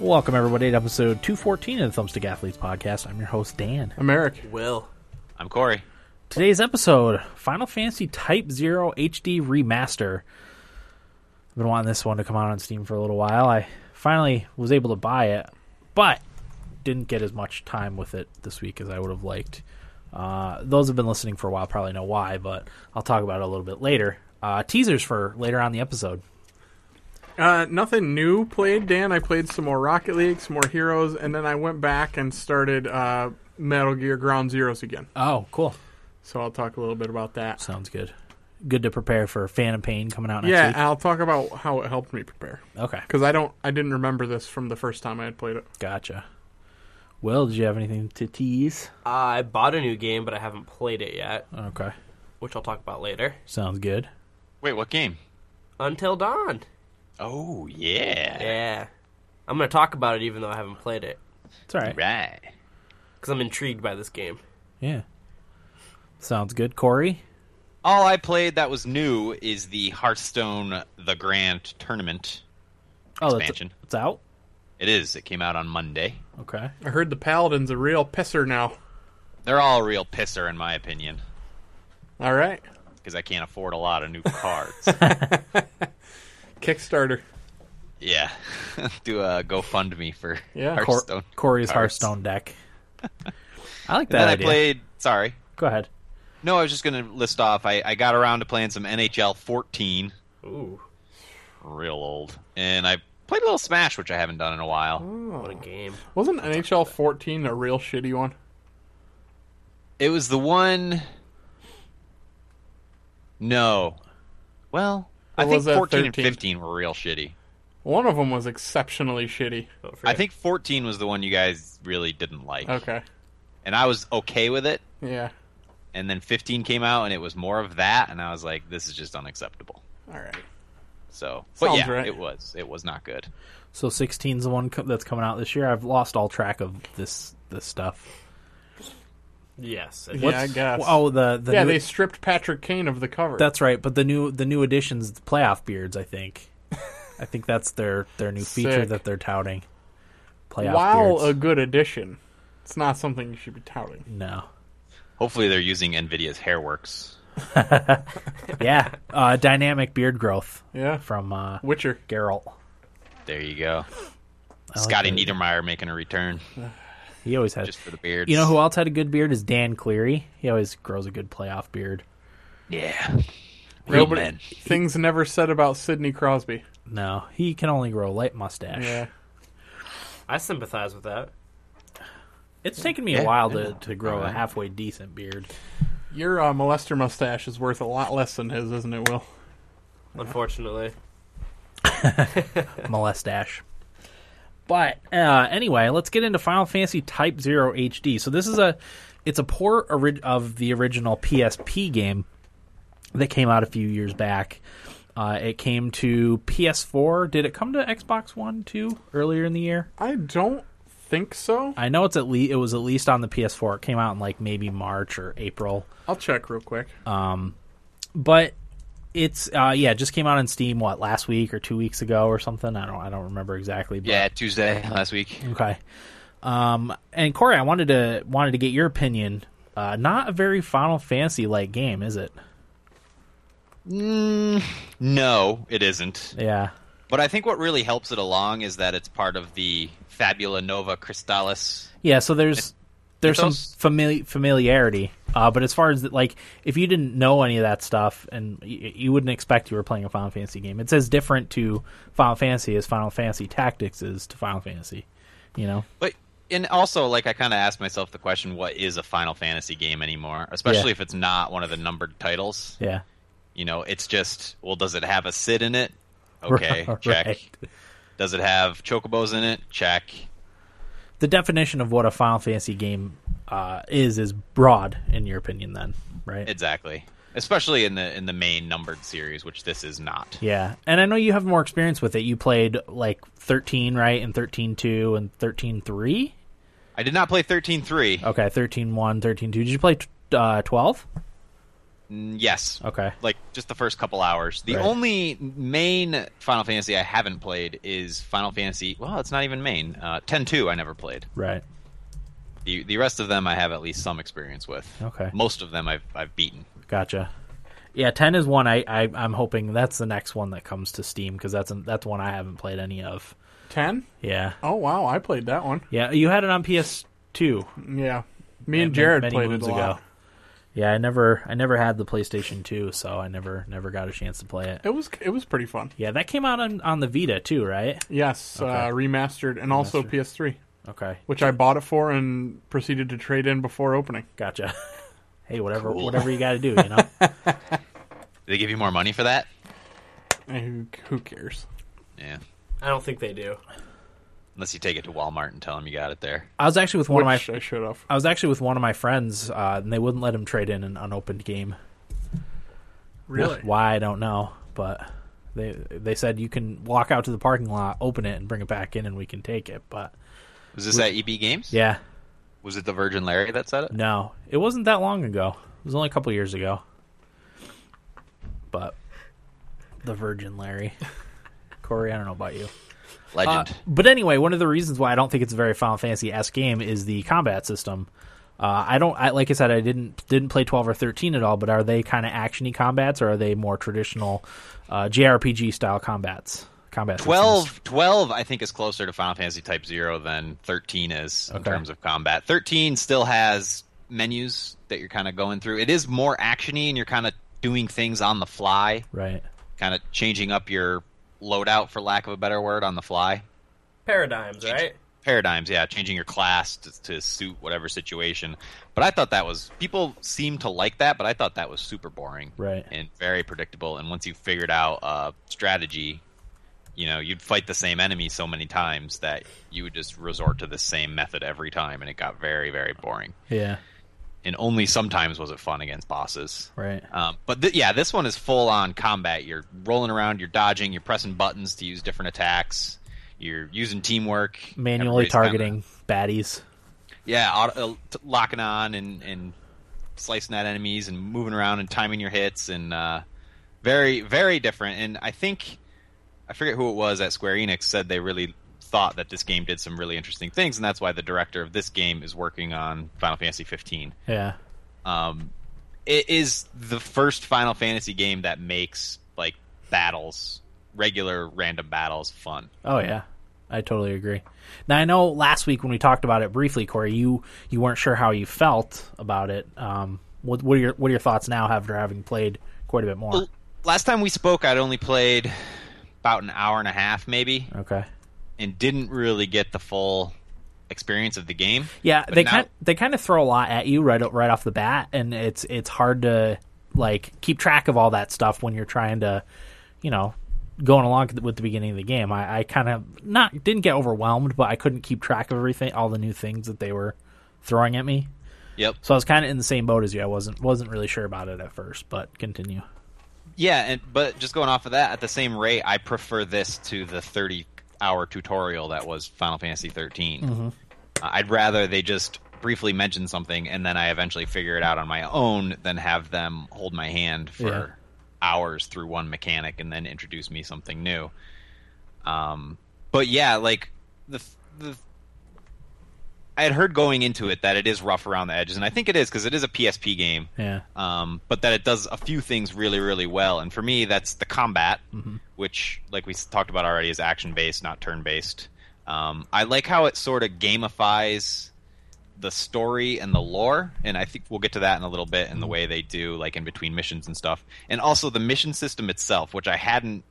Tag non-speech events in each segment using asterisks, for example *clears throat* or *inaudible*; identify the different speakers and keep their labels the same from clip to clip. Speaker 1: Welcome, everybody, to episode 214 of the Thumbstick Athletes podcast. I'm your host, Dan.
Speaker 2: I'm Eric.
Speaker 3: Will.
Speaker 4: I'm Corey.
Speaker 1: Today's episode Final Fantasy Type Zero HD Remaster. I've been wanting this one to come out on Steam for a little while. I finally was able to buy it, but didn't get as much time with it this week as I would have liked. Uh, those have been listening for a while probably know why, but I'll talk about it a little bit later. Uh, teasers for later on the episode.
Speaker 2: Uh, nothing new played, Dan. I played some more Rocket League, some more Heroes, and then I went back and started uh, Metal Gear Ground Zeroes again.
Speaker 1: Oh, cool.
Speaker 2: So I'll talk a little bit about that.
Speaker 1: Sounds good. Good to prepare for Phantom Pain coming out next
Speaker 2: yeah,
Speaker 1: week.
Speaker 2: I'll talk about how it helped me prepare
Speaker 1: Okay,
Speaker 2: because I don't, I didn't remember this from the first time I had played it.
Speaker 1: gotcha. Will, did you have anything to tease?
Speaker 3: I bought a new game, but I haven't played it yet,
Speaker 1: Okay,
Speaker 3: which I'll talk about later.
Speaker 1: sounds good.
Speaker 4: Wait, what game?
Speaker 3: Until Dawn.
Speaker 4: Oh yeah.
Speaker 3: Yeah. I'm going to talk about it even though I haven't played it,
Speaker 1: It's all right.
Speaker 4: Right.
Speaker 3: because I'm intrigued by this game.
Speaker 1: Yeah, sounds good. Corey,
Speaker 4: All I played that was new is the Hearthstone the Grand Tournament
Speaker 1: oh, that's-
Speaker 4: expansion.
Speaker 1: it's out.
Speaker 4: It is. It came out on Monday.
Speaker 1: Okay,
Speaker 2: I heard the Paladin's a real pisser now.
Speaker 4: They're all a real pisser in my opinion
Speaker 2: All right,
Speaker 4: because I can't afford a lot of new *laughs* cards.
Speaker 2: Kickstarter.
Speaker 4: yeah. *laughs* Do a GoFundMe for
Speaker 2: Yeah. Cor-
Speaker 1: Cor-
Speaker 4: Hearthstone.
Speaker 1: Corey's
Speaker 4: cards.
Speaker 1: Hearthstone
Speaker 4: *laughs*
Speaker 1: deck. I like that
Speaker 4: Then I
Speaker 1: idea.
Speaker 4: played. Sorry.
Speaker 1: Go ahead.
Speaker 4: No, I was just going to list off. I, I got around to playing some NHL 14,
Speaker 3: Ooh,
Speaker 4: real old, and I played a little Smash, which I haven't done in a while.
Speaker 3: what a
Speaker 4: Oh.
Speaker 3: game.
Speaker 2: Wasn't NHL 14 a real shitty one?
Speaker 4: It was the one. No. Well, I
Speaker 2: Or
Speaker 4: think
Speaker 2: was that
Speaker 4: 14
Speaker 2: 13?
Speaker 4: and 15 were real shitty.
Speaker 2: One of them was exceptionally shitty.
Speaker 3: Don't
Speaker 4: I
Speaker 3: forget.
Speaker 4: think 14 was the one you guys really didn't like.
Speaker 2: Okay,
Speaker 4: And I was okay with it.
Speaker 2: yeah,
Speaker 4: And then 15 came out and it was more of that. And I was like, this is just unacceptable.
Speaker 2: all right.
Speaker 4: So, but
Speaker 2: Sounds
Speaker 4: yeah,
Speaker 2: right.
Speaker 4: it was. It was not good.
Speaker 1: So 16's the one co- that's coming out this year. I've lost all track of this this stuff.
Speaker 3: Yes.
Speaker 2: Yeah, I guess.
Speaker 1: Oh, the the
Speaker 2: yeah,
Speaker 1: new-
Speaker 2: they stripped Patrick Kane of the cover.
Speaker 1: *laughs* that's right. But the new the new additions, the playoff beards. I
Speaker 2: *laughs*
Speaker 1: think, I think that's their their new feature
Speaker 2: Sick.
Speaker 1: that they're touting. Playoff
Speaker 2: While
Speaker 1: beards.
Speaker 2: a good addition, it's not something you should be touting.
Speaker 1: No.
Speaker 4: Hopefully, they're using NVIDIA's Hairworks.
Speaker 1: Yeah. Uh, dynamic beard growth
Speaker 2: Yeah.
Speaker 1: from uh,
Speaker 2: Witcher.
Speaker 1: Geralt.
Speaker 4: There you go.
Speaker 1: I like
Speaker 4: Scotty
Speaker 1: that.
Speaker 4: Niedermeyer making a return
Speaker 1: He always has.
Speaker 4: just for the beards.
Speaker 1: You know who else had a good beard is Dan Cleary. He always grows a good playoff beard.
Speaker 4: Yeah. Real
Speaker 2: Nobody-
Speaker 4: men.
Speaker 2: Things never said about Sidney Crosby.
Speaker 1: No, he can only grow a light mustache.
Speaker 2: Yeah.
Speaker 3: I sympathize with that.
Speaker 1: It's taken me a
Speaker 4: Yeah,
Speaker 1: while
Speaker 4: yeah.
Speaker 1: to, to grow a
Speaker 4: Alright.
Speaker 1: halfway decent beard.
Speaker 2: Your uh, molester mustache is worth a lot less than his, isn't it, Will?
Speaker 3: Unfortunately,
Speaker 1: molestache. But uh, anyway, let's get into Final Fantasy Type Zero HD. So this is a it's a port ori- of the original PSP game that came out a few years back. Uh, it came to PS4. Did it come to Xbox One too earlier in the year?
Speaker 2: I don't think so.
Speaker 1: I know it's at least it was at least on the PS4. It came out in like maybe March or April.
Speaker 2: I'll check real quick.
Speaker 1: Uh. but it's uh, yeah, it just came out on Steam what last week or two weeks ago or something. I don't I don't remember exactly. But
Speaker 4: Yeah, Tuesday last week.
Speaker 1: Okay. Um, and Corey, I wanted to wanted to get your opinion. Uh, not a very Final Fantasy like game, is it?
Speaker 4: No, it isn't.
Speaker 1: Yeah.
Speaker 4: But I think what really helps it along is that it's part of the Fabula Nova Crystallis.
Speaker 1: Yeah. So there's there's some
Speaker 4: Mythos?
Speaker 1: famili- familiarity, uh, but as far as like if you didn't know any of that stuff, and y- you wouldn't expect you were playing a Final Fantasy game, it's as different to Final Fantasy as Final Fantasy Tactics is to Final Fantasy. You know?
Speaker 4: But and also, like, I kind of asked myself the question: What is a Final Fantasy game anymore? Especially
Speaker 1: Yeah.
Speaker 4: if it's not one of the numbered titles.
Speaker 1: Yeah.
Speaker 4: You know, it's just well, does it have a Sid
Speaker 1: *laughs*
Speaker 4: in it? Okay,
Speaker 1: Right.
Speaker 4: check. Does it have chocobos in it? Check.
Speaker 1: The definition of what a Final Fantasy game uh, is is broad, in your opinion, then, right?
Speaker 4: Exactly. Especially in the in the main numbered series, which this is not.
Speaker 1: Yeah, and I know you have more experience with it. You played like thirteen, right, and thirteen two, and thirteen three. Oh.
Speaker 4: I did not play thirteen three.
Speaker 1: Okay, thirteen one, thirteen two. Did you play twelve?
Speaker 4: Mm, Yes.
Speaker 1: uh, Okay.
Speaker 4: Like just the first couple hours. The
Speaker 1: Right.
Speaker 4: only main Final Fantasy I haven't played is Final Fantasy. Well, it's not even main. Uh, Ten two I never played.
Speaker 1: Right.
Speaker 4: The the rest of them I have at least some experience with.
Speaker 1: Okay.
Speaker 4: Most of them I've I've beaten.
Speaker 1: Gotcha. Yeah, ten is one I, I I'm hoping that's the next one that comes to Steam because that's that's one I haven't played any of.
Speaker 2: Ten?
Speaker 1: Yeah,
Speaker 2: Oh wow, I played that one.
Speaker 1: yeah. You had it on PS2.
Speaker 2: Yeah, me and
Speaker 1: many-
Speaker 2: Jared
Speaker 1: many
Speaker 2: played it
Speaker 1: moons
Speaker 2: a lot.
Speaker 1: Yeah, I never I never had the PlayStation 2, so I never never got a chance to play it.
Speaker 2: It was it was pretty fun.
Speaker 1: Yeah, that came out on, on the Vita too, right?
Speaker 2: Yes, uh, remastered and also
Speaker 1: Remastered.
Speaker 2: PS3,
Speaker 1: Okay,
Speaker 2: which I bought it for and proceeded to trade in before opening.
Speaker 1: gotcha. *laughs* hey, whatever
Speaker 4: Cool.
Speaker 1: whatever you got to do, you know.
Speaker 4: Did they give you more money for that?
Speaker 2: Eh, Who, who cares?
Speaker 4: Yeah.
Speaker 3: I don't think they do.
Speaker 4: Unless you take it to Walmart and tell them you got it there.
Speaker 1: I was actually with one of
Speaker 2: Which
Speaker 1: my
Speaker 2: I should have.
Speaker 1: I was actually with one of my friends, uh, and they wouldn't let him trade in an unopened game. Why I don't know, but they they said you can walk out to the parking lot, open it, and bring it back in, and we can take it. But
Speaker 4: Was this at EB Games?
Speaker 1: yeah, Uh,
Speaker 4: Was it the Virgin Larry that said it?
Speaker 1: no, it wasn't that long ago. It was only a couple years ago. But the Virgin Larry, Corey, I don't know about you.
Speaker 4: Legend.
Speaker 1: Uh, But anyway, one of the reasons why I don't think it's a very Final Fantasy esque game is the combat system. Uh, I don't I, like I said I didn't didn't play twelve or thirteen at all. But are they kind of actiony combats or are they more traditional uh, JRPG style combats? Combat systems?
Speaker 4: 12, 12 I think is closer to Final Fantasy Type 0 than 13 is in
Speaker 1: Okay.
Speaker 4: terms of combat. 13 still has menus that you're kind of going through. It is more actiony and you're kind of doing things on the fly,
Speaker 1: right?
Speaker 4: kind of changing up your loadout for lack of a better word on the fly.
Speaker 3: Paradigms, right?
Speaker 4: Paradigms, yeah, changing your class to, to suit whatever situation. But I thought that was people seem to like that, but I thought that was super boring.
Speaker 1: Right.
Speaker 4: and very predictable. And once you figured out uh, strategy, you know you'd fight the same enemy so many times that you would just resort to the same method every time, and it got very, very boring.
Speaker 1: Yeah.
Speaker 4: And only sometimes was it fun against bosses.
Speaker 1: Right.
Speaker 4: Um, but th- yeah, this one is full on combat. You're rolling around, you're dodging, you're pressing buttons to use different attacks. You're using teamwork,
Speaker 1: Manually
Speaker 4: Everybody's kinda-
Speaker 1: targeting baddies.
Speaker 4: yeah, auto, uh, t- locking on and and slicing at enemies and moving around and timing your hits and uh, very very different. And I think I forget who it was at Square Enix said they really thought that this game did some really interesting things, and that's why the director of this game is working on Final Fantasy 15.
Speaker 1: Yeah.
Speaker 4: Um, it is the first Final Fantasy game that makes like battles, regular random battles, fun.
Speaker 1: Oh yeah. I totally agree. Now I know last week when we talked about it briefly, Corey, you you weren't sure how you felt about it. Um, what, what are your what are your thoughts now after having played quite a bit more?
Speaker 4: L- Last time we spoke, I'd only played about an hour and a half, maybe.
Speaker 1: Okay.
Speaker 4: and didn't really get the full experience of the game.
Speaker 1: Yeah,
Speaker 4: But
Speaker 1: they
Speaker 4: now-
Speaker 1: kind they kind of throw a lot at you right o- right off the bat, and it's it's hard to like keep track of all that stuff when you're trying to, you know, going along with the beginning of the game. I, I kind of not didn't get overwhelmed, but I couldn't keep track of everything, all the new things that they were throwing at me.
Speaker 4: Yep.
Speaker 1: So I was kind of in the same boat as you. I wasn't wasn't really sure about it at first, but continue.
Speaker 4: Yeah, and but just going off of that, at the same rate, I prefer this to the 30 hour tutorial that was Final Fantasy 13. Uh, I'd rather they just briefly mention something and then I eventually figure it out on my own than have them hold my hand for
Speaker 1: Yeah.
Speaker 4: hours through one mechanic and then introduce me something new. Um, but yeah, like the the I had heard going into it that it is rough around the edges, and I think it is because it is a PSP game
Speaker 1: Yeah,
Speaker 4: um, but that it does a few things really, really well. And for me, that's the combat, which, like we s- talked about already, is action based, not turn based. Um, I like how it sort of gamifies the story and the lore, and I think we'll get to that in a little bit in the way they do, like in between missions and stuff, and also the mission system itself, which I hadn't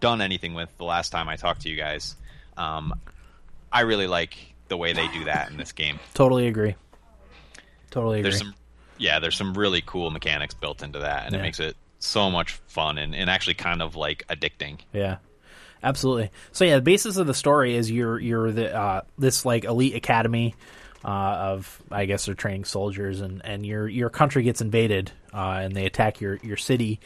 Speaker 4: done anything with the last time I talked to you guys. Um, I really like the way they do that in this game.
Speaker 1: totally agree. Totally agree.
Speaker 4: There's some, yeah, there's some really cool mechanics built into that, and
Speaker 1: Yeah.
Speaker 4: it makes it so much fun and, and actually kind of like addicting.
Speaker 1: Yeah, absolutely. So yeah, the basis of the story is you're you're the uh, this like elite academy uh, of I guess they're training soldiers, and and your your country gets invaded, uh, and they attack your your city.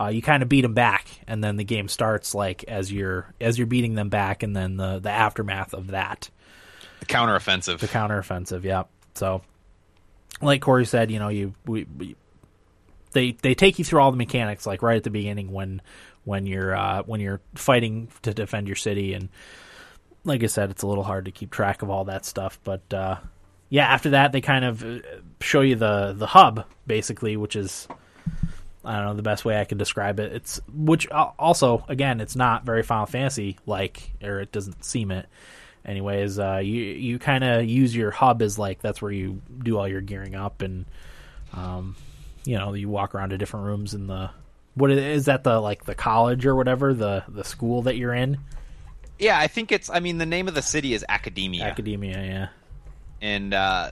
Speaker 1: Uh, you kind of beat them back, and then the game starts like as you're as you're beating them back, and then the the aftermath of that
Speaker 4: The counteroffensive.
Speaker 1: the counteroffensive. Yeah. So, like Corey said, you know, you we, we they they take you through all the mechanics like right at the beginning when when you're uh, when you're fighting to defend your city and like I said, it's a little hard to keep track of all that stuff. But uh, yeah, after that, they kind of uh, show you the the hub basically, which is I don't know the best way I could describe it. It's which al- also again, it's not very Final Fantasy like, or it doesn't seem it. Anyways, uh, you you kind of use your hub as like that's where you do all your gearing up and um, you know you walk around to different rooms in the what is- is that the like the college or whatever the the school that you're in
Speaker 4: Yeah, I think it's. I mean, the name of the city is Academia,
Speaker 1: academia yeah
Speaker 4: and uh,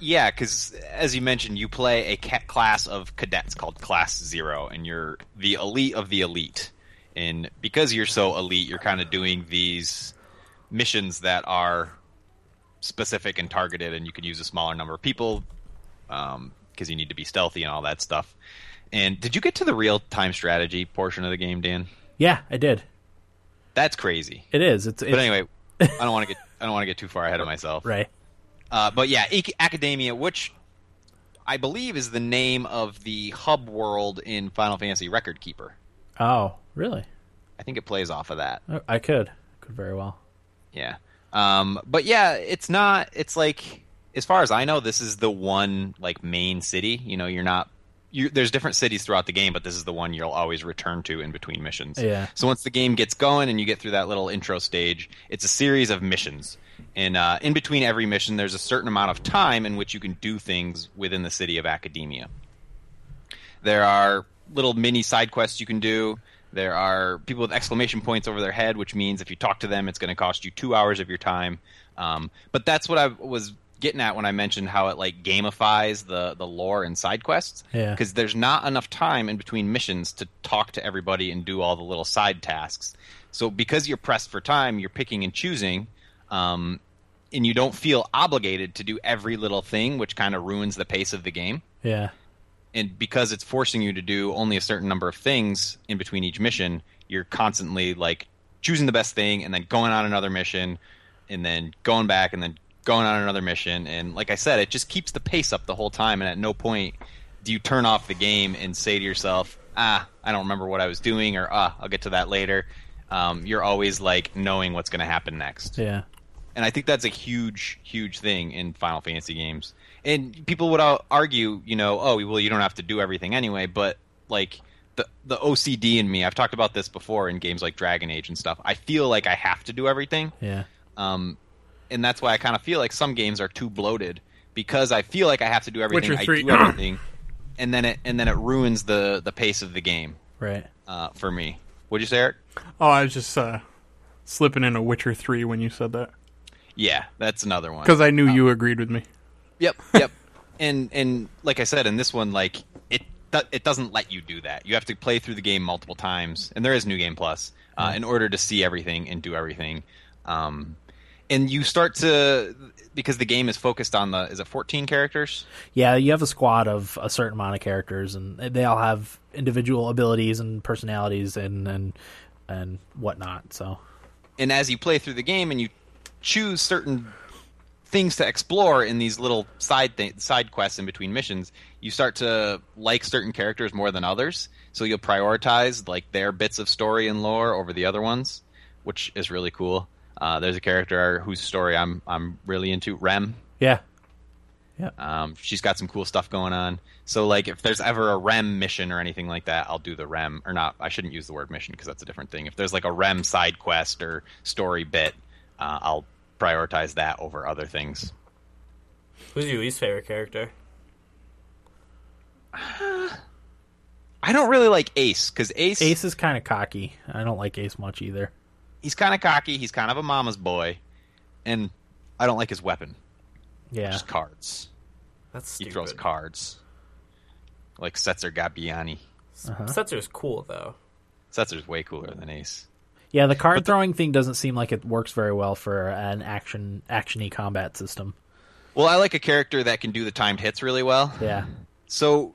Speaker 4: yeah, because as you mentioned, you play a ca- class of cadets called Class Zero, and you're the elite of the elite. And because you're so elite, you're kind of doing these missions that are specific and targeted, and you can use a smaller number of people because you need to be stealthy and all that stuff. And did you get to the real time strategy portion of the game, Dan?
Speaker 1: Yeah, I did.
Speaker 4: That's crazy.
Speaker 1: It is. It's, it's
Speaker 4: But anyway, I don't want to get I don't want to get too far ahead of
Speaker 1: *laughs*
Speaker 4: myself.
Speaker 1: right.
Speaker 4: Uh, but yeah, Ac- Academia, which I believe is the name of the hub world in Final Fantasy Record Keeper.
Speaker 1: Oh, really?
Speaker 4: I think it plays off of that.
Speaker 1: I- I could. Could very well.
Speaker 4: Yeah. Um, but yeah, it's not. It's like, as far as I know, this is the one like main city. You know, you're not. You, there's different cities throughout the game, but this is the one you'll always return to in between missions.
Speaker 1: Yeah.
Speaker 4: So once the game gets going and you get through that little intro stage, it's a series of missions, and uh, in between every mission, there's a certain amount of time in which you can do things within the city of Academia. There are little mini side quests you can do. There are people with exclamation points over their head, which means if you talk to them, it's going to cost you two hours of your time. Um, but that's what I was getting at when I mentioned how it like gamifies the the lore and side quests.
Speaker 1: Yeah.
Speaker 4: Because there's not enough time in between missions to talk to everybody and do all the little side tasks. So because you're pressed for time, you're picking and choosing. Um, and you don't feel obligated to do every little thing, which kind of ruins the pace of the game
Speaker 1: Yeah.
Speaker 4: and because it's forcing you to do only a certain number of things in between each mission, you're constantly like choosing the best thing and then going on another mission and then going back and then going on another mission and like I said, it just keeps the pace up the whole time and at no point do you turn off the game and say to yourself, "Ah, I don't remember what I was doing," or "Ah, I'll get to that later." Um, you're always like knowing what's going to happen next
Speaker 1: Yeah.
Speaker 4: and I think that's a huge, huge thing in Final Fantasy games. And people would all argue, you know, oh, well, you don't have to do everything anyway. But like the the OCD in me, I've talked about this before in games like Dragon Age and stuff. I feel like I have to do everything,
Speaker 1: Yeah.
Speaker 4: um, and that's why I kind of feel like some games are too bloated because I feel like I have to do everything.
Speaker 2: Witcher
Speaker 4: I
Speaker 2: 3.
Speaker 4: do everything, *clears throat* and then it and then it ruins the the pace of the game
Speaker 1: Right.
Speaker 4: uh, for me. Would you say, Eric?
Speaker 2: Oh, I was just uh, slipping in a Witcher 3 when you said that.
Speaker 4: Yeah, that's another one.
Speaker 2: Because I
Speaker 1: Oh.
Speaker 2: knew you agreed with me.
Speaker 4: Yep, yep. and and like I said, in this one, like it do- it doesn't let you do that. You have to play through the game multiple times, and there is New Game Plus uh, in order to see everything and do everything. Um, and you start to because the game is focused on the is it fourteen characters?
Speaker 1: Yeah, you have a squad of a certain amount of characters and they all have individual abilities and personalities and and and whatnot. So,
Speaker 4: and as you play through the game and you choose certain things to explore in these little side th- side quests in between missions, you start to like certain characters more than others. So you'll prioritize like their bits of story and lore over the other ones, which is really cool. Uh, there's a character whose story I'm I'm really into, Rem.
Speaker 1: yeah.
Speaker 4: Um, she's got some cool stuff going on. So like, if there's ever a REM mission or anything like that, I'll do the REM or not. I shouldn't use the word mission because that's a different thing. If there's like a REM side quest or story bit, uh, I'll prioritize that over other things.
Speaker 3: Who's your least favorite character?
Speaker 4: I don't really like Ace because Ace,
Speaker 1: Ace is kind of cocky. I don't like Ace much either.
Speaker 4: he's kind of cocky. He's kind of a mama's boy, and I don't like his weapon,
Speaker 1: Yeah.
Speaker 4: just cards.
Speaker 3: That's
Speaker 4: He
Speaker 3: stupid.
Speaker 4: throws cards, like Setzer Gabbiani.
Speaker 3: Setzer is cool though.
Speaker 4: Setzer's way cooler than Ace.
Speaker 1: Yeah, the card throwing thing doesn't seem like it works very well for an action actiony combat system.
Speaker 4: Well, I like a character that can do the timed hits really well.
Speaker 1: Yeah.
Speaker 4: So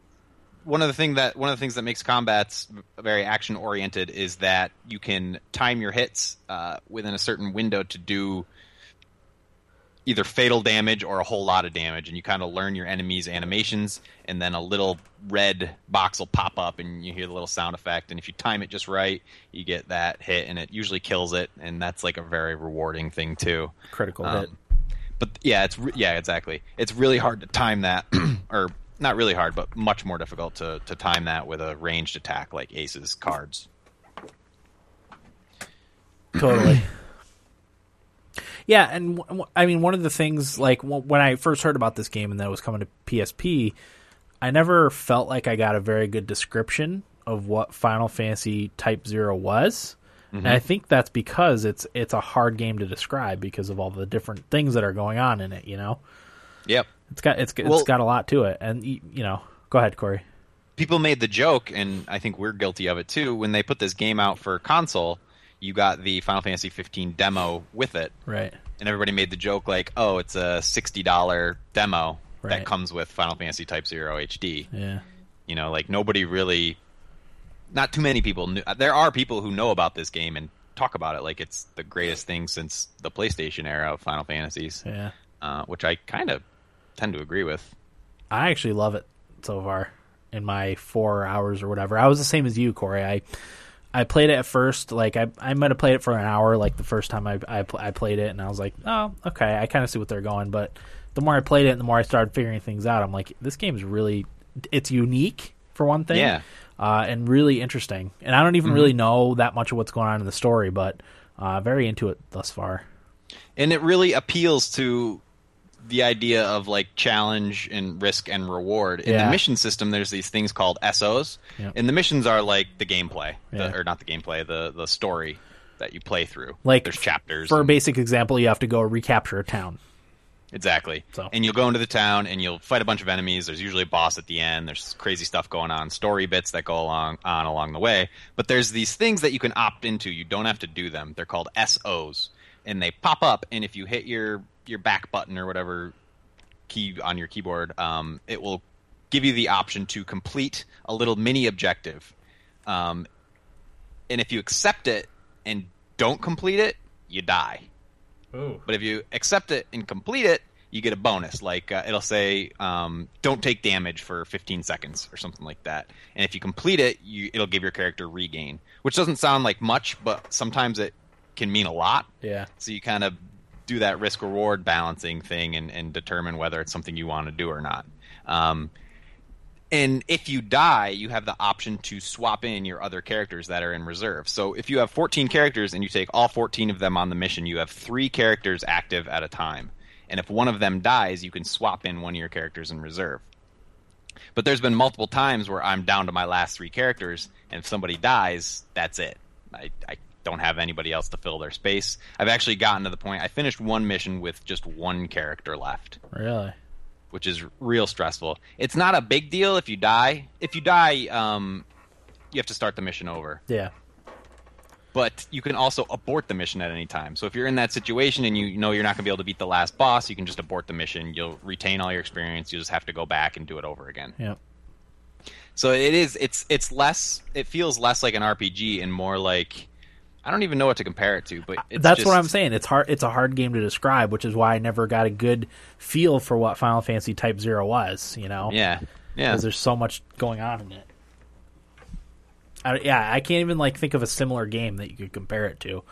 Speaker 4: one of the thing that one of the things that makes combats very action oriented is that you can time your hits uh, within a certain window to do either fatal damage or a whole lot of damage, and you kind of learn your enemy's animations, and then a little red box will pop up, and you hear the little sound effect, and if you time it just right, you get that hit, and it usually kills it, and that's like a very rewarding thing too.
Speaker 1: Critical
Speaker 4: Um,
Speaker 1: hit.
Speaker 4: But yeah, it's re- yeah, exactly. It's really hard to time that, *clears throat* or not really hard, but much more difficult to to time that with a ranged attack like Ace's cards.
Speaker 1: Totally. yeah, and w- w- I mean, one of the things, like w- when I first heard about this game and that it was coming to PSP, I never felt like I got a very good description of what Final Fantasy Type Zero was. And I think that's because it's it's a hard game to describe because of all the different things that are going on in it. You know,
Speaker 4: Yep.
Speaker 1: it's got it's, it's
Speaker 4: Well-
Speaker 1: got a lot to it, and y- you know, go ahead, Corey.
Speaker 4: people made the joke, and I think we're guilty of it too. When they put this game out for console, you got the Final Fantasy 15 demo with it,
Speaker 1: Right.
Speaker 4: and everybody made the joke like, "Oh, it's a sixty dollar demo
Speaker 1: Right.
Speaker 4: that comes with Final Fantasy Type Zero HD."
Speaker 1: Yeah.
Speaker 4: You know, like nobody really, not too many people knew. There are people who know about this game and talk about it like it's the greatest thing since the PlayStation era of Final Fantasies,
Speaker 1: Yeah.
Speaker 4: uh, which I kind of tend to agree with.
Speaker 1: I actually love it so far in my four hours or whatever. I was the same as you, Corey. I I played it at first, like I I might have played it for an hour, like the first time I I, pl- I played it, and I was like, oh, okay, I kind of see what they're going. But the more I played it, and the more I started figuring things out, I'm like, this game's really it's unique for one thing,
Speaker 4: Yeah. Mm-hmm.
Speaker 1: uh, and really interesting. And I don't even really know that much of what's going on in the story, but uh, very into it thus far.
Speaker 4: and it really appeals to the idea of like challenge and risk and reward in
Speaker 1: Yeah.
Speaker 4: the mission system there's these things called SOs
Speaker 1: Yep.
Speaker 4: and the missions are like the gameplay the,
Speaker 1: Yeah.
Speaker 4: or not the gameplay the the story that you play through
Speaker 1: Like
Speaker 4: there's chapters
Speaker 1: For a
Speaker 4: and-
Speaker 1: basic example, you have to go recapture a town.
Speaker 4: exactly
Speaker 1: So.
Speaker 4: and you'll go into the town and you'll fight a bunch of enemies there's usually a boss at the end there's crazy stuff going on story bits that go along on along the way but there's these things that you can opt into you don't have to do them they're called SOs and they pop up and if you hit your your back button or whatever key on your keyboard, um, it will give you the option to complete a little mini objective. Um, and if you accept it and don't complete it, you die.
Speaker 3: Ooh.
Speaker 4: But if you accept it and complete it, you get a bonus. Like uh, it'll say, um, "Don't take damage for 15 seconds" or something like that. And if you complete it, you, it'll give your character regain, which doesn't sound like much, but sometimes it can mean a lot.
Speaker 1: Yeah.
Speaker 4: So you kind of do that risk reward balancing thing and, and determine whether it's something you want to do or not. Um, and if you die, you have the option to swap in your other characters that are in reserve. So if you have 14 characters and you take all 14 of them on the mission, you have three characters active at a time. And if one of them dies, you can swap in one of your characters in reserve. But there's been multiple times where I'm down to my last three characters, and if somebody dies, that's it. I, I don't have anybody else to fill their space. I've actually gotten to the point, I finished one mission with just one character left
Speaker 1: Really.
Speaker 4: which is real stressful. It's not a big deal if you die. If you die, um, you have to start the mission over.
Speaker 1: Yeah.
Speaker 4: But you can also abort the mission at any time. So if you're in that situation and you know you're not going to be able to beat the last boss, you can just abort the mission. You'll retain all your experience. You just have to go back and do it over again.
Speaker 1: Yep.
Speaker 4: So it is. It's it's less. It feels less like an RPG and more like I don't even know what to compare it to. But it's
Speaker 1: That's what
Speaker 4: just-
Speaker 1: I'm saying. It's hard. It's a hard game to describe, which is why I never got a good feel for what Final Fantasy Type Zero was. You know,
Speaker 4: Yeah, yeah.
Speaker 1: because there's so much going on in it. I, yeah, I can't even like think of a similar game that you could compare it to.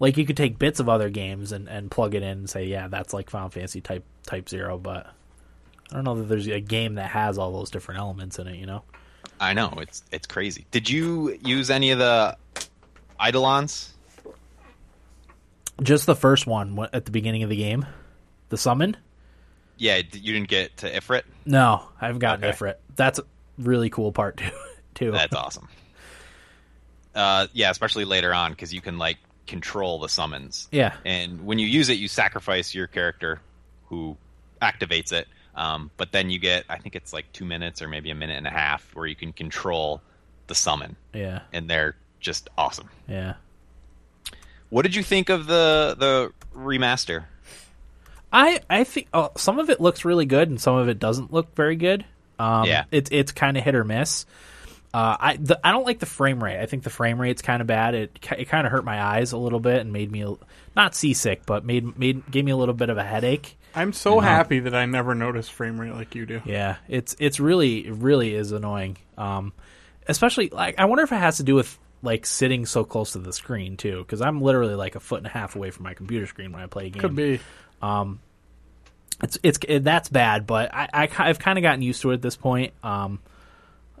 Speaker 1: Like you could take bits of other games and, and plug it in and say, yeah, that's like Final Fantasy Type Type Zero, but I don't know that there's a game that has all those different elements in it. You know,
Speaker 4: I know it's it's crazy. Did you use any of the Eidolons?
Speaker 1: just the first one wh- at the beginning of the game, the summon.
Speaker 4: Yeah, d- you didn't get to Ifrit.
Speaker 1: No, I haven't gotten
Speaker 4: Okay.
Speaker 1: different. That's a really cool part *laughs* too. too.
Speaker 4: That's awesome. Uh, yeah, especially later on because you can like control the summons.
Speaker 1: Yeah.
Speaker 4: and when you use it, you sacrifice your character who activates it. Um, but then you get, I think it's like two minutes or maybe a minute and a half where you can control the summon,
Speaker 1: Yeah,
Speaker 4: and they're just awesome.
Speaker 1: yeah.
Speaker 4: What did you think of the the remaster?
Speaker 1: I I think oh, some of it looks really good and some of it doesn't look very good. Um,
Speaker 4: Yeah.
Speaker 1: it's it's kind of hit or miss. Uh, I the, I don't like the frame rate. I think the frame rate's kind of bad. It ki- it kind of hurt my eyes a little bit and made me a- not seasick, but made made gave me a little bit of a headache.
Speaker 2: I'm so happy that I never noticed frame rate like you do.
Speaker 1: Yeah, it's it's really it really is annoying. Um, especially like I wonder if it has to do with like sitting so close to the screen too, because I'm literally like a foot and a half away from my computer screen when I play a game.
Speaker 2: Could be.
Speaker 1: It's it's it, that's bad, but I, I ki- I've kind of gotten used to it at this point. Um,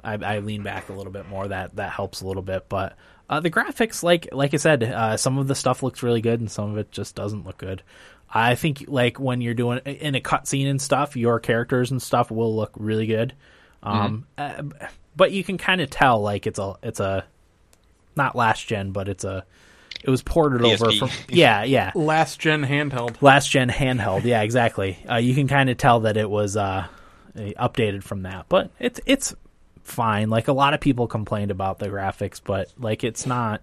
Speaker 1: I, I lean back a little bit more. That that helps a little bit, but uh, the graphics, like like I said, uh, some of the stuff looks really good, and some of it just doesn't look good. I think like when you're doing in a cutscene and stuff, your characters and stuff will look really good. Um, uh, but you can kind of tell like it's a it's a not last gen, but it's a it was ported over
Speaker 4: PSP.
Speaker 1: from yeah yeah
Speaker 2: Last gen handheld.
Speaker 1: last gen handheld. Yeah, exactly. Uh, you can kind of tell that it was uh, updated from that, but it's it's fine. Like a lot of people complained about the graphics, but like it's not.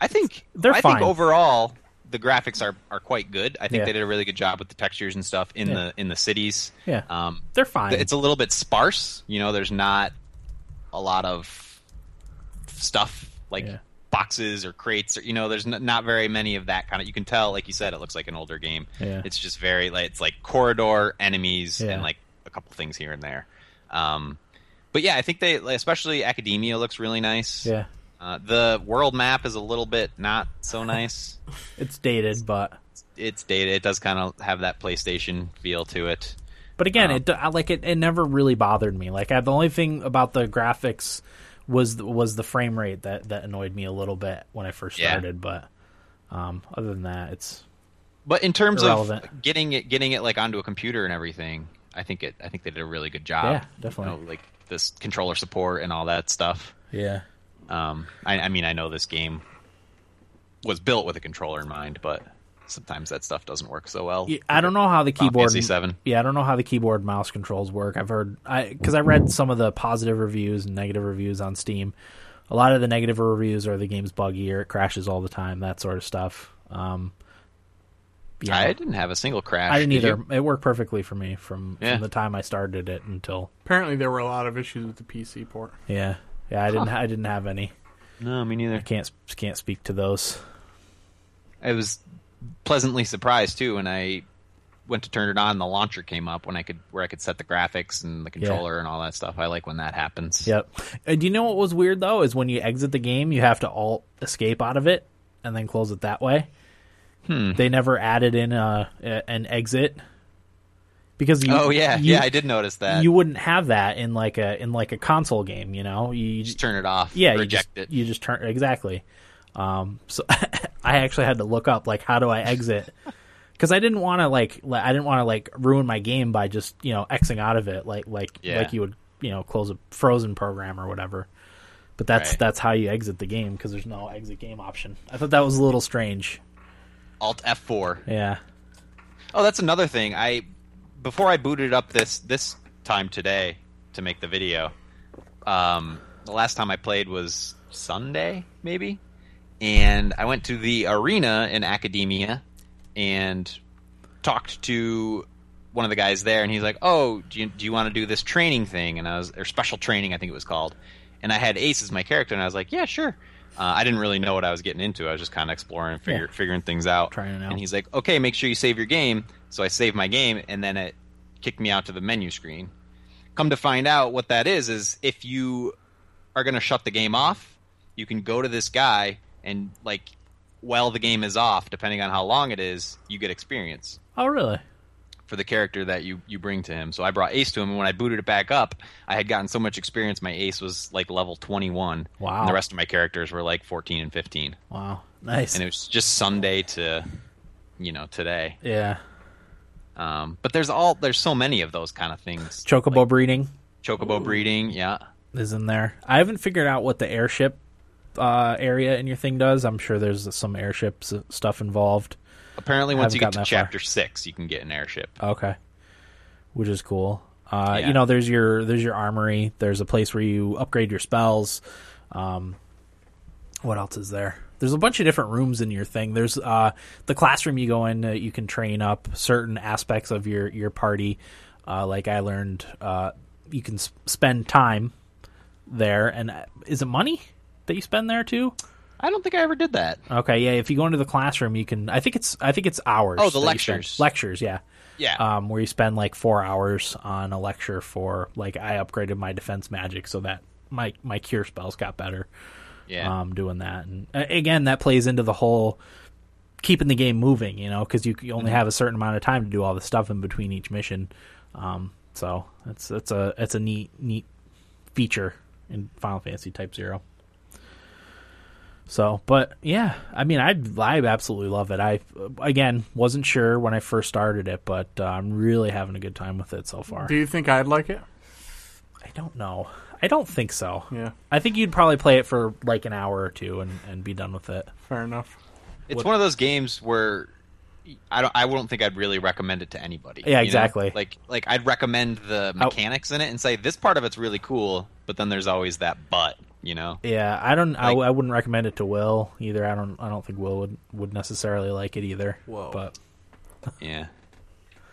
Speaker 4: I think
Speaker 1: They're
Speaker 4: I
Speaker 1: fine.
Speaker 4: think overall the graphics are, are quite good. I think
Speaker 1: Yeah.
Speaker 4: they did a really good job with the textures and stuff in
Speaker 1: Yeah.
Speaker 4: the in the cities.
Speaker 1: Yeah.
Speaker 4: Um,
Speaker 1: They're fine.
Speaker 4: it's a little bit sparse. You know, there's not a lot of stuff like
Speaker 1: Yeah.
Speaker 4: boxes or crates or you know, there's n- not very many of that kind of. You can tell, like you said, it looks like an older game.
Speaker 1: Yeah.
Speaker 4: It's just very like it's like corridor enemies
Speaker 1: Yeah.
Speaker 4: and like a couple things here and there. Um, but yeah, I think they like, especially Academia looks really nice.
Speaker 1: yeah,
Speaker 4: Uh, the world map is a little bit not
Speaker 1: *laughs*
Speaker 4: so nice.
Speaker 1: it's dated, but
Speaker 4: it's dated. It does kind of have that PlayStation feel to it.
Speaker 1: but again,
Speaker 4: Um,
Speaker 1: it I- like it, it never really bothered me. Like I, the only thing about the graphics was th- was the frame rate that that annoyed me a little bit when I first
Speaker 4: Yeah.
Speaker 1: started, but. Um, other than that, it's
Speaker 4: But in terms
Speaker 1: Irrelevant.
Speaker 4: of getting it, getting it like onto a computer and everything, I think it. I think they did a really good job.
Speaker 1: Yeah, definitely.
Speaker 4: You know, like this controller support and all that stuff.
Speaker 1: yeah,
Speaker 4: Um, I, I mean, I know this game was built with a controller in mind, but sometimes that stuff doesn't work so well.
Speaker 1: I don't know how the
Speaker 4: Final
Speaker 1: keyboard
Speaker 4: Fantasy VII.
Speaker 1: Yeah, I don't know how the keyboard mouse controls work. I've heard I because I read some of the positive reviews and negative reviews on Steam. A lot of the negative reviews are the game's buggy or it crashes all the time, that sort of stuff. Um, yeah,
Speaker 4: I didn't have a single crash.
Speaker 1: I didn't
Speaker 4: did you?
Speaker 1: either. It worked perfectly for me from,
Speaker 4: Yeah.
Speaker 1: from the time I started it until
Speaker 2: Apparently, there were a lot of issues with the PC port.
Speaker 1: yeah, yeah. I didn't I didn't have any.
Speaker 4: No, me neither.
Speaker 1: I can't can't speak to those.
Speaker 4: I was pleasantly surprised too when I went to turn it on. The launcher came up when I could where I could set the graphics and the controller and all that stuff. I like when that happens.
Speaker 1: Yep. Uh, do you know what was weird though is when you exit the game, you have to alt escape out of it and then close it that way.
Speaker 4: Hmm.
Speaker 1: They never added in a, a an exit because you,
Speaker 4: Oh yeah,
Speaker 1: you,
Speaker 4: yeah. I did notice that.
Speaker 1: you
Speaker 4: You
Speaker 1: wouldn't have that in like a in like a console game. You know, you, you
Speaker 4: just turn it off.
Speaker 1: yeah, you
Speaker 4: reject
Speaker 1: just,
Speaker 4: it.
Speaker 1: You just turn exactly. Um, so *laughs* I actually had to look up like how do I exit *laughs* because I didn't want to like li- I didn't want to like ruin my game by just you know xing out of it like like
Speaker 4: Yeah.
Speaker 1: like you would you know close a frozen program or whatever. But that's
Speaker 4: Right.
Speaker 1: that's how you exit the game because there's no exit game option. I thought that was a little strange.
Speaker 4: Alt F four.
Speaker 1: Yeah,
Speaker 4: Oh, that's another thing. I before I booted up this this time today to make the video. Um, the last time I played was Sunday, maybe, and I went to the arena in Academia and talked to one of the guys there, and he's like, "Oh, do you, do you want to do this training thing?" And I was or special training, I think it was called. And I had Ace as my character, and I was like, "Yeah, sure." Uh, I didn't really know what I was getting into. I was just kind of exploring, figure,
Speaker 1: Yeah.
Speaker 4: figuring things out.
Speaker 1: Trying it out.
Speaker 4: And he's like, "Okay, make sure you save your game." So I saved my game, and then it kicked me out to the menu screen. Come to find out, what that is is if you are going to shut the game off, you can go to this guy and like while the game is off, depending on how long it is, you get experience
Speaker 1: Oh really?
Speaker 4: for the character that you you bring to him. So I brought Ace to him, and when I booted it back up, I had gotten so much experience. My Ace was like level twenty one.
Speaker 1: Wow.
Speaker 4: And the rest of my characters were like fourteen and fifteen,
Speaker 1: Wow. Nice.
Speaker 4: and it was just Sunday to, you know, today.
Speaker 1: yeah.
Speaker 4: Um, but there's all there's so many of those kind of things.
Speaker 1: Chocobo breeding
Speaker 4: Chocobo breeding, yeah.
Speaker 1: is in there. I haven't figured out what the airship uh, area in your thing does. I'm sure there's some airship s- stuff involved.
Speaker 4: Apparently, once
Speaker 1: Haven't
Speaker 4: you get
Speaker 1: gotten
Speaker 4: to
Speaker 1: that far.
Speaker 4: chapter six, you can get an airship.
Speaker 1: Okay, which is cool. Uh,
Speaker 4: Yeah.
Speaker 1: You know, there's your there's your armory. There's a place where you upgrade your spells. Um, what else is there? There's a bunch of different rooms in your thing. There's uh, the classroom you go in. Uh, you can train up certain aspects of your your party. Uh, like I learned, uh, you can s- spend time there, and uh, is it money that you spend there too?
Speaker 4: I don't think I ever did that.
Speaker 1: Okay, yeah. If you go into the classroom, you can. I think it's. I think it's hours.
Speaker 4: Oh, the
Speaker 1: that you spend.
Speaker 4: lectures.
Speaker 1: Lectures, yeah.
Speaker 4: Yeah.
Speaker 1: Um, where you spend like four hours on a lecture for like I upgraded my defense magic so that my my cure spells got better.
Speaker 4: yeah.
Speaker 1: um, doing that. And uh, again, that plays into the whole keeping the game moving, you know, because you, you
Speaker 2: Mm-hmm.
Speaker 1: only have a certain amount of time to do all the stuff in between each mission. Um, so that's that's a that's a neat neat feature in Final Fantasy Type Zero. So, but yeah, I mean, I I absolutely love it. I again wasn't sure when I first started it, but uh, I'm really having a good time with it so far.
Speaker 2: Do you think I'd like it?
Speaker 1: I don't know. I don't think so.
Speaker 2: Yeah,
Speaker 1: I think you'd probably play it for like an hour or two and, and be done with it.
Speaker 2: fair enough.
Speaker 4: it's one of those games where I don't. I don't think I'd really recommend it to anybody.
Speaker 1: Yeah,
Speaker 4: you know?
Speaker 1: exactly. Oh.
Speaker 4: Like, like I'd recommend the mechanics in it and say this part of it's really cool, but then there's always that but. You know.
Speaker 1: Yeah, I don't. I,
Speaker 4: Like-
Speaker 1: I wouldn't recommend it to Will either. I don't. I don't think Will would, would necessarily like it either.
Speaker 3: Whoa.
Speaker 1: But
Speaker 4: Yeah.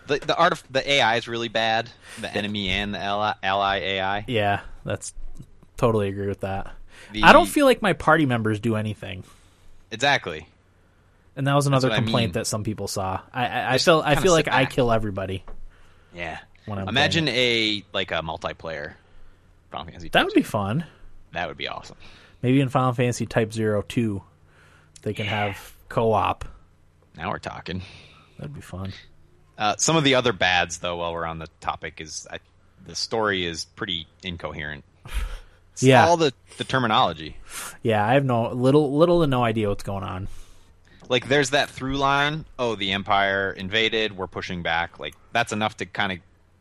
Speaker 4: The the art of the AI is really bad. The enemy and the ally, ally AI.
Speaker 1: yeah, that's totally agree with that.
Speaker 4: The-
Speaker 1: I don't feel like my party members do anything,
Speaker 4: exactly.
Speaker 1: and that was another
Speaker 4: what I
Speaker 1: complaint
Speaker 4: mean.
Speaker 1: that some people saw. I I, I feel I
Speaker 4: kinda
Speaker 1: feel like
Speaker 4: sit
Speaker 1: I
Speaker 4: back.
Speaker 1: kill everybody.
Speaker 4: Yeah.
Speaker 1: When I'm
Speaker 4: Imagine a like a multiplayer. Final Fantasy
Speaker 1: That would be fun.
Speaker 4: that would be awesome.
Speaker 1: Maybe in Final Fantasy Type Zero Two, they can have co op.
Speaker 4: Now we're talking.
Speaker 1: That'd be fun.
Speaker 4: Uh, some of the other bads, though, while we're on the topic, is I, the story is pretty incoherent. It's
Speaker 1: Yeah.
Speaker 4: all the, the terminology.
Speaker 1: Yeah, I have no little little to no idea what's going on.
Speaker 4: Like, there's that through line. Oh, the Empire invaded. We're pushing back. Like, that's enough to kind of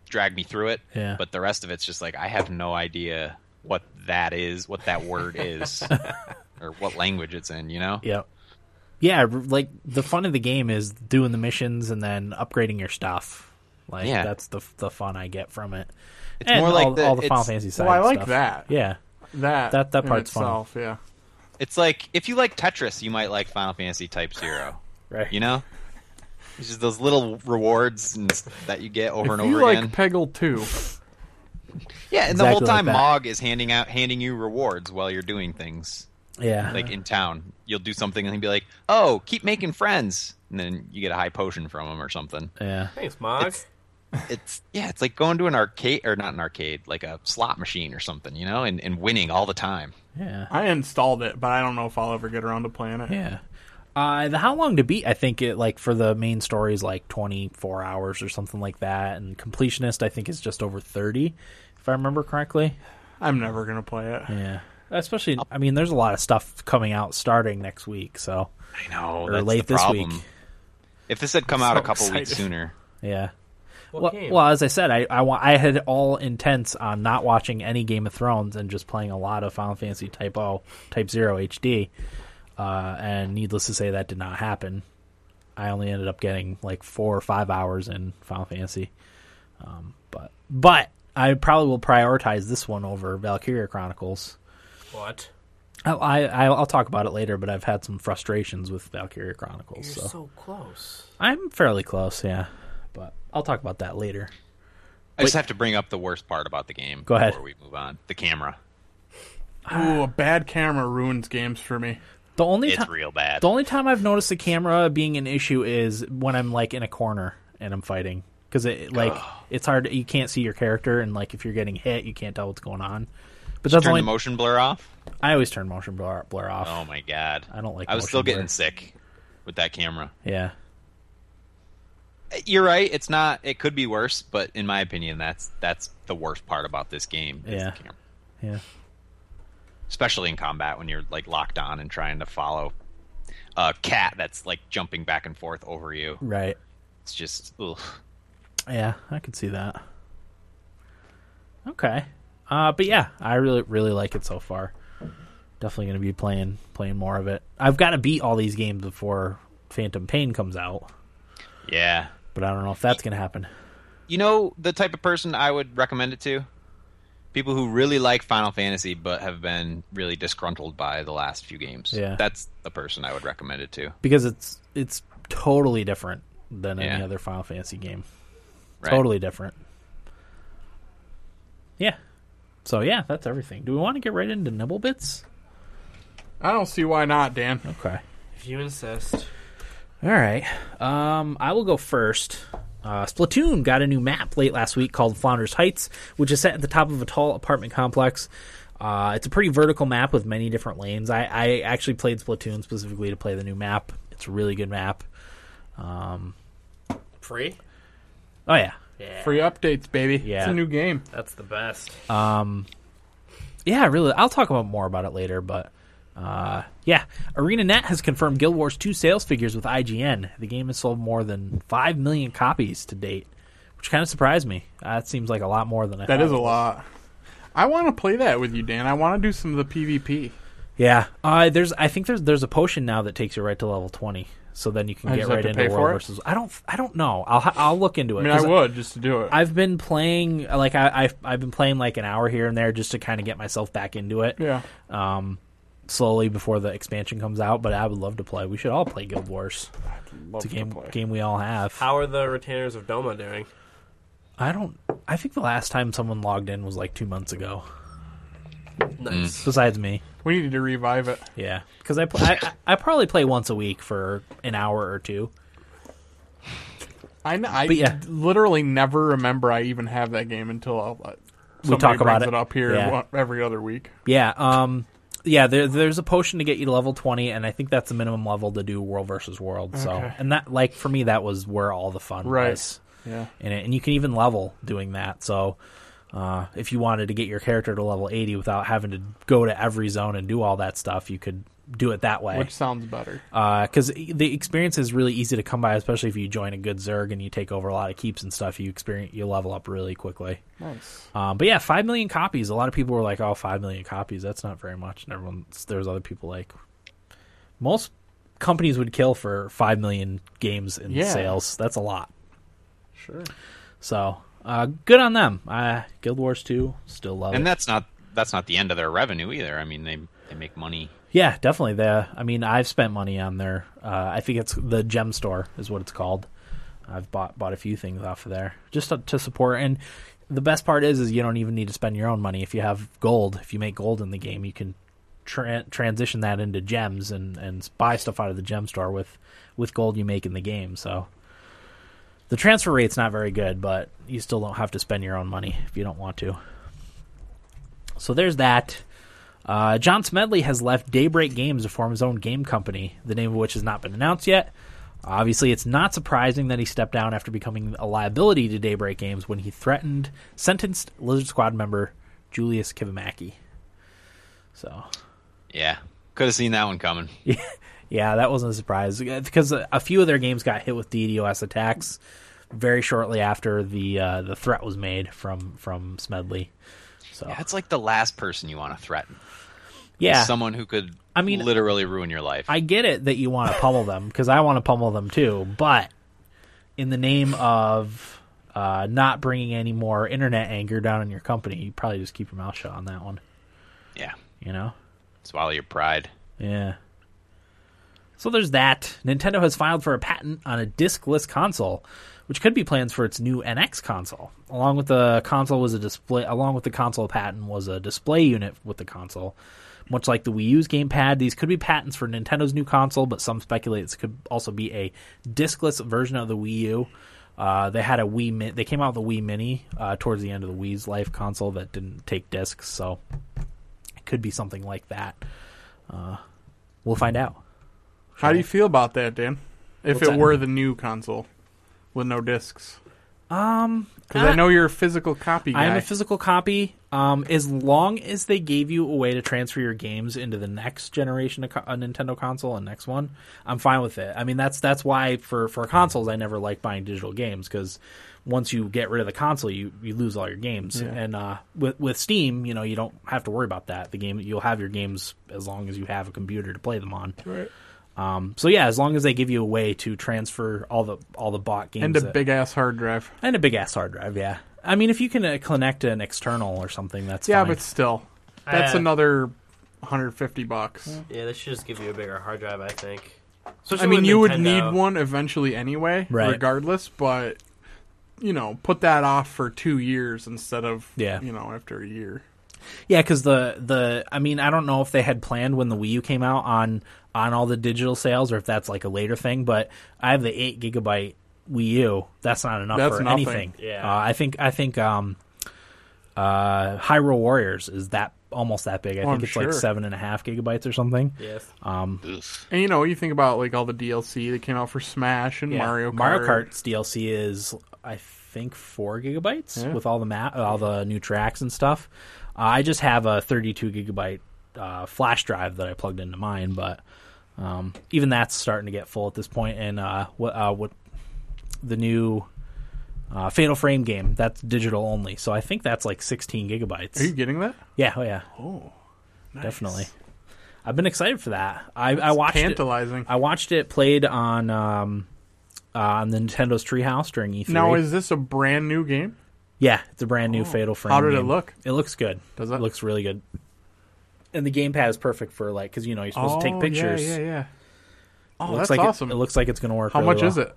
Speaker 4: drag me through it.
Speaker 1: Yeah.
Speaker 4: But the rest of it's just like I have no idea what that is, what that word
Speaker 2: *laughs*
Speaker 4: is, or what language it's in. You know?
Speaker 1: Yep. Yeah, r- like the fun of the game is doing the missions and then upgrading your stuff. Like
Speaker 4: Yeah.
Speaker 1: that's the the fun I get from it.
Speaker 4: It's
Speaker 1: and
Speaker 4: more like
Speaker 1: all,
Speaker 4: the-
Speaker 1: all the Final
Speaker 4: it's-
Speaker 1: Fantasy side
Speaker 2: Well, Oh, I like
Speaker 1: stuff.
Speaker 2: that.
Speaker 1: Yeah.
Speaker 2: That
Speaker 1: That- that
Speaker 2: in
Speaker 1: part's fun.
Speaker 2: itself, Yeah,
Speaker 4: It's like if you like Tetris, you might like Final Fantasy Type Zero.
Speaker 1: Right.
Speaker 4: You know? It's just those little rewards and, s- that you get over
Speaker 2: if
Speaker 4: and
Speaker 2: you
Speaker 4: over
Speaker 2: like
Speaker 4: again.
Speaker 2: Peggle Two,
Speaker 1: *laughs*
Speaker 4: yeah, and the
Speaker 1: Exactly
Speaker 4: whole
Speaker 1: like
Speaker 4: time
Speaker 1: that.
Speaker 4: Mog is handing out handing you rewards while you're doing things.
Speaker 1: yeah.
Speaker 4: Like in town, you'll do something and he'll be like, "Oh, keep making friends." And then you get a high potion from him
Speaker 1: *laughs*
Speaker 4: or something.
Speaker 1: yeah.
Speaker 3: Thanks, Mog.
Speaker 4: It's- It's yeah, it's like going to an arcade or not an arcade, like a slot machine or something, you know, and, and winning all the time.
Speaker 1: Yeah.
Speaker 2: I installed it, but I don't know if I'll ever get around to playing it.
Speaker 1: Yeah. Uh, the how long to beat? I think it like for the main story is like twenty four hours or something like that, and completionist I think is just over thirty, if I remember correctly.
Speaker 2: I'm never gonna play it.
Speaker 1: Yeah, especially I mean, there's a lot of stuff coming out starting next week, so
Speaker 4: I know.
Speaker 1: Or
Speaker 4: that's
Speaker 1: late
Speaker 4: the
Speaker 1: this
Speaker 4: problem.
Speaker 1: week.
Speaker 4: If this had come out
Speaker 2: so
Speaker 4: a couple weeks
Speaker 2: excited.
Speaker 4: sooner,
Speaker 1: yeah.
Speaker 3: What
Speaker 1: Well,
Speaker 3: game?
Speaker 1: well, as I said, I, I wa- I had all intents on not watching any Game of Thrones and just playing a lot of Final Fantasy Type O, Type Zero HD, uh, and needless to say, that did not happen. I only ended up getting like four or five hours in Final Fantasy, um, but but I probably will prioritize this one over Valkyria Chronicles.
Speaker 3: what?
Speaker 1: I, I I'll talk about it later, but I've had some frustrations with Valkyria Chronicles.
Speaker 3: You're
Speaker 1: so.
Speaker 3: so close.
Speaker 1: I'm fairly close, yeah, but I'll talk about that later.
Speaker 4: I just have to bring up the worst part about the game
Speaker 1: Go ahead.
Speaker 4: before we move on. The camera.
Speaker 2: Ooh, a bad camera ruins games for me.
Speaker 1: The only
Speaker 4: It's
Speaker 1: time.
Speaker 4: real bad.
Speaker 1: The only time I've noticed the camera being an issue is when I'm like in a corner and I'm fighting because it like it's hard. You can't see your character, and like if you're getting hit, you can't tell what's going on. But that's
Speaker 4: Turn
Speaker 1: only
Speaker 4: the motion blur off.
Speaker 1: I always turn motion blur, blur off.
Speaker 4: Oh my god.
Speaker 1: I don't like
Speaker 4: I was
Speaker 1: motion
Speaker 4: still getting
Speaker 1: blur.
Speaker 4: sick with that camera.
Speaker 1: Yeah,
Speaker 4: You're right. It's not. It could be worse, but in my opinion, that's that's the worst part about this game. Is
Speaker 1: Yeah.
Speaker 4: The camera.
Speaker 1: yeah,
Speaker 4: Especially in combat when you're like locked on and trying to follow a cat that's like jumping back and forth over you.
Speaker 1: right.
Speaker 4: It's just ugh.
Speaker 1: Yeah, I could see that. Okay, uh, but yeah, I really really like it so far. Definitely going to be playing playing more of it. I've got to beat all these games before Phantom Pain comes out,
Speaker 4: yeah.
Speaker 1: but I don't know if that's going to happen.
Speaker 4: You know the type of person I would recommend it to. People who really like Final Fantasy but have been really disgruntled by the last few games.
Speaker 1: Yeah.
Speaker 4: That's the person I would recommend it to.
Speaker 1: because it's it's totally different than any
Speaker 4: Yeah.
Speaker 1: other Final Fantasy game.
Speaker 4: Right?
Speaker 1: Totally different. Yeah. So yeah, that's everything. Do we want to get right into nibble bits?
Speaker 2: I don't see why not, Dan.
Speaker 1: Okay.
Speaker 3: If you insist.
Speaker 1: All right. Um, I will go first. Uh, Splatoon got a new map late last week called Flounders Heights, which is set at the top of a tall apartment complex. Uh, it's a pretty vertical map with many different lanes. I, I actually played Splatoon specifically to play the new map. It's a really good map. Um,
Speaker 3: Free?
Speaker 1: Oh yeah,
Speaker 3: Yeah.
Speaker 2: Free updates, baby.
Speaker 1: Yeah.
Speaker 2: It's a new game.
Speaker 3: That's the best.
Speaker 1: yeah. Really, I'll talk about more about it later. But uh, yeah, ArenaNet has confirmed Guild Wars 2 sales figures with IGN. The game has sold more than five million copies to date, which kind of surprised me. Uh, that seems like a lot more than I
Speaker 2: That
Speaker 1: thought
Speaker 2: is
Speaker 1: it
Speaker 2: a
Speaker 1: was.
Speaker 2: lot. I want to play that with you, Dan. I want to do some of the PvP.
Speaker 1: Yeah, uh, there's. I think there's there's a potion now that takes you right to level twenty, so then you can
Speaker 2: I
Speaker 1: get
Speaker 2: just have
Speaker 1: right
Speaker 2: to
Speaker 1: into
Speaker 2: pay
Speaker 1: world
Speaker 2: for it?
Speaker 1: versus. I don't. I don't know. I'll ha- I'll look into it.
Speaker 2: I mean, I
Speaker 1: 'cause
Speaker 2: would just to do it.
Speaker 1: I've been playing like I, I've I've been playing like an hour here and there just to kind of get myself back into it
Speaker 2: yeah.
Speaker 1: um, slowly before the expansion comes out. But I would love to play. We should all play Guild Wars. It's
Speaker 2: Love
Speaker 1: a
Speaker 2: to
Speaker 1: game
Speaker 2: play.
Speaker 1: game we all have.
Speaker 3: How are the retainers of Doma doing?
Speaker 1: I don't. I think the last time someone logged in was like two months ago.
Speaker 3: Nice.
Speaker 2: Hmm.
Speaker 1: Besides me,
Speaker 2: We need to revive it.
Speaker 1: yeah, because I, pl- I I I probably play once a week for an hour or two.
Speaker 2: I, kn- I
Speaker 1: But yeah.
Speaker 2: literally never remember I even have that game until I'll, uh, somebody
Speaker 1: talk about
Speaker 2: brings
Speaker 1: it.
Speaker 2: it up here
Speaker 1: Yeah.
Speaker 2: one- every other week.
Speaker 1: Yeah, um yeah, there, there's a potion to get you to level 20 and I think that's the minimum level to do world versus world. So,
Speaker 2: Okay.
Speaker 1: and that like for me that was where all the fun
Speaker 2: Right.
Speaker 1: was
Speaker 2: Yeah.
Speaker 1: in it. And you can even level doing that. So, uh if you wanted to get your character to level 80 without having to go to every zone and do all that stuff, you could do it that way
Speaker 2: Which sounds better.
Speaker 1: because the experience is really easy to come by, especially if you join a good zerg and you take over a lot of keeps and stuff. You experience you level up really quickly.
Speaker 2: Nice.
Speaker 1: Um, but yeah, five million copies. A lot of people were like, "Oh, five million copies. That's not very much." And everyone, there was other people like, most companies would kill for five million games in
Speaker 2: Yeah.
Speaker 1: sales. That's a lot.
Speaker 2: Sure.
Speaker 1: So uh, good on them. Uh, Guild Wars Two, still love it.
Speaker 4: And that's not that's not the end of their revenue either. I mean, they they make money.
Speaker 1: Yeah, definitely. The I mean, I've spent money on their. Uh, I think it's the Gem Store is what it's called. I've bought bought a few things off of there just to, to support. And the best part is, is you don't even need to spend your own money if you have gold. If you make gold in the game, you can tra- transition that into gems and and buy stuff out of the Gem Store with with gold you make in the game. So the transfer rate's not very good, but you still don't have to spend your own money if you don't want to. So there's that. Uh, John Smedley has left Daybreak Games to form his own game company, the name of which has not been announced yet. Obviously, it's not surprising that he stepped down after becoming a liability to Daybreak Games when he threatened sentenced Lizard Squad member Julius Kivimaki. So,
Speaker 4: Yeah, could have seen that one coming.
Speaker 1: yeah, that wasn't a surprise because a a few of their games got hit with DDoS attacks very shortly after the uh, the threat was made from from Smedley. So,
Speaker 4: That's like the last person you want to threaten.
Speaker 1: yeah,
Speaker 4: someone who could.
Speaker 1: I mean-
Speaker 4: literally ruin your life.
Speaker 1: I get it that you want to pummel them because I want to pummel them too, but in the name of uh, not bringing any more internet anger down on your company, you probably just keep your mouth shut on that one.
Speaker 4: yeah,
Speaker 1: You know?
Speaker 4: swallow your pride.
Speaker 1: Yeah. So there's that. Nintendo has filed for a patent on a discless console, which could be plans for its new NX console. Along with the console was a display. Along with the console patent was a display unit with the console. Much like the Wii U's gamepad, these could be patents for Nintendo's new console, but some speculate this could also be a discless version of the Wii U. Uh, they had a Wii. Mi- they came out with a Wii Mini uh, towards the end of the Wii's life console that didn't take discs, so it could be something like that. We'll find out.
Speaker 2: How do you feel about that, Dan? If
Speaker 1: What's
Speaker 2: it
Speaker 1: that?
Speaker 2: were the new console with no discs,
Speaker 1: Um,
Speaker 2: because I know you're a physical copy guy.
Speaker 1: I'm a physical copy. Um, as long as they gave you a way to transfer your games into the next generation of co- a Nintendo console and next one, I'm fine with it. I mean, that's that's why for for consoles, I never like buying digital games because once you get rid of the console, you you lose all your games.
Speaker 2: Yeah.
Speaker 1: And uh, with with Steam, you know, you don't have to worry about that. The game you'll have your games as long as you have a computer to play them on.
Speaker 2: Right.
Speaker 1: Um, so yeah, as long as they give you a way to transfer all the all the bought games
Speaker 2: and a
Speaker 1: that-
Speaker 2: big ass hard drive.
Speaker 1: And a big ass hard drive, yeah. I mean, if you can uh, connect an external or something, that's
Speaker 2: Yeah,
Speaker 1: fine.
Speaker 2: but still, that's
Speaker 3: Uh,
Speaker 2: another 150 bucks.
Speaker 3: Yeah, they should just give you a bigger hard drive, I think.
Speaker 2: I
Speaker 3: Especially
Speaker 2: mean,
Speaker 3: with
Speaker 2: you would
Speaker 3: Nintendo.
Speaker 2: need one eventually anyway,
Speaker 1: Right.
Speaker 2: regardless. But you know, put that off for two years instead of
Speaker 1: Yeah.
Speaker 2: you know after a year.
Speaker 1: Yeah, because the the I mean, I don't know if they had planned when the Wii U came out on on all the digital sales, or if that's like a later thing. But I have the eight gigabyte Wii U. That's not enough
Speaker 2: That's
Speaker 1: for
Speaker 2: nothing.
Speaker 1: anything.
Speaker 3: Yeah.
Speaker 1: uh, I think I think um, uh, Hyrule Warriors is that almost that big. I
Speaker 2: Oh,
Speaker 1: think
Speaker 2: I'm
Speaker 1: it's
Speaker 2: sure.
Speaker 1: like seven and a half gigabytes or something.
Speaker 3: Yes.
Speaker 2: Uh, And you know, you think about like all the DLC that came out for Smash and
Speaker 1: Yeah.
Speaker 2: Mario Kart.
Speaker 1: Kart's DLC is I think four gigabytes
Speaker 2: Yeah.
Speaker 1: with all the ma- all the new tracks and stuff. Uh, I just have a 32 gigabyte uh, flash drive that I plugged into mine, but um, even that's starting to get full at this point. And uh, what uh, what the new uh, Fatal Frame game that's digital only, so I think that's like 16 gigabytes.
Speaker 2: Are you getting that?
Speaker 1: yeah, oh yeah,
Speaker 2: Oh, nice.
Speaker 1: definitely. I've been excited for that. I, I watched it.
Speaker 2: Tantalizing.
Speaker 1: I watched it played on um, uh, on the Nintendo's Treehouse during E3.
Speaker 2: Now, is this a brand new game?
Speaker 1: yeah, it's a brand new Fatal Frame.
Speaker 2: How did it
Speaker 1: game.
Speaker 2: look?
Speaker 1: It looks good.
Speaker 2: Does it?
Speaker 1: looks really good? And the gamepad is perfect for like because you know you're supposed to take pictures.
Speaker 2: Oh, Yeah, yeah, yeah.
Speaker 1: It
Speaker 2: Oh,
Speaker 1: looks
Speaker 2: that's
Speaker 1: like it-
Speaker 2: awesome.
Speaker 1: It, looks like it's going to work.
Speaker 2: How
Speaker 1: really
Speaker 2: much
Speaker 1: well.
Speaker 2: is it?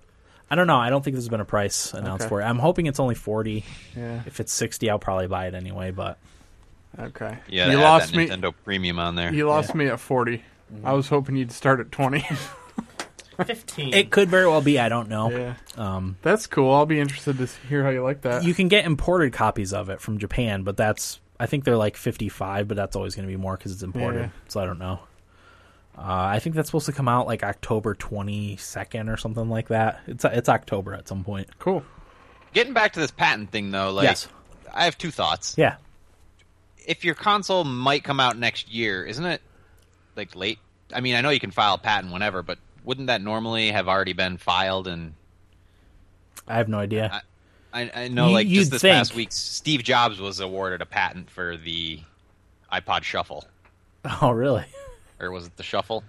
Speaker 1: I don't know. I don't think there's been a price announced
Speaker 2: Okay.
Speaker 1: for it. I'm hoping it's only forty.
Speaker 2: Yeah.
Speaker 1: If it's sixty, I'll probably buy it anyway. But
Speaker 2: Okay.
Speaker 4: Yeah, they
Speaker 2: you
Speaker 4: had
Speaker 2: lost
Speaker 4: that
Speaker 2: me.
Speaker 4: Nintendo Premium on there.
Speaker 2: You lost me at 40
Speaker 1: Mm-hmm.
Speaker 2: I was hoping you'd start
Speaker 1: *laughs*
Speaker 2: at twenty.
Speaker 3: Fifteen.
Speaker 1: it could very well be. I don't know.
Speaker 2: yeah,
Speaker 1: Um,
Speaker 2: that's cool. I'll be interested to hear how you like that.
Speaker 1: you can get imported copies of it from Japan, but that's I think they're like 55, but that's always going to be more because it's imported.
Speaker 2: Yeah.
Speaker 1: So I don't know. Uh, I think that's supposed to come out like October 22nd or something like that. It's it's October at some point.
Speaker 2: cool.
Speaker 4: Getting back to this patent thing though, like
Speaker 1: Yes.
Speaker 4: I have two thoughts.
Speaker 1: Yeah,
Speaker 4: If your console might come out next year, isn't it like late? I mean, I know you can file a patent whenever, but wouldn't that normally have already been filed and
Speaker 1: I have no idea.
Speaker 4: I- I, I know,
Speaker 1: You-
Speaker 4: like
Speaker 1: you'd
Speaker 4: just this past
Speaker 1: think.
Speaker 4: week, Steve Jobs was awarded a patent for the iPod Shuffle,
Speaker 1: *laughs* oh, really?
Speaker 4: or was it the Shuffle?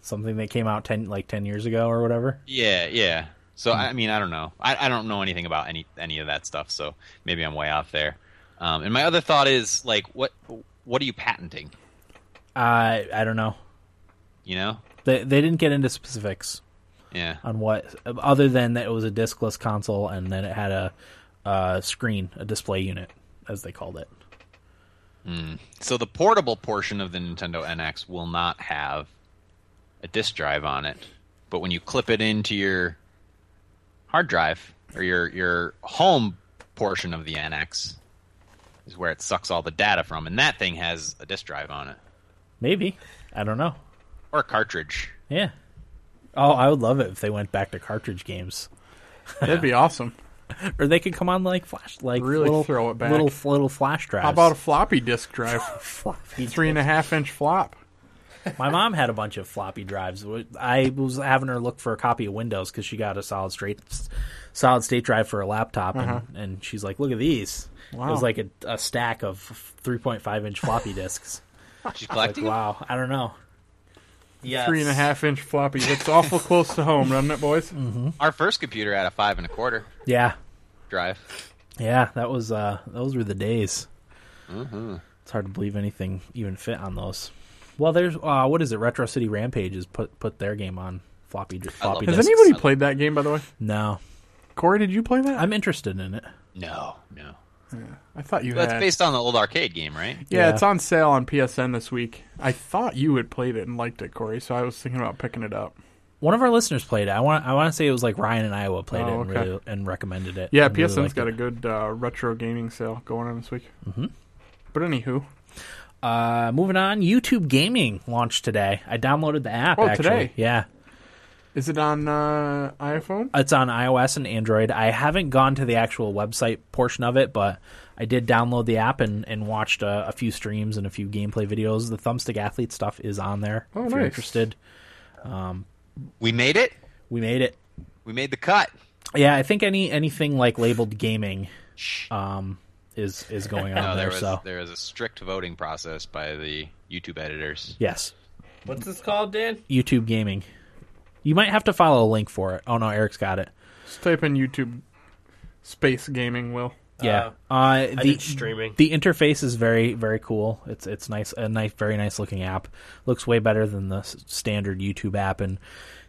Speaker 1: Something that came out ten like 10 years ago or whatever.
Speaker 4: Yeah, yeah. So I mean, I don't know. I, I don't know anything about any any of that stuff. So maybe I'm way off there. Um, and my other thought is like, what what are you patenting?
Speaker 1: I I don't know.
Speaker 4: You know?
Speaker 1: They they didn't get into specifics
Speaker 4: Yeah.
Speaker 1: on what other than that it was a discless console and then it had a uh, screen, a display unit as they called it.
Speaker 4: So the portable portion of the Nintendo NX will not have a disk drive on it, but when you clip it into your hard drive or your your home portion of the NX is where it sucks all the data from, and that thing has a disk drive on it
Speaker 1: Maybe. I don't know.
Speaker 4: or a cartridge.
Speaker 1: Yeah. Oh, I would love it if they went back to cartridge games,
Speaker 2: That'd be awesome.
Speaker 1: or they could come on like flash, like
Speaker 2: Really
Speaker 1: little,
Speaker 2: throw it back.
Speaker 1: little little flash drives.
Speaker 2: How about a floppy disk drive?
Speaker 1: *laughs* floppy?
Speaker 2: Three and a half inch flop.
Speaker 1: My mom had a bunch of floppy drives. I was having her look for a copy of Windows because she got a solid straight, solid state drive for a laptop, and, and she's like, "Look at these." It
Speaker 2: Uh-huh. Wow.
Speaker 1: was like a, a stack of 3.5 inch floppy disks.
Speaker 4: She's
Speaker 1: like,
Speaker 4: collecting them?
Speaker 1: wow, I don't know.
Speaker 3: Yes.
Speaker 2: Three and a half inch floppy. It's awful close to home, doesn't it, boys?
Speaker 1: Mm.
Speaker 4: Our first computer had a five and a quarter
Speaker 1: Yeah,
Speaker 4: drive.
Speaker 1: yeah, that was uh, those were the days.
Speaker 4: Mm-hmm.
Speaker 1: It's hard to believe anything even fit on those. Well, there's uh, what is it? Retro City Rampage has put put their game on floppy dr-
Speaker 4: I love
Speaker 1: floppy
Speaker 4: it.
Speaker 2: Has
Speaker 1: disks.
Speaker 2: anybody played that game, by the way?
Speaker 1: No,
Speaker 2: Corey, did you play that?
Speaker 1: I'm interested in it.
Speaker 4: No, no.
Speaker 2: I thought you
Speaker 4: That's
Speaker 2: had.
Speaker 4: based on the old arcade game, right?
Speaker 2: yeah,
Speaker 1: yeah.
Speaker 2: it's on sale on PSN this week. I thought you had played it and liked it, Corey, so I was thinking about picking it up.
Speaker 1: One of our listeners played it. I want I want to say it was like Ryan in Iowa played
Speaker 2: Oh,
Speaker 1: it and,
Speaker 2: okay.
Speaker 1: really, and recommended it.
Speaker 2: Yeah,
Speaker 1: and really
Speaker 2: PSN's
Speaker 1: liked
Speaker 2: got
Speaker 1: it.
Speaker 2: a good uh, retro gaming sale going on this week. Mm-hmm. But anywho,
Speaker 1: Uh, moving on, YouTube Gaming launched today. I downloaded the app.
Speaker 2: Oh,
Speaker 1: actually.
Speaker 2: today?
Speaker 1: Yeah,
Speaker 2: is it on uh, iPhone?
Speaker 1: it's on iOS and Android. I haven't gone to the actual website portion of it, but I did download the app and, and watched a, a few streams and a few gameplay videos. The Thumbstick Athlete stuff is on there.
Speaker 2: Oh,
Speaker 1: if you're
Speaker 2: nice.
Speaker 1: interested,
Speaker 4: We made it.
Speaker 1: we made it.
Speaker 4: We made the cut.
Speaker 1: Yeah, I think any anything like labeled gaming, um, is is
Speaker 4: *laughs*
Speaker 1: going on
Speaker 4: No,
Speaker 1: there.
Speaker 4: there was
Speaker 1: so
Speaker 4: there was a strict voting process by the YouTube editors.
Speaker 1: yes,
Speaker 3: What's this called, Dan?
Speaker 1: YouTube gaming. You might have to follow a link for it. Oh no, Eric's got it.
Speaker 2: Just type in YouTube space gaming, Will.
Speaker 1: Yeah, uh,
Speaker 3: I
Speaker 1: the
Speaker 3: did streaming.
Speaker 1: the interface is very very cool. It's it's nice a nice very nice looking app. Looks way better than the s- standard YouTube app, and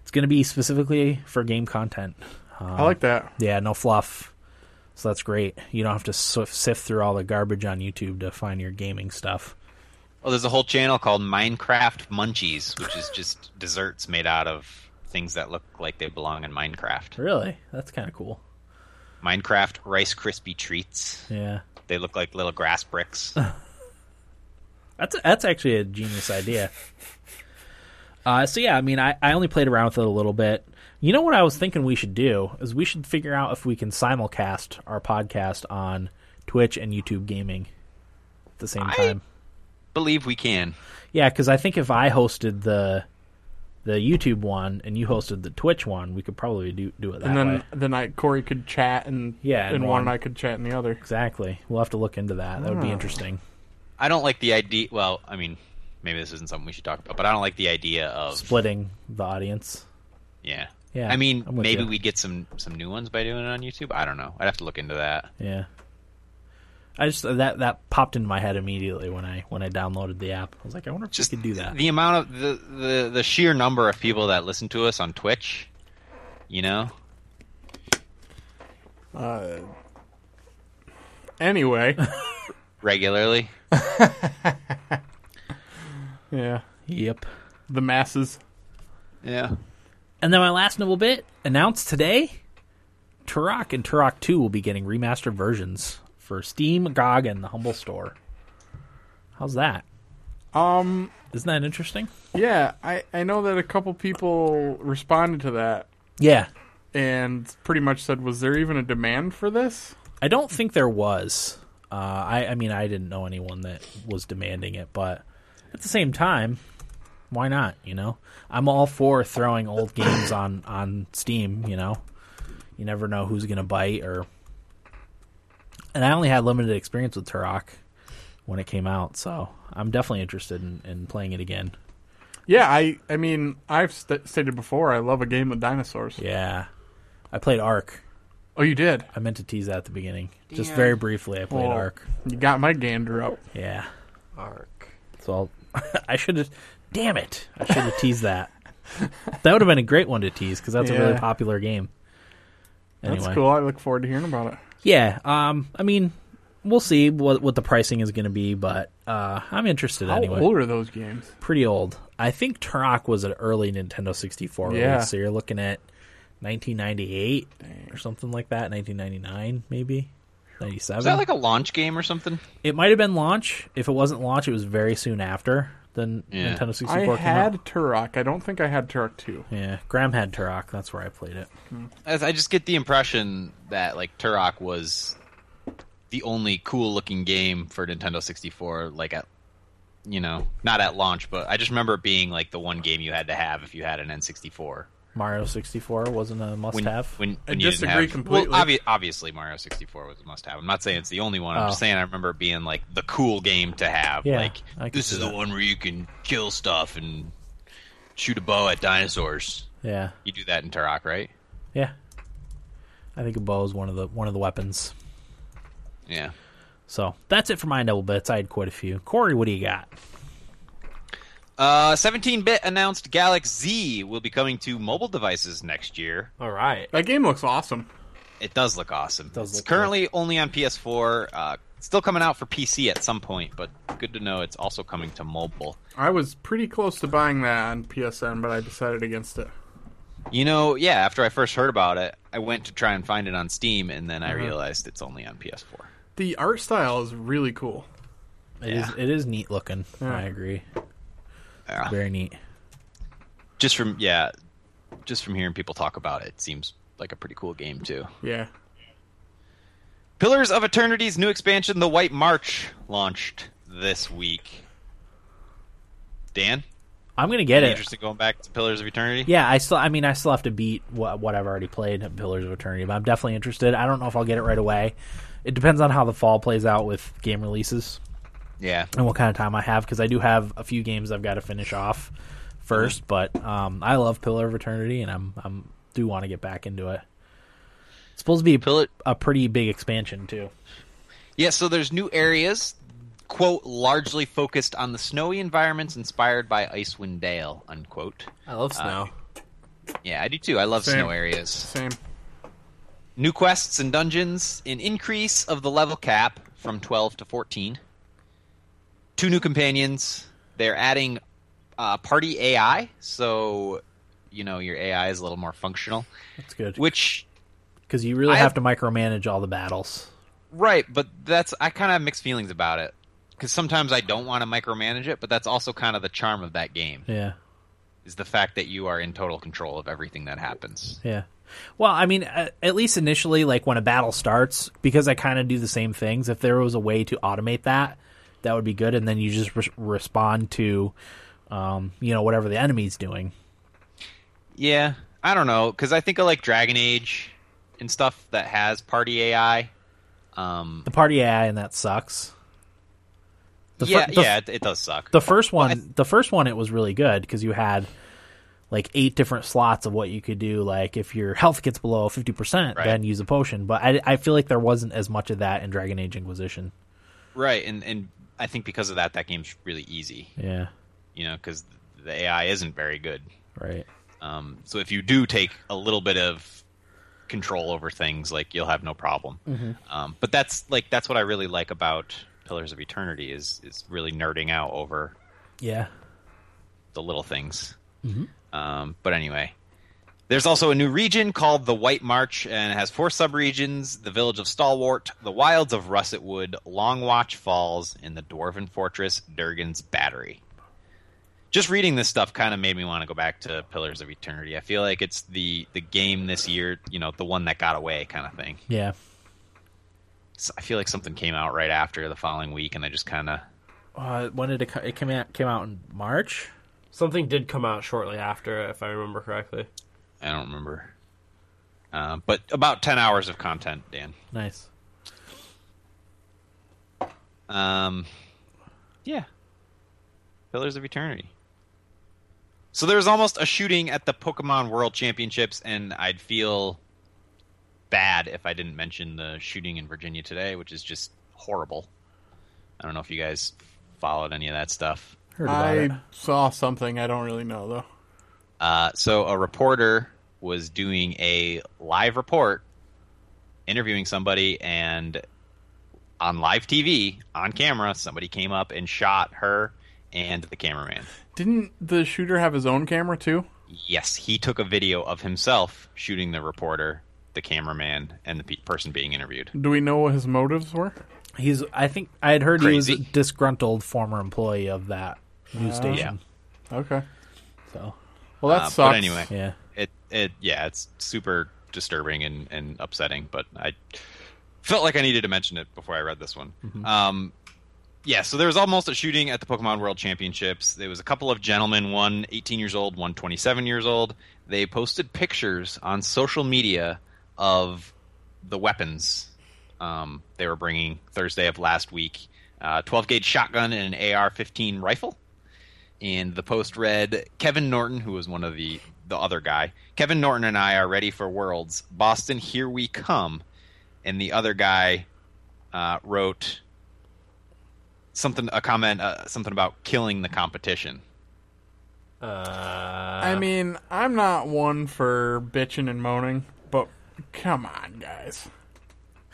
Speaker 1: it's going to be specifically for game content.
Speaker 2: I like that.
Speaker 1: Yeah, no fluff. So that's great. You don't have to sif- sift through all the garbage on YouTube to find your gaming stuff.
Speaker 4: Well, there's a whole channel called Minecraft Munchies, which is just desserts made out of things that look like they belong in Minecraft.
Speaker 1: Really? That's kind of cool.
Speaker 4: Minecraft Rice Krispie treats.
Speaker 1: Yeah.
Speaker 4: They look like little
Speaker 1: *laughs*
Speaker 4: grass bricks.
Speaker 1: That's that's actually a genius idea. Uh, so yeah, I mean, I, I only played around with it a little bit. You know what I was thinking we should do is we should figure out if we can simulcast our podcast on Twitch and YouTube Gaming at the same
Speaker 4: I-
Speaker 1: time.
Speaker 4: Believe we can.
Speaker 1: Yeah, because I think if I hosted the the YouTube one and you hosted the Twitch one, we could probably do do it that
Speaker 2: and then
Speaker 1: way.
Speaker 2: then I Corey could chat and
Speaker 1: Yeah,
Speaker 2: in
Speaker 1: and
Speaker 2: one,
Speaker 1: one.
Speaker 2: and I could chat in the other.
Speaker 1: Exactly. We'll have to look into that. That would be interesting.
Speaker 4: I don't like the idea. Well, I mean, maybe this isn't something we should talk about, but I don't like the idea of
Speaker 1: Splitting the audience.
Speaker 4: yeah.
Speaker 1: Yeah,
Speaker 4: I mean,
Speaker 1: I'm with
Speaker 4: maybe
Speaker 1: ya.
Speaker 4: we get some some new ones by doing it on YouTube. I don't know. I'd have to look into that.
Speaker 1: Yeah. I just that that popped into my head immediately when I when I downloaded the app. I was like, I wonder if
Speaker 4: Just
Speaker 1: we could do that.
Speaker 4: The amount of the, the the sheer number of people that listen to us on Twitch, you know.
Speaker 1: *laughs*
Speaker 2: Anyway,
Speaker 4: regularly.
Speaker 2: yeah,
Speaker 1: Yep.
Speaker 2: the masses.
Speaker 4: Yeah.
Speaker 1: And then my last nibble bit announced today: Turok and Turok Two will be getting remastered versions for Steam, GOG, and the Humble Store. How's that?
Speaker 2: Um,
Speaker 1: Isn't that interesting?
Speaker 2: yeah, I I know that a couple people responded to that
Speaker 1: Yeah,
Speaker 2: and pretty much said, "Was there even a demand for this?"
Speaker 1: I don't think there was. Uh, I I mean, I didn't know anyone that was demanding it, but at the same time, why not? You know, I'm all for throwing old games on on Steam. You know, you never know who's gonna bite or. And I only had limited experience with Turok when it came out, so I'm definitely interested in, in playing it again.
Speaker 2: Yeah, I I mean I've st- stated before I love a game with dinosaurs.
Speaker 1: Yeah, I played Ark.
Speaker 2: Oh, you did.
Speaker 1: I meant to tease that at the beginning, just very briefly. I played
Speaker 2: Well,
Speaker 1: Ark.
Speaker 2: You got my gander up.
Speaker 1: Yeah.
Speaker 3: Arc.
Speaker 1: So I'll, *laughs* I should have. Damn it! I should have teased that. That would have been a great one to tease because that's a really
Speaker 2: Yeah.
Speaker 1: popular game. Anyway,
Speaker 2: That's cool. I look forward to hearing about it.
Speaker 1: Yeah. Um. I mean, we'll see what what the pricing is going to be, but uh, I'm interested
Speaker 2: How
Speaker 1: anyway.
Speaker 2: old are those games?
Speaker 1: Pretty old. I think Turok was an early Nintendo 64
Speaker 2: Yeah.
Speaker 1: release, so you're looking at 1998 or something like that. 1999, maybe. 97.
Speaker 4: Is that like a launch game or something?
Speaker 1: it might have been launch. If it wasn't launch, it was very soon after the
Speaker 4: Yeah.
Speaker 1: Nintendo 64
Speaker 2: I
Speaker 1: came out.
Speaker 2: had Turok. I don't think I had Turok two.
Speaker 1: Yeah, Graham had Turok. That's where I played it.
Speaker 4: I I just get the impression that like Turok was the only cool looking game for Nintendo 64 like at you know, not at launch, but I just remember it being like the one game you had to have if you had an N64.
Speaker 1: Mario 64 wasn't a
Speaker 4: When
Speaker 1: must-have.
Speaker 4: when, when
Speaker 2: I
Speaker 4: you didn't
Speaker 2: disagree
Speaker 4: have,
Speaker 2: completely.
Speaker 4: Well, obvi- obviously Mario 64 was a must have. I'm not saying it's the only one. I'm
Speaker 1: Oh.
Speaker 4: just saying I remember it being like the cool game to have.
Speaker 1: Yeah,
Speaker 4: like
Speaker 1: I can
Speaker 4: this
Speaker 1: see
Speaker 4: is
Speaker 1: that.
Speaker 4: the one where you can kill stuff and shoot a bow at dinosaurs.
Speaker 1: yeah,
Speaker 4: You do that in Turok, right?
Speaker 1: yeah. I think a bow is one of the one of the weapons.
Speaker 4: Yeah.
Speaker 1: So that's it for my double bits. I had quite a few. Corey, what do you got?
Speaker 4: Uh, 17-bit announced Galaxy Z will be coming to mobile devices next year.
Speaker 3: All right.
Speaker 2: That game looks awesome.
Speaker 4: It does look awesome.
Speaker 1: does
Speaker 4: it's
Speaker 1: look
Speaker 4: currently only on PS4. Uh, still coming out for PC at some point, but good to know it's also coming to mobile.
Speaker 2: I was pretty close to buying that on PSN, but I decided against it.
Speaker 4: You know, yeah. After I first heard about it, I went to try and find it on Steam, and
Speaker 1: Uh-huh.
Speaker 4: then I realized it's only on PS4.
Speaker 2: The art style is really cool.
Speaker 1: It is
Speaker 4: Yeah.
Speaker 1: it is neat looking.
Speaker 2: Yeah.
Speaker 1: I agree.
Speaker 4: Yeah.
Speaker 1: Very neat.
Speaker 4: Just from yeah, just from hearing people talk about it, it seems like a pretty cool game too.
Speaker 2: Yeah.
Speaker 4: Pillars of Eternity's new expansion, The White March, launched this week. Dan,
Speaker 1: I'm gonna get
Speaker 4: you
Speaker 1: it.
Speaker 4: interested in going back to Pillars of Eternity?
Speaker 1: Yeah, I still. I mean, I still have to beat what, what I've already played at Pillars of Eternity, but I'm definitely interested. I don't know if I'll get it right away. It depends on how the fall plays out with game releases.
Speaker 4: Yeah.
Speaker 1: and what kind of time I have because I do have a few games I've got to finish off first. But um, I love Pillar of Eternity, and I'm I'm do want to get back into it. It's supposed to be a,
Speaker 4: Pillar-
Speaker 1: a pretty big expansion too.
Speaker 4: Yeah, so there's new areas, quote, largely focused on the snowy environments inspired by Icewind Dale, unquote.
Speaker 3: Uh, I love snow.
Speaker 4: Yeah, I do too. I love
Speaker 2: Same.
Speaker 4: snow areas.
Speaker 2: Same.
Speaker 4: New quests and dungeons, an increase of the level cap from 12 to 14. Two new companions. They're adding uh, party AI, so you know your AI is a little more functional.
Speaker 1: That's good
Speaker 4: Which
Speaker 1: because you really
Speaker 4: I
Speaker 1: have
Speaker 4: have-
Speaker 1: to micromanage all the battles.
Speaker 4: Right, but that's I kind of have mixed feelings about it because sometimes I don't want to micromanage it, but that's also kind of the charm of that game
Speaker 1: Yeah,
Speaker 4: is the fact that you are in total control of everything that happens.
Speaker 1: yeah. Well, I mean, a- at least initially, like when a battle starts, because I kind of do the same things. If there was a way to automate that, that would be good. And then you just res- respond to, um, you know, whatever the enemy's doing.
Speaker 4: Yeah, I don't know because I think of like Dragon Age and stuff that has party AI. Um,
Speaker 1: The party AI and that sucks. The fir-
Speaker 4: yeah,
Speaker 1: the-
Speaker 4: yeah, it, it does suck.
Speaker 1: The first one, the first one, it was really good because you had like eight different slots of what you could do. Like if your health gets below fifty percent,
Speaker 4: Right.
Speaker 1: then use a potion. But I, I feel like there wasn't as much of that in Dragon Age Inquisition.
Speaker 4: right, and and I think because of that, that game's really easy.
Speaker 1: Yeah,
Speaker 4: You know, because the AI isn't very good.
Speaker 1: right.
Speaker 4: Um, so if you do take a little bit of control over things, like you'll have no problem.
Speaker 1: Mm-hmm.
Speaker 4: Um, but that's like that's what I really like about Pillars of Eternity is is really nerding out over
Speaker 1: Yeah,
Speaker 4: the little things. Um, but anyway, there's also a new region called the White March, and it has four subregions: the village of Stalwart, the wilds of Russetwood, Longwatch Falls, and the Dwarven Fortress, Durgan's Battery. Just reading this stuff kind of made me want to go back to Pillars of Eternity. I feel like it's the the game this year, you know, the one that got away kind of thing.
Speaker 1: yeah.
Speaker 4: So I feel like something came out right after the following week, and I just kind of
Speaker 1: Uh, when did it co- it came out? Came out in March.
Speaker 3: Something did come out shortly after, if I remember correctly.
Speaker 4: I don't remember. Uh, but about ten hours of content, Dan.
Speaker 1: Nice.
Speaker 4: Um, yeah. Pillars of Eternity. So there was almost a shooting at the Pokemon World Championships, and I'd feel bad if I didn't mention the shooting in Virginia today, which is just horrible. I don't know if you guys followed any of that stuff.
Speaker 1: Heard about it.
Speaker 2: I saw something. I don't really know though.
Speaker 4: Uh, so a reporter was doing a live report, interviewing somebody, and on live TV, on camera, somebody came up and shot her and the cameraman.
Speaker 2: Didn't the shooter have his own camera too?
Speaker 4: Yes, he took a video of himself shooting the reporter, the cameraman, and the pe- person being interviewed.
Speaker 2: Do we know what his motives were?
Speaker 1: He's. I think I had heard he
Speaker 4: Crazy.
Speaker 1: was a disgruntled former employee of that news station.
Speaker 2: Okay.
Speaker 1: So
Speaker 2: Well, that
Speaker 4: Uh, but
Speaker 2: sucks.
Speaker 4: anyway.
Speaker 1: yeah,
Speaker 4: It it yeah, it's super disturbing and, and upsetting, but I felt like I needed to mention it before I read this one. Um yeah, so there was almost a shooting at the Pokemon World Championships. There was a couple of gentlemen, one 18 years old, one 27 years old. They posted pictures on social media of the weapons um, they were bringing Thursday of last week. Uh, 12 gauge shotgun and an AR 15 rifle. And the post read Kevin Norton, who was one of the, the other guy, Kevin Norton and I are ready for Worlds. Boston, here we come. And the other guy uh, wrote something, a comment, uh, something about killing the competition.
Speaker 3: Uh,
Speaker 2: I mean, I'm not one for bitching and moaning, but come on, guys.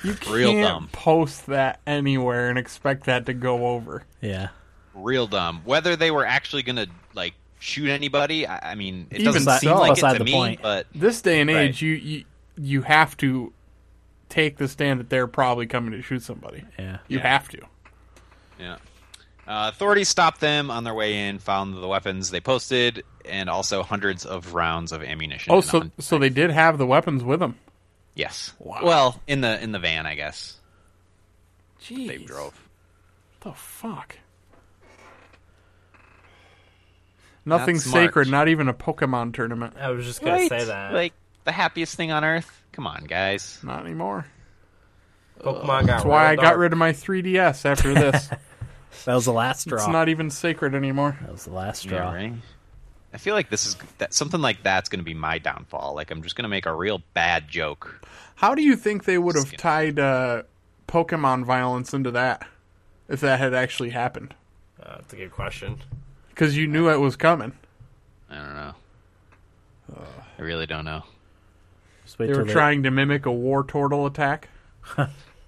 Speaker 2: You
Speaker 4: *laughs* Real
Speaker 2: can't
Speaker 4: dumb.
Speaker 2: post that anywhere and expect that to go over.
Speaker 1: yeah.
Speaker 4: Real dumb. Whether they were actually going to, like, shoot anybody, I, I mean, it
Speaker 2: Even
Speaker 4: doesn't
Speaker 2: so-
Speaker 4: seem like it
Speaker 1: beside
Speaker 4: to
Speaker 1: the
Speaker 4: me,
Speaker 1: point.
Speaker 4: but
Speaker 2: This day and
Speaker 4: Right.
Speaker 2: age, you, you you have to take the stand that they're probably coming to shoot somebody.
Speaker 1: Yeah.
Speaker 2: You have to.
Speaker 4: Yeah. Uh, authorities stopped them on their way in, found the weapons they posted, and also hundreds of rounds of ammunition.
Speaker 2: Oh,
Speaker 4: and
Speaker 2: so
Speaker 4: on-
Speaker 2: so they did have the weapons with them.
Speaker 4: yes.
Speaker 2: Wow.
Speaker 4: Well, in the in the van, I guess
Speaker 2: Jeez,
Speaker 4: they drove.
Speaker 2: The fuck. Nothing
Speaker 4: smart.
Speaker 2: sacred, not even a Pokemon tournament.
Speaker 3: I was just gonna say that
Speaker 4: Like the happiest thing on earth. Come on, guys.
Speaker 2: Not anymore.
Speaker 3: Pokemon got.
Speaker 2: That's why I
Speaker 3: real
Speaker 2: got
Speaker 3: dark.
Speaker 2: rid of my 3DS after
Speaker 4: *laughs*
Speaker 2: this.
Speaker 1: That was the last straw.
Speaker 2: it's not even sacred anymore.
Speaker 1: that was the last straw.
Speaker 4: Yeah, right? I feel like this is that something like that's going to be my downfall. Like I'm just going to make a real bad joke.
Speaker 2: How do you think they would have
Speaker 4: Skin.
Speaker 2: tied uh, Pokemon violence into that if that had actually happened?
Speaker 3: Uh, that's a good question.
Speaker 2: Because you knew it was coming.
Speaker 4: I don't know. I really don't know.
Speaker 1: Just wait
Speaker 2: They were
Speaker 1: till they-
Speaker 2: trying to mimic a war turtle attack. *laughs*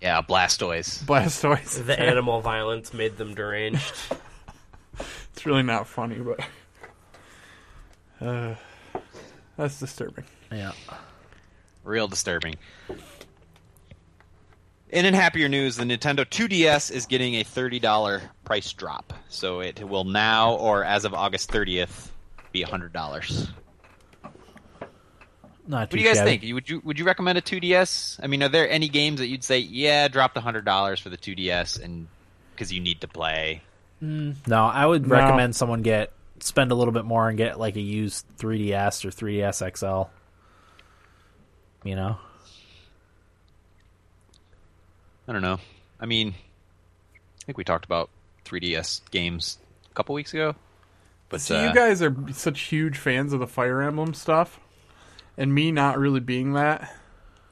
Speaker 4: Yeah, Blastoise.
Speaker 2: Blastoise.
Speaker 4: *laughs*
Speaker 3: The animal violence made them deranged.
Speaker 2: *laughs* It's really not funny, but uh, that's disturbing.
Speaker 1: Yeah.
Speaker 4: Real disturbing. And in happier news, the Nintendo 2DS is getting a $30 price drop. So it will now, or as of August 30th, be $100.
Speaker 1: Not too
Speaker 4: What do you guys
Speaker 1: shabby.
Speaker 4: think? You- Would you would you recommend a 2DS? I mean, are there any games that you'd say, yeah, drop the hundred dollars for the 2DS, and because you need to play?
Speaker 1: No, I would
Speaker 2: No.
Speaker 1: recommend someone get spend a little bit more and get like a used 3DS or 3DS XL. You know,
Speaker 4: I don't know. I mean, I think we talked about 3DS games a couple weeks ago. But
Speaker 2: So
Speaker 4: uh,
Speaker 2: you guys are such huge fans of the Fire Emblem stuff, and me not really being that.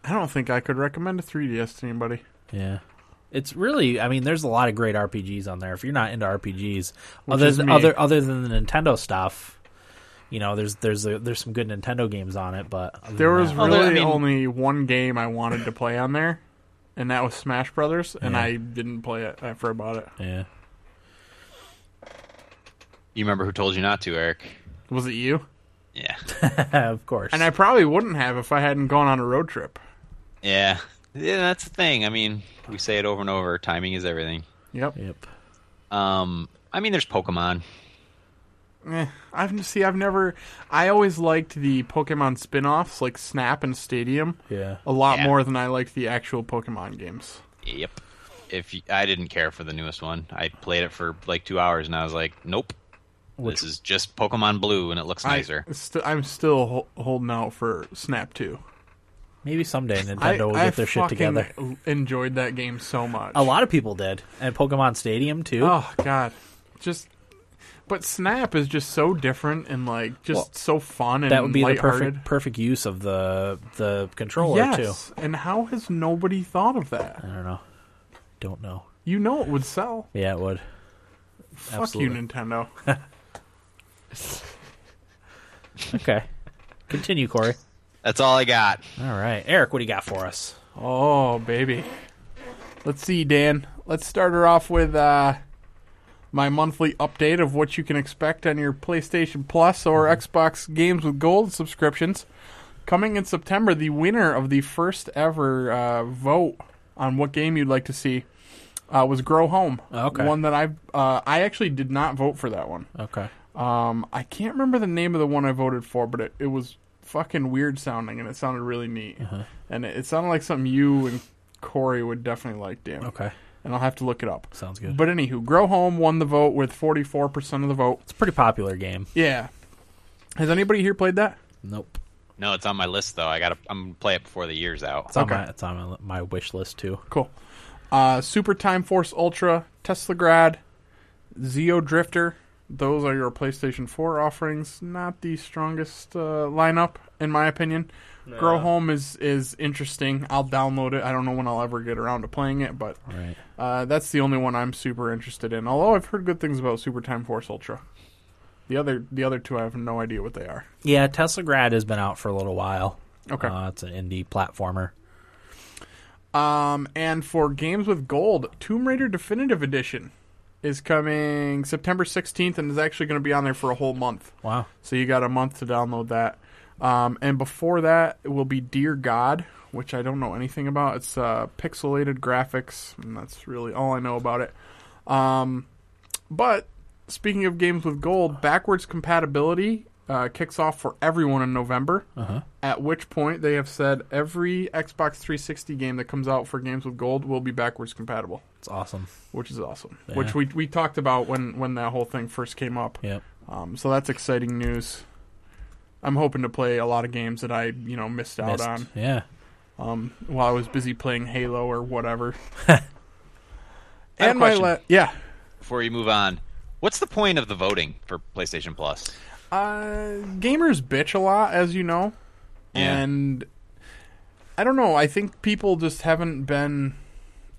Speaker 2: I don't think I could recommend a 3DS to anybody.
Speaker 1: yeah. It's really, I mean, there's a lot of great RPGs on there. If you're not into RPGs, other
Speaker 2: is
Speaker 1: than,
Speaker 2: me.
Speaker 1: other other than the Nintendo stuff, you know, there's there's a, there's some good Nintendo games on it. But other
Speaker 2: There
Speaker 1: than
Speaker 2: was
Speaker 1: that-
Speaker 4: Although, I
Speaker 2: really
Speaker 4: mean-
Speaker 2: only one game I wanted to play on there, and that was Smash Brothers, and I didn't play it. I forgot about it.
Speaker 1: yeah, *laughs*
Speaker 4: you remember who told you not to, Eric?
Speaker 2: Was it you?
Speaker 4: Yeah,
Speaker 1: of course.
Speaker 2: And I probably wouldn't have if I hadn't gone on a road trip.
Speaker 4: *laughs* yeah, yeah. That's the thing. I mean, we say it over and over. Timing is everything.
Speaker 2: Yep.
Speaker 1: yep.
Speaker 4: Um, I mean, there's Pokemon.
Speaker 2: Eh, I've see. I've never. I always liked the Pokemon spin-offs like Snap and Stadium
Speaker 1: Yeah.
Speaker 2: a lot
Speaker 4: Yeah.
Speaker 2: more than I liked the actual Pokemon games.
Speaker 4: Yep. If you, I didn't care for the newest one, I played it for like two hours and I was like, nope. this is just Pokemon Blue and it looks nicer.
Speaker 2: I, st- I'm still hol- holding out for Snap Two.
Speaker 1: Maybe someday Nintendo
Speaker 2: I,
Speaker 1: will
Speaker 2: I
Speaker 1: get their shit
Speaker 2: fucking
Speaker 1: together.
Speaker 2: l- enjoyed that game so much.
Speaker 1: A lot of people did, and Pokemon Stadium too.
Speaker 2: Oh God, just. But Snap is just so different and like just
Speaker 1: Well,
Speaker 2: so fun and
Speaker 1: that would be the
Speaker 2: lighthearted.
Speaker 1: perfect perfect use of the the controller too.
Speaker 2: Yes, and how has nobody thought of that?
Speaker 1: I don't know. Don't know.
Speaker 2: You know it would sell.
Speaker 1: Yeah, it would. Absolutely.
Speaker 2: Fuck you, Nintendo.
Speaker 1: Okay. Continue, Corey.
Speaker 4: That's all I got.
Speaker 1: All right. Eric, what do you got for us?
Speaker 2: Oh, baby. Let's see, Dan. Let's start her off with uh, my monthly update of what you can expect on your PlayStation Plus or Xbox Games with Gold subscriptions. Coming in September, the winner of the first ever uh, vote on what game you'd like to see uh, was Grow Home.
Speaker 1: Okay.
Speaker 2: One that I uh, I actually did not vote for that one.
Speaker 1: Okay.
Speaker 2: Um, I can't remember the name of the one I voted for, but it, it was fucking weird sounding, and it sounded really neat.
Speaker 1: Uh-huh.
Speaker 2: And it, it sounded like something you and Corey would definitely like, Dan.
Speaker 1: Okay.
Speaker 2: And I'll have to look it up.
Speaker 1: Sounds good.
Speaker 2: But anywho, Grow Home won the vote with 44% of the vote.
Speaker 1: It's a pretty popular game.
Speaker 2: Yeah. Has anybody here played that?
Speaker 1: Nope.
Speaker 4: No, it's on my list though. I got to I'm gonna play it before the year's out.
Speaker 1: It's on
Speaker 2: Okay.
Speaker 1: my it's on my, my wish list too.
Speaker 2: Cool. Uh, Super Time Force Ultra, Teslagrad, Zeo Drifter. Those are your PlayStation 4 offerings. Not the strongest uh, lineup, in my opinion. Grow Home is, is interesting. I'll download it. I don't know when I'll ever get around to playing it, but
Speaker 1: All right.
Speaker 2: uh, that's the only one I'm super interested in. Although I've heard good things about Super Time Force Ultra. The other the other two, I have no idea what they are.
Speaker 1: Yeah, Tesla Grad has been out for a little while.
Speaker 2: Okay.
Speaker 1: Uh, it's an indie platformer.
Speaker 2: Um, and for games with gold, Tomb Raider Definitive Edition is coming September 16th and is actually going to be on there for a whole month.
Speaker 1: Wow.
Speaker 2: So you got a month to download that. Um, and before that it will be Dear God, which I don't know anything about. It's uh, pixelated graphics, and that's really all I know about it. Um, but speaking of games with gold, backwards compatibility uh, kicks off for everyone in November. At which point they have said every Xbox 360 game that comes out for games with gold will be backwards compatible,
Speaker 1: It's awesome.
Speaker 2: which is awesome.
Speaker 1: Yeah.
Speaker 2: Which we we talked about when when that whole thing first came up.
Speaker 1: Yep.
Speaker 2: Um, so that's exciting news. I'm hoping to play a lot of games that I, you know, missed out
Speaker 1: Missed.
Speaker 2: on
Speaker 1: Yeah.
Speaker 2: um, while I was busy playing Halo or
Speaker 4: *laughs*
Speaker 2: whatever.
Speaker 4: I have a
Speaker 2: and my
Speaker 4: question.
Speaker 2: la- yeah,
Speaker 4: Before you move on, what's the point of the voting for PlayStation Plus?
Speaker 2: uh, gamers bitch a lot, as you know,
Speaker 4: Yeah.
Speaker 2: and I don't know. I think people just haven't been.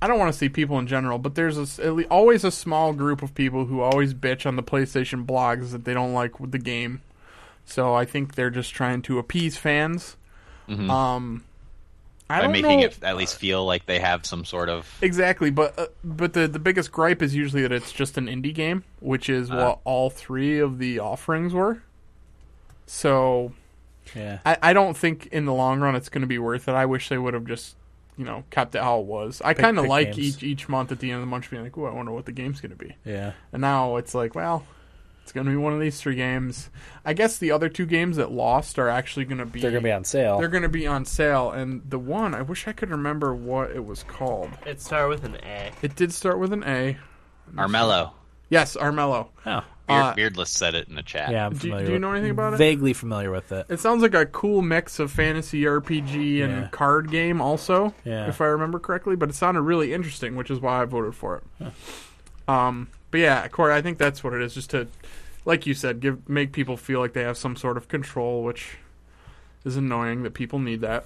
Speaker 2: I don't want to see people in general, but there's a s at le- always a small group of people who always bitch on the PlayStation blogs that they don't like with the game. So I think they're just trying to appease fans. Um, I
Speaker 4: Mm-hmm. by
Speaker 2: don't
Speaker 4: making
Speaker 2: know
Speaker 4: it at least feel like they have some sort of
Speaker 2: exactly, but uh, but the the biggest gripe is usually that it's just an indie game, which is
Speaker 4: Uh.
Speaker 2: what all three of the offerings were. So
Speaker 1: Yeah.
Speaker 2: I, I don't think in the long run it's going to be worth it. I wish they would have just, you know, kept it how it was. I kind of
Speaker 1: pick
Speaker 2: like
Speaker 1: games.
Speaker 2: each each month at the end of the month being like, "Ooh, I wonder what the game's going to be."
Speaker 1: Yeah.
Speaker 2: And now it's like, well, it's going to be one of these three games. I guess the other two games that lost are actually going to be
Speaker 1: They're going to be on sale.
Speaker 2: they're gonna be on sale. And the one I wish I could remember what it was called.
Speaker 3: It started with an A.
Speaker 2: It did start with an A.
Speaker 4: Armello.
Speaker 2: Yes, Armello.
Speaker 1: oh.
Speaker 4: Beard,
Speaker 2: Uh,
Speaker 4: Beardless said it in the chat.
Speaker 1: Yeah, I'm
Speaker 2: do-
Speaker 1: familiar.
Speaker 2: do you know
Speaker 1: with-
Speaker 2: anything about it?
Speaker 1: Vaguely familiar with it.
Speaker 2: It sounds like a cool mix of fantasy RPG and
Speaker 1: Yeah.
Speaker 2: card game, also,
Speaker 1: Yeah.
Speaker 2: if I remember correctly. But it sounded really interesting, which is why I voted for it. Um, but yeah, Corey, I think that's what it is. Just to, like you said, give make people feel like they have some sort of control, which is annoying that people need that.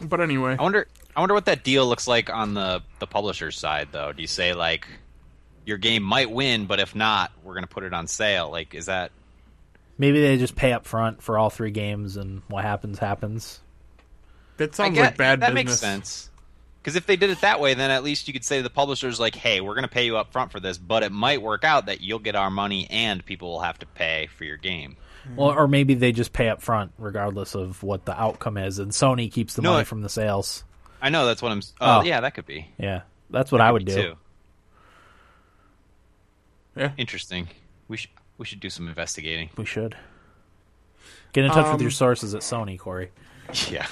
Speaker 2: But anyway,
Speaker 4: I wonder. I wonder what that deal looks like on the the publisher's side, though. Do you say like your game might win, but if not, we're going to put it on sale? Like, is that
Speaker 1: Maybe they just pay up front for all three games and what happens happens.
Speaker 2: that
Speaker 4: I
Speaker 2: sounds
Speaker 4: get-
Speaker 2: like bad
Speaker 4: That
Speaker 2: business.
Speaker 4: makes sense. Because if they did it that way, then at least you could say to the publishers, like, "Hey, we're going to pay you up front for this, but it might work out that you'll get our money and people will have to pay for your game."
Speaker 2: Mm-hmm.
Speaker 1: Well, or maybe they just pay up front regardless of what the outcome is and Sony keeps the
Speaker 4: No,
Speaker 1: money
Speaker 4: it-
Speaker 1: from the sales.
Speaker 4: I know that's what I'm. s- Oh,
Speaker 1: Oh.
Speaker 4: yeah, that could be.
Speaker 1: Yeah. That's what I would do.
Speaker 4: Too.
Speaker 2: Yeah.
Speaker 4: Interesting. We should we should do some investigating. *laughs*
Speaker 1: We should. Get in touch with
Speaker 2: Um,
Speaker 1: your sources at Sony, Corey.
Speaker 4: Yeah.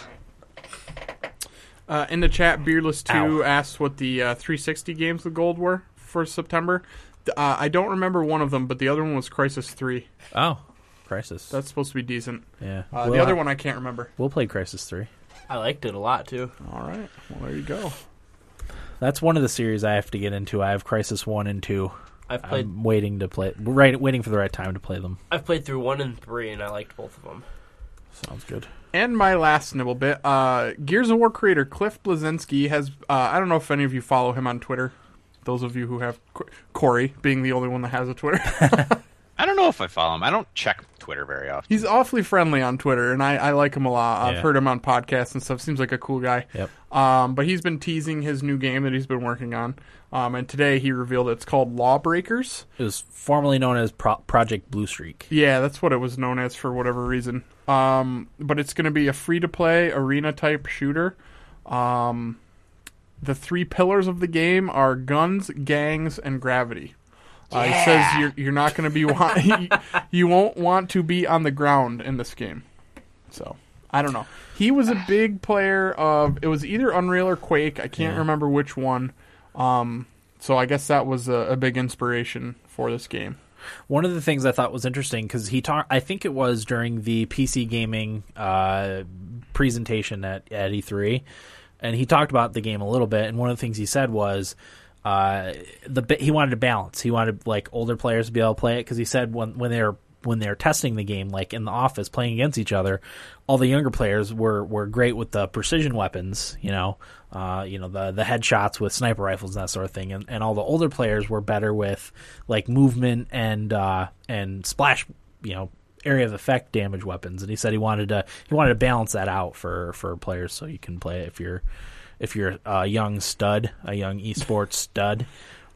Speaker 2: Uh, in the chat, Beardless
Speaker 1: Ow.
Speaker 2: Two asked what the uh, 360 games with gold were for September. Th- Uh, I don't remember one of them, but the other one was Crisis Three.
Speaker 1: Oh, Crisis.
Speaker 4: Uh,
Speaker 2: That's supposed to be decent.
Speaker 1: yeah.
Speaker 2: Uh,
Speaker 1: We'll
Speaker 2: the other
Speaker 1: have-
Speaker 2: one I can't remember.
Speaker 1: We'll play Crisis 3.
Speaker 3: I liked it a lot too.
Speaker 2: All right. Well, there you go.
Speaker 1: That's one of the series I have to get into. I have Crisis 1 and 2.
Speaker 2: Um,
Speaker 3: I've played
Speaker 1: I'm waiting to play right waiting for the right time to play them.
Speaker 3: I've played through one and three, and I liked both of them.
Speaker 1: Sounds good.
Speaker 2: And my last nibble bit uh, Gears of War creator Cliff Blazinski has. Uh, I don't know if any of you follow him on Twitter. Those of you who have Qu- Corey being the only one that has a Twitter. *laughs*
Speaker 4: I don't know if I follow him. I don't check Twitter very often.
Speaker 2: He's awfully friendly on Twitter, and I, I like him a lot. I've
Speaker 1: Yeah.
Speaker 2: heard him on podcasts and stuff. Seems like a cool guy.
Speaker 1: Yep.
Speaker 2: Um, but he's been teasing his new game that he's been working on. Um, and today he revealed it's called Lawbreakers.
Speaker 1: It was formerly known as Pro- Project Blue Streak.
Speaker 2: Yeah, that's what it was known as for whatever reason. Um, but it's going to be a free to play arena type shooter. Um, the three pillars of the game are guns, gangs, and gravity. Uh, he says you're, you're not going to be *laughs* want- you, you won't want to be on the ground in this game. So I don't know. He was a big player of it was either Unreal or Quake. I can't remember which one. Um, so I guess that was a, a big inspiration for this game.
Speaker 1: One of the things I thought was interesting because he talked, I think it was during the PC gaming uh, presentation at, at E3, and he talked about the game a little bit. And one of the things he said was uh, the ba- he wanted to balance. He wanted like older players to be able to play it because he said when when they're when they're testing the game, like in the office playing against each other, all the younger players were, were great with the precision weapons, you know, uh, you know the the headshots with sniper rifles and that sort of thing, and, and all the older players were better with like movement and uh, and splash, you know, area of effect damage weapons. And he said he wanted to he wanted to balance that out for for players so you can play it if you're if you're a young stud, a young esports *laughs* stud,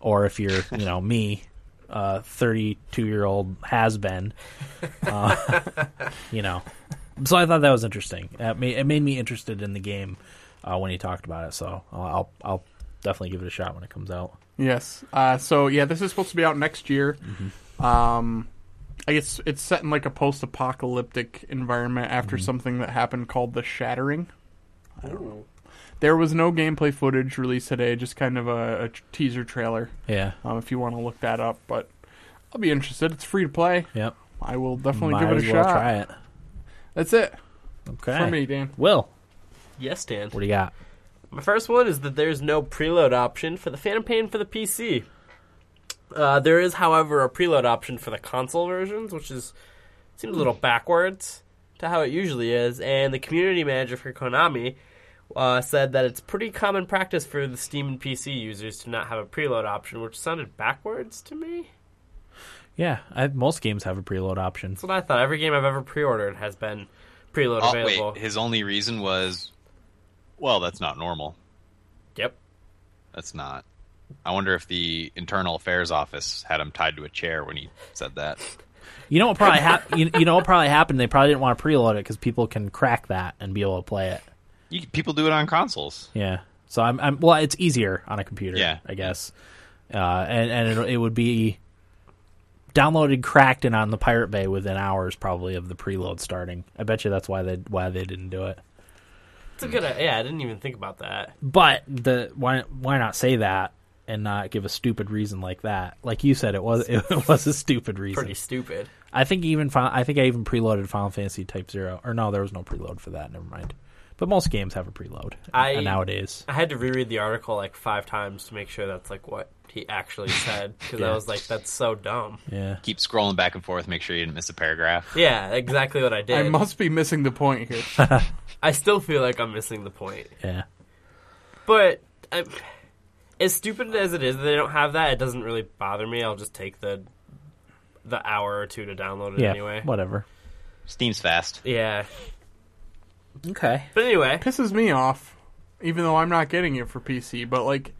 Speaker 1: or if you're you know me. Uh, 32 year old has been, uh, *laughs* you know, so I thought that was interesting. It made, it made me interested in the game uh, when he talked about it. So I'll, I'll I'll definitely give it a shot when it comes out.
Speaker 2: Yes. Uh, so yeah, this is supposed to be out next year.
Speaker 1: Mm-hmm.
Speaker 2: Um, I guess it's set in like a post-apocalyptic environment after
Speaker 1: Mm-hmm.
Speaker 2: something that happened called the Shattering. I don't know. There was no gameplay footage released today, just kind of a, a tr- teaser trailer.
Speaker 1: Yeah.
Speaker 2: Um, if you want to look that up, but I'll be interested. It's free to play.
Speaker 1: Yep.
Speaker 2: I will definitely
Speaker 1: Might
Speaker 2: give it a
Speaker 1: as well
Speaker 2: shot.
Speaker 1: try it.
Speaker 2: That's it
Speaker 1: Okay.
Speaker 2: for me, Dan.
Speaker 1: Will,
Speaker 3: Yes, Dan.
Speaker 1: what do you got?
Speaker 3: My first one is that there's no preload option for the Phantom Pain for the PC. Uh, there is, however, a preload option for the console versions, which is seems a little backwards to how it usually is. And the community manager for Konami uh, said that it's pretty common practice for the Steam and PC users to not have a preload option, which sounded backwards to me.
Speaker 1: Yeah, I, most games have a preload option.
Speaker 3: That's what I thought. Every game I've ever pre-ordered has been preload
Speaker 4: Oh,
Speaker 3: available.
Speaker 4: wait, his only reason was, well, that's not normal.
Speaker 3: Yep.
Speaker 4: That's not. I wonder if the internal affairs office had him tied to a chair when he said that.
Speaker 1: You know what probably hap- you, you know what probably happened? They probably didn't want to preload it because people can crack that and be able to play it.
Speaker 4: You, people do it on consoles.
Speaker 1: Yeah. So I'm, I'm well, it's easier on a computer,
Speaker 4: Yeah.
Speaker 1: I guess. Uh, and and it, it would be downloaded, cracked, and on the Pirate Bay within hours, probably of the preload starting. I bet you that's why they why they didn't do it.
Speaker 3: It's a good. uh, Yeah, I didn't even think about that.
Speaker 1: But the why why not say that and not give a stupid reason like that? Like you said, it was *laughs* it was a stupid reason.
Speaker 3: Pretty stupid.
Speaker 1: I think even fin- I think I even preloaded Final Fantasy Type Zero, or no, there was no preload for that. Never mind. But most games have a preload
Speaker 3: I-
Speaker 1: uh, nowadays.
Speaker 3: I had to reread the article like five times to make sure that's like what he actually said because
Speaker 1: Yeah.
Speaker 3: I was like, that's so dumb.
Speaker 1: Yeah.
Speaker 4: Keep scrolling back and forth, make sure you didn't miss a paragraph.
Speaker 3: Yeah, exactly what I did.
Speaker 2: I
Speaker 3: I,
Speaker 2: must be missing the point here.
Speaker 3: still feel like I'm missing the point,
Speaker 1: Yeah.
Speaker 3: but I, as stupid as it is that they don't have that, it doesn't really bother me. I'll just take the the hour or two to download it
Speaker 1: Yeah.
Speaker 3: anyway.
Speaker 1: Whatever.
Speaker 4: Steam's fast.
Speaker 3: Yeah,
Speaker 1: Okay.
Speaker 3: but anyway,
Speaker 2: Pisses me off, even though I'm not getting it for PC. But like,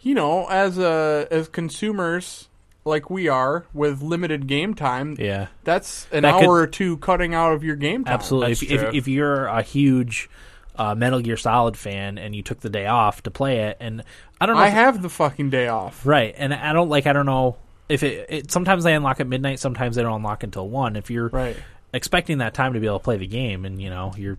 Speaker 2: you know, as a as consumers like we are with limited game time,
Speaker 1: Yeah.
Speaker 2: that's an
Speaker 1: That
Speaker 2: hour
Speaker 1: could-
Speaker 2: or two cutting out of your game time.
Speaker 1: Absolutely.
Speaker 3: That's
Speaker 1: If, if,
Speaker 3: true.
Speaker 1: if you're a huge uh, Metal Gear Solid fan and you took the day off to play it, and I don't know,
Speaker 2: I
Speaker 1: if-
Speaker 2: have the fucking day off.
Speaker 1: right? And I don't like. I don't know if it, it. Sometimes they unlock at midnight. Sometimes they don't unlock until one. If you're
Speaker 2: Right.
Speaker 1: expecting that time to be able to play the game, and you know you're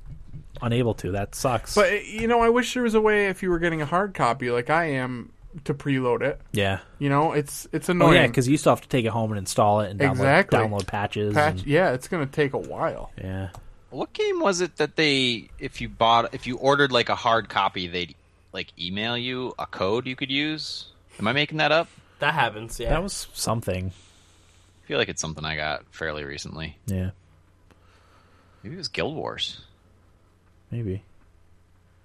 Speaker 1: unable to, that sucks.
Speaker 2: But eh, you know, I wish there was a way if you were getting a hard copy like I am to preload it.
Speaker 1: yeah.
Speaker 2: You know, it's it's
Speaker 1: Oh
Speaker 2: annoying.
Speaker 1: yeah, because you still have to take it home and install it and download,
Speaker 2: Exactly.
Speaker 1: download patches.
Speaker 2: Patch,
Speaker 1: and-
Speaker 2: yeah, it's gonna take a while.
Speaker 1: yeah,
Speaker 4: What game was it that they, if you bought, if you ordered like a hard copy, they'd like email you a code you could use? Am I making that up?
Speaker 3: that happens. Yeah,
Speaker 1: that was something.
Speaker 4: I feel like it's something I got fairly recently.
Speaker 1: Yeah,
Speaker 4: Maybe it was Guild Wars.
Speaker 1: maybe.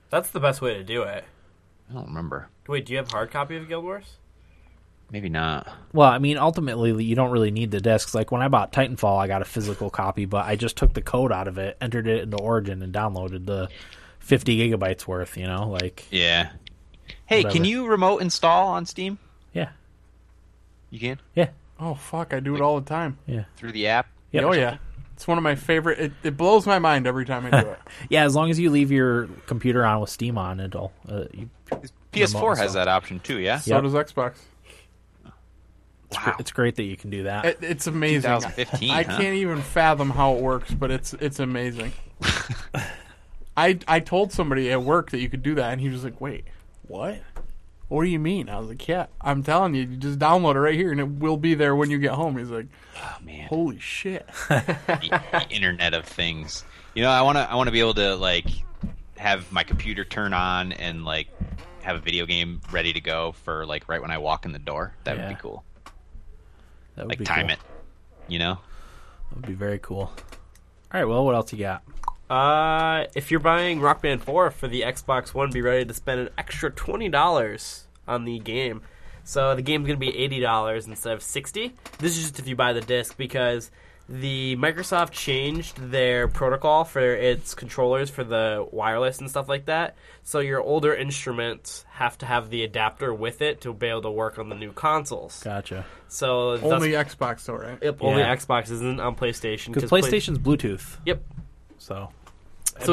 Speaker 3: that's the best way to do it.
Speaker 4: I don't remember.
Speaker 3: Wait, do you have hard copy of Guild Wars?
Speaker 4: Maybe not.
Speaker 1: Well, I mean, ultimately, you don't really need the discs. Like when I bought Titanfall, I got a physical copy, but I just took the code out of it, entered it into Origin, and downloaded the fifty gigabytes worth. You know, like
Speaker 4: Yeah. Hey,
Speaker 1: Whatever.
Speaker 4: can you remote install on Steam?
Speaker 1: yeah,
Speaker 4: You can
Speaker 1: yeah,
Speaker 2: Oh fuck, I do it all the time.
Speaker 1: yeah,
Speaker 4: through the app.
Speaker 1: yeah.
Speaker 2: oh yeah, it's one of my favorite. It, it blows my mind every time I do
Speaker 1: *laughs*
Speaker 2: it.
Speaker 1: yeah. As long as you leave your computer on with Steam on, it'll. Uh, you,
Speaker 4: PS4
Speaker 1: Remote
Speaker 4: has
Speaker 1: install.
Speaker 4: that option too. Yeah.
Speaker 2: So
Speaker 1: Yep.
Speaker 2: does Xbox.
Speaker 1: it's, gr- it's great that you can do that.
Speaker 2: It, it's amazing.
Speaker 4: *laughs* 2015,
Speaker 2: I
Speaker 4: huh?
Speaker 2: can't even fathom how it works, but it's it's amazing. I I told somebody at work that you could do that, and he was like, "Wait, what? What do you mean?" I was like, "Yeah, I'm telling you, you just download it right here, and it will be there when you get home." He's like,
Speaker 4: Oh man,
Speaker 2: "Holy shit!"
Speaker 4: the, the Internet of Things. You know, I want to. I want to be able to like have my computer turn on and like have a video game ready to go for like right when I walk in the door. That would
Speaker 1: Yeah.
Speaker 4: be cool.
Speaker 1: That would
Speaker 4: Like
Speaker 1: be
Speaker 4: time
Speaker 1: cool.
Speaker 4: it. You know.
Speaker 1: That would be very cool. All right. Well, what else you got?
Speaker 3: Uh, if you're buying Rock Band 4 for the Xbox One, be ready to spend an extra $20 on the game. So the game's going to be $80 instead of 60 This is just if you buy the disc because the Microsoft changed their protocol for its controllers for the wireless and stuff like that. So your older instruments have to have the adapter with it to be able to work on the new consoles.
Speaker 1: Gotcha.
Speaker 3: So that's-
Speaker 2: Only Xbox, though, right?
Speaker 3: Yep, only
Speaker 1: Yeah.
Speaker 3: Xbox isn't on PlayStation
Speaker 1: Because
Speaker 3: Play-
Speaker 1: PlayStation's Bluetooth,
Speaker 3: yep.
Speaker 1: so.
Speaker 3: So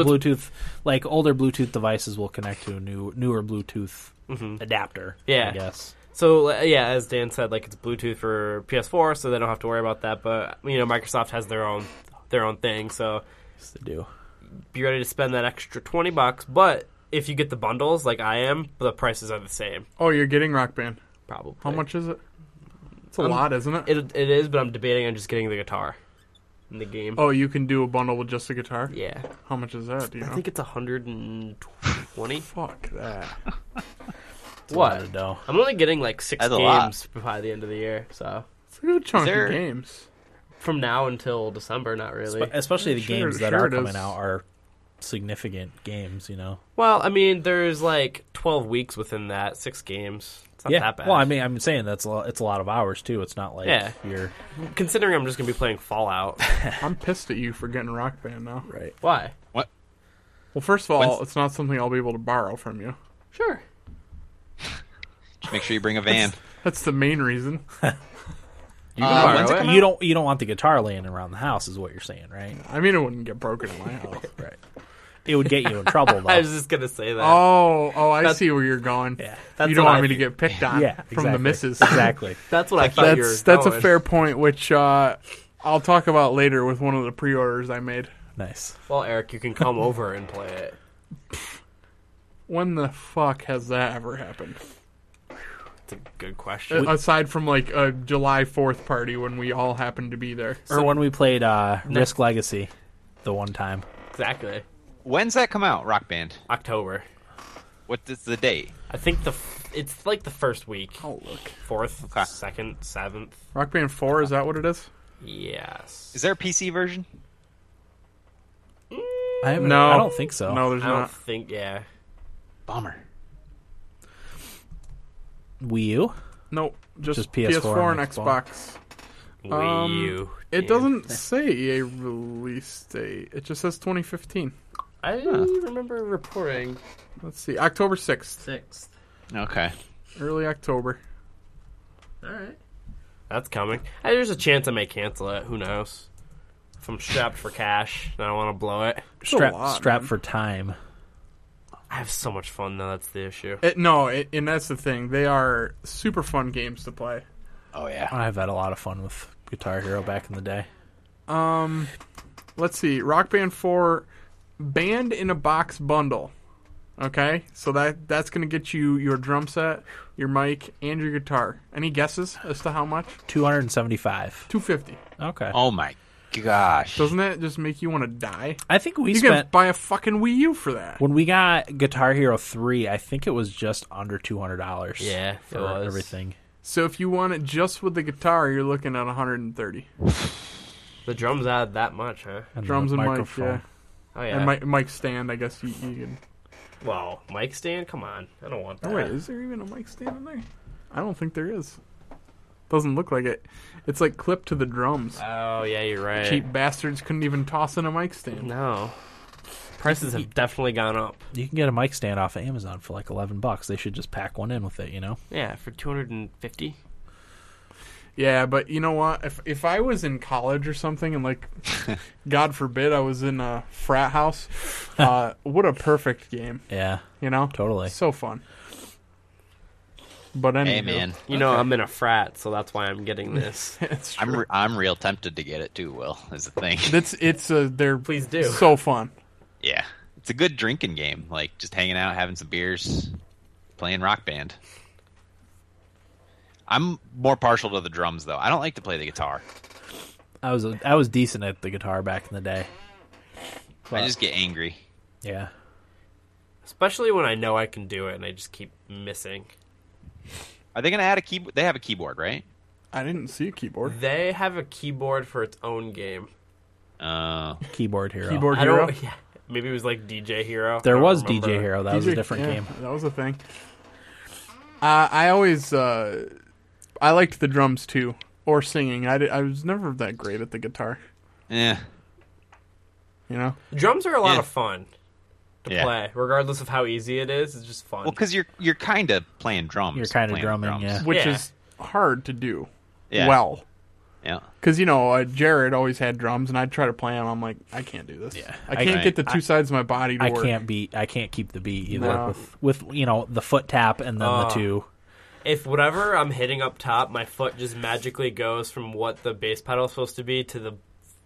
Speaker 1: and
Speaker 3: it's-
Speaker 1: Bluetooth, like older Bluetooth devices, will connect to a new, newer Bluetooth adapter. I
Speaker 3: Yeah.
Speaker 1: guess.
Speaker 3: So uh, yeah, as Dan said, like it's Bluetooth for PS4, so they don't have to worry about that. But you know, Microsoft has their own their own thing, so
Speaker 1: Yes, they do.
Speaker 3: be ready to spend that extra twenty bucks. But if you get the bundles, like I am, the prices are the same.
Speaker 2: Oh, you're getting Rock Band.
Speaker 3: Probably
Speaker 2: How much is it? It's a
Speaker 3: Um,
Speaker 2: lot, isn't it?
Speaker 3: It it is, but I'm debating on just getting the guitar in the game.
Speaker 2: Oh, you can do a bundle with just a guitar.
Speaker 3: Yeah,
Speaker 2: How much is that? Do you
Speaker 3: I
Speaker 2: know?
Speaker 3: think it's hundred and twenty.
Speaker 2: Fuck that.
Speaker 1: It's a
Speaker 3: What?
Speaker 1: lot of dough.
Speaker 3: I'm only getting like six
Speaker 4: That's a
Speaker 3: games by the end of the year, so
Speaker 2: It's a good chunk
Speaker 4: there-
Speaker 2: of games.
Speaker 3: from now until December, not really.
Speaker 1: But especially the
Speaker 2: Sure-
Speaker 1: games that
Speaker 2: sure
Speaker 1: are
Speaker 2: it
Speaker 1: coming
Speaker 2: is.
Speaker 1: out are significant games, you know.
Speaker 3: Well, I mean, there's like 12 weeks within that, six games. It's not
Speaker 1: yeah.
Speaker 3: that bad.
Speaker 1: Well, I mean, I'm saying that's a lot, it's a lot of hours too. It's not like
Speaker 3: Yeah.
Speaker 1: you're
Speaker 3: considering I'm just gonna be playing Fallout.
Speaker 2: I'm pissed at you for getting Rock Band now.
Speaker 1: right.
Speaker 3: Why?
Speaker 4: What?
Speaker 2: Well, first of all,
Speaker 4: When's-
Speaker 2: it's not something I'll be able to borrow from you.
Speaker 3: Sure.
Speaker 4: Just make sure you bring a van.
Speaker 2: That's the main reason.
Speaker 3: You
Speaker 4: Uh,
Speaker 3: can
Speaker 4: when's it
Speaker 3: borrow
Speaker 4: come
Speaker 3: it.
Speaker 1: You don't you don't want the guitar laying around the house, is what you're saying, right?
Speaker 2: I mean, it wouldn't get broken in
Speaker 3: *laughs*
Speaker 2: my house.
Speaker 1: Right. It would get you in trouble though.
Speaker 3: I was just gonna say that.
Speaker 2: Oh, oh, I
Speaker 3: That's-
Speaker 2: see where you're going.
Speaker 1: yeah.
Speaker 3: That's
Speaker 2: you don't
Speaker 3: what
Speaker 2: want
Speaker 3: I
Speaker 2: me to
Speaker 3: think.
Speaker 2: get picked on
Speaker 1: Yeah,
Speaker 2: from the
Speaker 1: exactly.
Speaker 2: missus.
Speaker 1: Exactly.
Speaker 3: That's what I thought you were
Speaker 2: That's that's a
Speaker 3: going.
Speaker 2: fair point, which uh, I'll talk about later with one of the pre-orders I made. *laughs*
Speaker 1: Nice.
Speaker 3: Well, Eric, you can come over and play it.
Speaker 2: When the fuck has that ever happened?
Speaker 3: It's a good
Speaker 2: A-
Speaker 3: question.
Speaker 2: Aside from like a July Fourth party when we all happened to be there.
Speaker 1: or when we played uh, Risk Legacy, the one time.
Speaker 3: exactly.
Speaker 4: When's that come out? Rock Band.
Speaker 3: October.
Speaker 4: What is the date?
Speaker 3: I think the f- it's like the first week,
Speaker 2: Oh look,
Speaker 3: fourth,
Speaker 4: Okay.
Speaker 3: second, seventh.
Speaker 2: Rock Band Four is that what it is?
Speaker 3: Yes.
Speaker 4: Is there a PC version?
Speaker 1: I haven't,
Speaker 2: No,
Speaker 1: I don't think so.
Speaker 2: No, there's
Speaker 3: I don't
Speaker 2: not.
Speaker 3: think. Yeah.
Speaker 1: Bummer. Wii U.
Speaker 2: Nope, just,
Speaker 1: Just PS4
Speaker 2: PS4,
Speaker 1: and
Speaker 2: and
Speaker 1: Xbox.
Speaker 2: Xbox.
Speaker 3: Wii
Speaker 2: Um,
Speaker 3: U.
Speaker 2: It
Speaker 3: Damn.
Speaker 2: doesn't say EA release date. It just says 2015.
Speaker 3: I remember reporting
Speaker 2: Let's see, October 6th,
Speaker 3: sixth.
Speaker 4: Okay.
Speaker 2: early October.
Speaker 3: All right. That's coming. Hey, there's a chance I may cancel it. Who knows? If I'm strapped for cash and I don't want to blow it.
Speaker 2: It's a
Speaker 1: Strap
Speaker 2: lot,
Speaker 1: strap
Speaker 2: man.
Speaker 1: for time.
Speaker 3: I have so much fun though. That's the issue.
Speaker 2: It, no, it, and that's the thing. They are super fun games to play.
Speaker 4: Oh yeah.
Speaker 1: I've had a lot of fun with Guitar Hero back in the day.
Speaker 2: Um, let's see, Rock Band 4 Band in a Box bundle. Okay, so that that's gonna get you your drum set, your mic, and your guitar. Any guesses as to how much?
Speaker 1: Two hundred and seventy five.
Speaker 2: Two fifty.
Speaker 1: Okay.
Speaker 4: Oh my gosh.
Speaker 2: Doesn't that just make you want to die?
Speaker 1: I think we
Speaker 2: You can
Speaker 1: spent
Speaker 2: buy a fucking Wii U for that.
Speaker 1: when we got Guitar Hero three, I think it was just under two hundred dollars.
Speaker 3: Yeah, it
Speaker 1: For
Speaker 3: was.
Speaker 1: everything.
Speaker 2: So if you want it just with the guitar, you're looking at 130.
Speaker 3: The drums add that much, huh?
Speaker 1: And
Speaker 2: Drums
Speaker 1: the
Speaker 2: and mic,
Speaker 1: microphone.
Speaker 2: yeah.
Speaker 3: Oh yeah.
Speaker 2: And mic, mic stand, I guess you, you can.
Speaker 3: Well, mic stand. Come on. I don't want that.
Speaker 2: Oh, wait, is there even a mic stand in there? I don't think there is. Doesn't look like it. It's like clipped to the drums.
Speaker 3: Oh yeah, you're right.
Speaker 2: Cheap bastards couldn't even toss in a mic stand.
Speaker 3: No. Prices have definitely gone up.
Speaker 1: You can get a mic stand off of Amazon for like eleven bucks. They should just pack one in with it, you know.
Speaker 3: Yeah, for 250.
Speaker 2: Yeah, but you know what? If if I was in college or something, and
Speaker 3: *laughs*
Speaker 2: like, God forbid, I was in a frat house,
Speaker 3: *laughs*
Speaker 2: uh, what a perfect game,
Speaker 1: Yeah,
Speaker 2: you know?
Speaker 1: totally.
Speaker 2: So fun. But anyway,
Speaker 4: Hey man,
Speaker 3: You know, I'm in a frat, so that's why
Speaker 2: *laughs*
Speaker 3: I'm getting this.
Speaker 2: it's
Speaker 4: I'm re- I'm real tempted to get it too. Will is the thing.
Speaker 2: That's it's uh, they're
Speaker 3: Please do.
Speaker 2: so fun.
Speaker 4: *laughs* yeah, it's a good drinking game. Like just hanging out, having some beers, playing Rock Band. I'm more partial to the drums though. I don't like to play the guitar.
Speaker 1: I was I was decent at the guitar back in the day.
Speaker 4: I just get angry.
Speaker 1: Yeah,
Speaker 3: Especially when I know I can do it and I just keep missing.
Speaker 4: Are they gonna add a keyboard? They have a keyboard, right?
Speaker 2: I didn't see a keyboard.
Speaker 3: They have a keyboard for its own game.
Speaker 4: Uh,
Speaker 1: keyboard hero.
Speaker 2: Keyboard
Speaker 3: I
Speaker 2: hero.
Speaker 3: don't. Yeah, maybe it was like DJ Hero. I
Speaker 1: There
Speaker 3: don't
Speaker 1: was
Speaker 3: remember.
Speaker 1: DJ Hero. That was a
Speaker 2: DJ
Speaker 1: different
Speaker 2: yeah,
Speaker 1: game.
Speaker 2: That was a thing. Uh, I always uh, I liked the drums too, or singing. I, di- I was never that great at the guitar.
Speaker 4: eh,
Speaker 2: You know,
Speaker 3: Drums are a lot
Speaker 4: Yeah.
Speaker 3: of fun to
Speaker 4: yeah.
Speaker 3: play, regardless of how easy it is. It's just fun.
Speaker 4: Well, because you're you're kind of playing drums.
Speaker 1: You're kinda
Speaker 4: playing
Speaker 1: drumming,
Speaker 4: drums.
Speaker 1: yeah.
Speaker 2: which
Speaker 3: Yeah.
Speaker 2: is hard to do
Speaker 4: Yeah.
Speaker 2: well.
Speaker 4: Yeah.
Speaker 2: Because you know, uh, Jared always had drums, and I'd try to play them. I'm like, I can't do this.
Speaker 1: Yeah.
Speaker 2: I
Speaker 1: I-
Speaker 2: can't
Speaker 4: Right.
Speaker 2: get the two sides of my body to
Speaker 1: I
Speaker 2: work.
Speaker 1: can't be. I can't keep the beat either
Speaker 2: No. Ah.
Speaker 1: with with you know the foot tap and then
Speaker 3: Oh.
Speaker 1: the two.
Speaker 3: if whatever I'm hitting up top, my foot just magically goes from what the bass pedal is supposed to be to the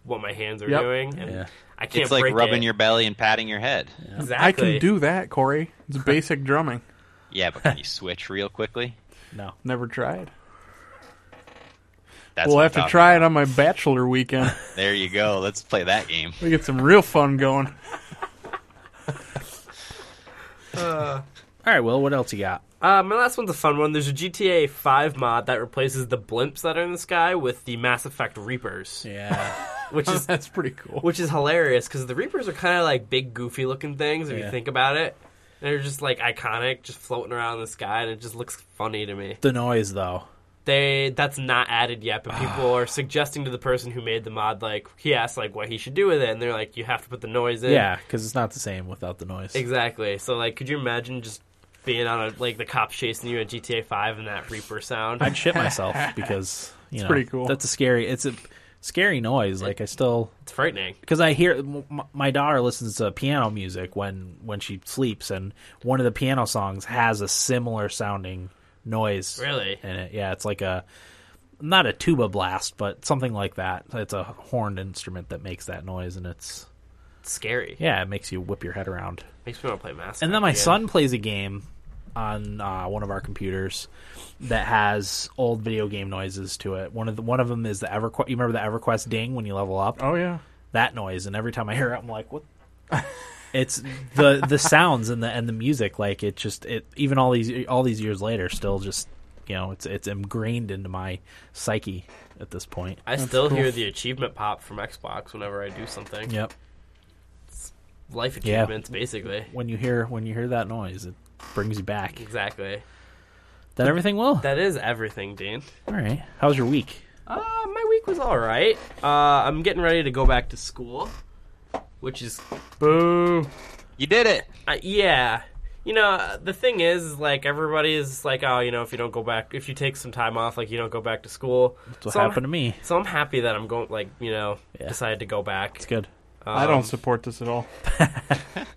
Speaker 3: what my hands are
Speaker 2: Yep.
Speaker 3: doing, and
Speaker 1: Yeah.
Speaker 3: I can't
Speaker 4: It's like
Speaker 3: break
Speaker 4: rubbing
Speaker 3: it.
Speaker 4: your belly and patting your head.
Speaker 2: I
Speaker 3: Exactly.
Speaker 2: can do that, Corey. It's basic drumming.
Speaker 4: Yeah, but can you switch real quickly?
Speaker 1: No,
Speaker 2: Never tried.
Speaker 4: That's
Speaker 2: we'll
Speaker 4: what
Speaker 2: have
Speaker 4: I'm
Speaker 2: to
Speaker 4: talking
Speaker 2: try
Speaker 4: about.
Speaker 2: it on my bachelor weekend.
Speaker 4: There you go. Let's play that game.
Speaker 2: we get some real fun going.
Speaker 1: all right. Well, what else you got?
Speaker 3: Uh, my last one's a fun one. There's a GTA 5 mod that replaces the blimps that are in the sky with the Mass Effect Reapers.
Speaker 1: Yeah,
Speaker 3: which is
Speaker 2: That's pretty cool.
Speaker 3: which is hilarious because the Reapers are kind of like big, goofy looking things if
Speaker 1: Yeah.
Speaker 3: you think about it. And they're just like iconic, just floating around in the sky, and it just looks funny to me.
Speaker 1: *laughs* The noise though.
Speaker 3: They that's not added yet, but
Speaker 1: *sighs*
Speaker 3: people are suggesting to the person who made the mod, like he asked like what he should do with it, and they're like, you have to put the noise in.
Speaker 1: Yeah, because it's not the same without the noise.
Speaker 3: exactly. So like, could you imagine just being on a like the cops chasing you in GTA Five and that Reaper sound?
Speaker 1: I'd shit myself because you know
Speaker 2: pretty cool.
Speaker 1: That's a scary. It's a scary noise. Like I still
Speaker 3: It's frightening.
Speaker 1: because I hear m- my daughter listens to piano music when when she sleeps, and one of the piano songs has a similar sounding noise.
Speaker 3: Really?
Speaker 1: In it, yeah, it's like a not a tuba blast, but something like that. It's a horned instrument that makes that noise, and it's
Speaker 3: It's scary.
Speaker 1: yeah, it makes you whip your head around.
Speaker 3: Makes me want to play Mass.
Speaker 1: And then
Speaker 3: Effect
Speaker 1: my
Speaker 3: again.
Speaker 1: son plays a game on uh, one of our computers that has old video game noises to it. One of the, one of them is the EverQuest. You remember the EverQuest ding when you level up?
Speaker 2: oh yeah.
Speaker 1: That noise, and every time I hear it, I'm like, what? it's the the sounds and the and the music. Like it just it even all these all these years later, still just you know it's it's ingrained into my psyche at this point.
Speaker 3: I still
Speaker 2: cool.
Speaker 3: hear the achievement pop from Xbox whenever I do something.
Speaker 1: Yep.
Speaker 3: Life
Speaker 1: Yeah.
Speaker 3: achievements, basically.
Speaker 1: When you hear when you hear that noise, it brings you back.
Speaker 3: Exactly.
Speaker 1: That everything will.
Speaker 3: That is everything, Dean.
Speaker 1: All right. How's your week?
Speaker 3: Uh, my week was all right. Uh, I'm getting ready to go back to school, which is
Speaker 2: Boo.
Speaker 4: You did it.
Speaker 3: uh, yeah. You know, the thing is, is like everybody is like, oh, you know, if you don't go back, if you take some time off, like you don't go back to school.
Speaker 1: That's what
Speaker 3: So I'm-
Speaker 1: happened to me.
Speaker 3: So I'm happy that I'm going, like, you know,
Speaker 1: Yeah.
Speaker 3: decided to go back.
Speaker 1: It's good.
Speaker 2: I
Speaker 3: Um,
Speaker 2: don't support this at all.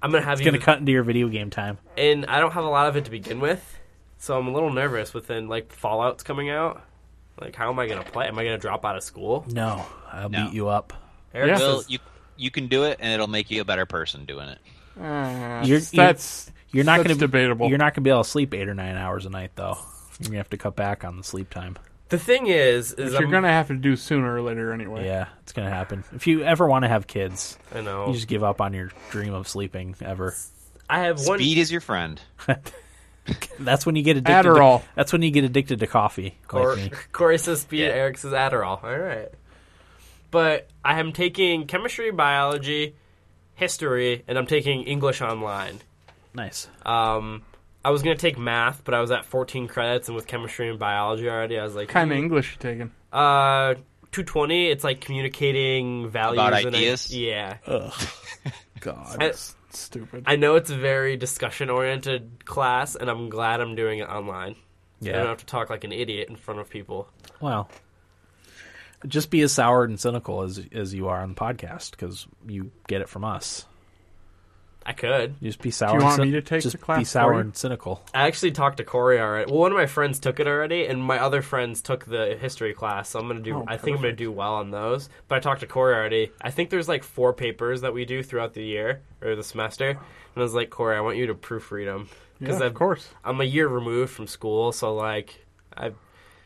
Speaker 3: I'm gonna have
Speaker 1: It's
Speaker 3: you
Speaker 1: going to cut into your video game time.
Speaker 3: and I don't have a lot of it to begin with, so I'm a little nervous. Within like Fallout's coming out, like how am I gonna play? Am I gonna drop out of school?
Speaker 1: No, I'll
Speaker 4: No.
Speaker 1: beat you up.
Speaker 2: Yeah.
Speaker 3: Eric
Speaker 4: Will,
Speaker 3: says-
Speaker 4: you you can do it, and it'll make you a better person doing it.
Speaker 2: Uh,
Speaker 1: You're-
Speaker 2: that's
Speaker 1: You're not
Speaker 2: that's
Speaker 1: going to
Speaker 2: debatable.
Speaker 1: You're not going to be able to sleep eight or nine hours a night, though. You're going to have to cut back on the sleep time.
Speaker 3: the thing is, is
Speaker 2: Which
Speaker 3: I'm,
Speaker 2: you're gonna have to do sooner or later anyway.
Speaker 1: Yeah, it's going to happen. If you ever want to have kids,
Speaker 3: I know
Speaker 1: you just give up on your dream of sleeping ever.
Speaker 3: I have one.
Speaker 4: Speed is your friend.
Speaker 1: That's when you get addicted.
Speaker 2: Adderall.
Speaker 1: To, that's when you get addicted to coffee. Like
Speaker 3: Cor-
Speaker 1: me.
Speaker 3: *laughs* Corey says speed.
Speaker 4: Yeah.
Speaker 3: Eric says Adderall. All right, but I am taking chemistry, biology, history, and I'm taking English online.
Speaker 1: Nice.
Speaker 3: Um, I was gonna take math, but I was at 14 credits, and with chemistry and biology already, I was like,
Speaker 2: What kind of
Speaker 3: "Mm,
Speaker 2: English you taking?
Speaker 3: Uh, 220, it's like communicating values
Speaker 4: About
Speaker 3: and
Speaker 4: ideas?
Speaker 3: I, yeah.
Speaker 2: God,
Speaker 3: I-
Speaker 2: it's stupid.
Speaker 3: I know it's a very discussion oriented class, and I'm glad I'm doing it online. So I don't
Speaker 1: Yeah.
Speaker 3: have to talk like an idiot in front of people.
Speaker 1: Well, just be as sour and cynical as as you are on the podcast because you get it from us.
Speaker 3: I could.
Speaker 1: Just be sour.
Speaker 2: you
Speaker 1: and
Speaker 2: want
Speaker 1: cyn-
Speaker 2: me to take
Speaker 1: just
Speaker 2: the class
Speaker 1: Be
Speaker 2: for
Speaker 1: sour
Speaker 2: you?
Speaker 1: and cynical.
Speaker 3: I actually talked to Corey already. Well, one of my friends took it already, and my other friends took the history class. So I'm gonna do.
Speaker 2: Oh,
Speaker 3: I think I'm gonna do well on those. But I talked to Corey already. I think there's like four papers that we do throughout the year or the semester, and I was like, Corey, I want you to proofread them
Speaker 2: Yeah,
Speaker 3: because
Speaker 2: of course.
Speaker 3: I'm a year removed from school, so like I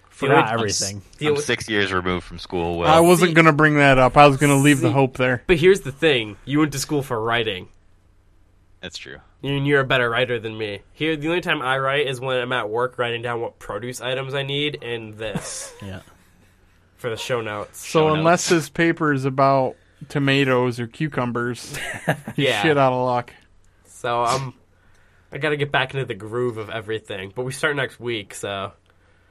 Speaker 1: Forgot
Speaker 3: only-
Speaker 1: everything.
Speaker 3: the
Speaker 4: I'm
Speaker 3: only-
Speaker 4: six years removed from school. Will.
Speaker 2: I wasn't
Speaker 3: see-
Speaker 2: gonna bring that up. I was gonna leave the
Speaker 3: See-
Speaker 2: hope there.
Speaker 3: But here's the thing: you went to school for writing,
Speaker 4: That's true.
Speaker 3: and you're a better writer than me. Here, the only time I write is when I'm at work writing down what produce items I need and this
Speaker 2: *laughs*
Speaker 1: Yeah.
Speaker 3: for the show notes.
Speaker 2: So
Speaker 4: notes.
Speaker 2: unless this paper is about tomatoes or cucumbers, *laughs*
Speaker 3: Yeah.
Speaker 2: shit out of luck.
Speaker 3: So I'm, I gotta get back into the groove of everything. But we start next week, so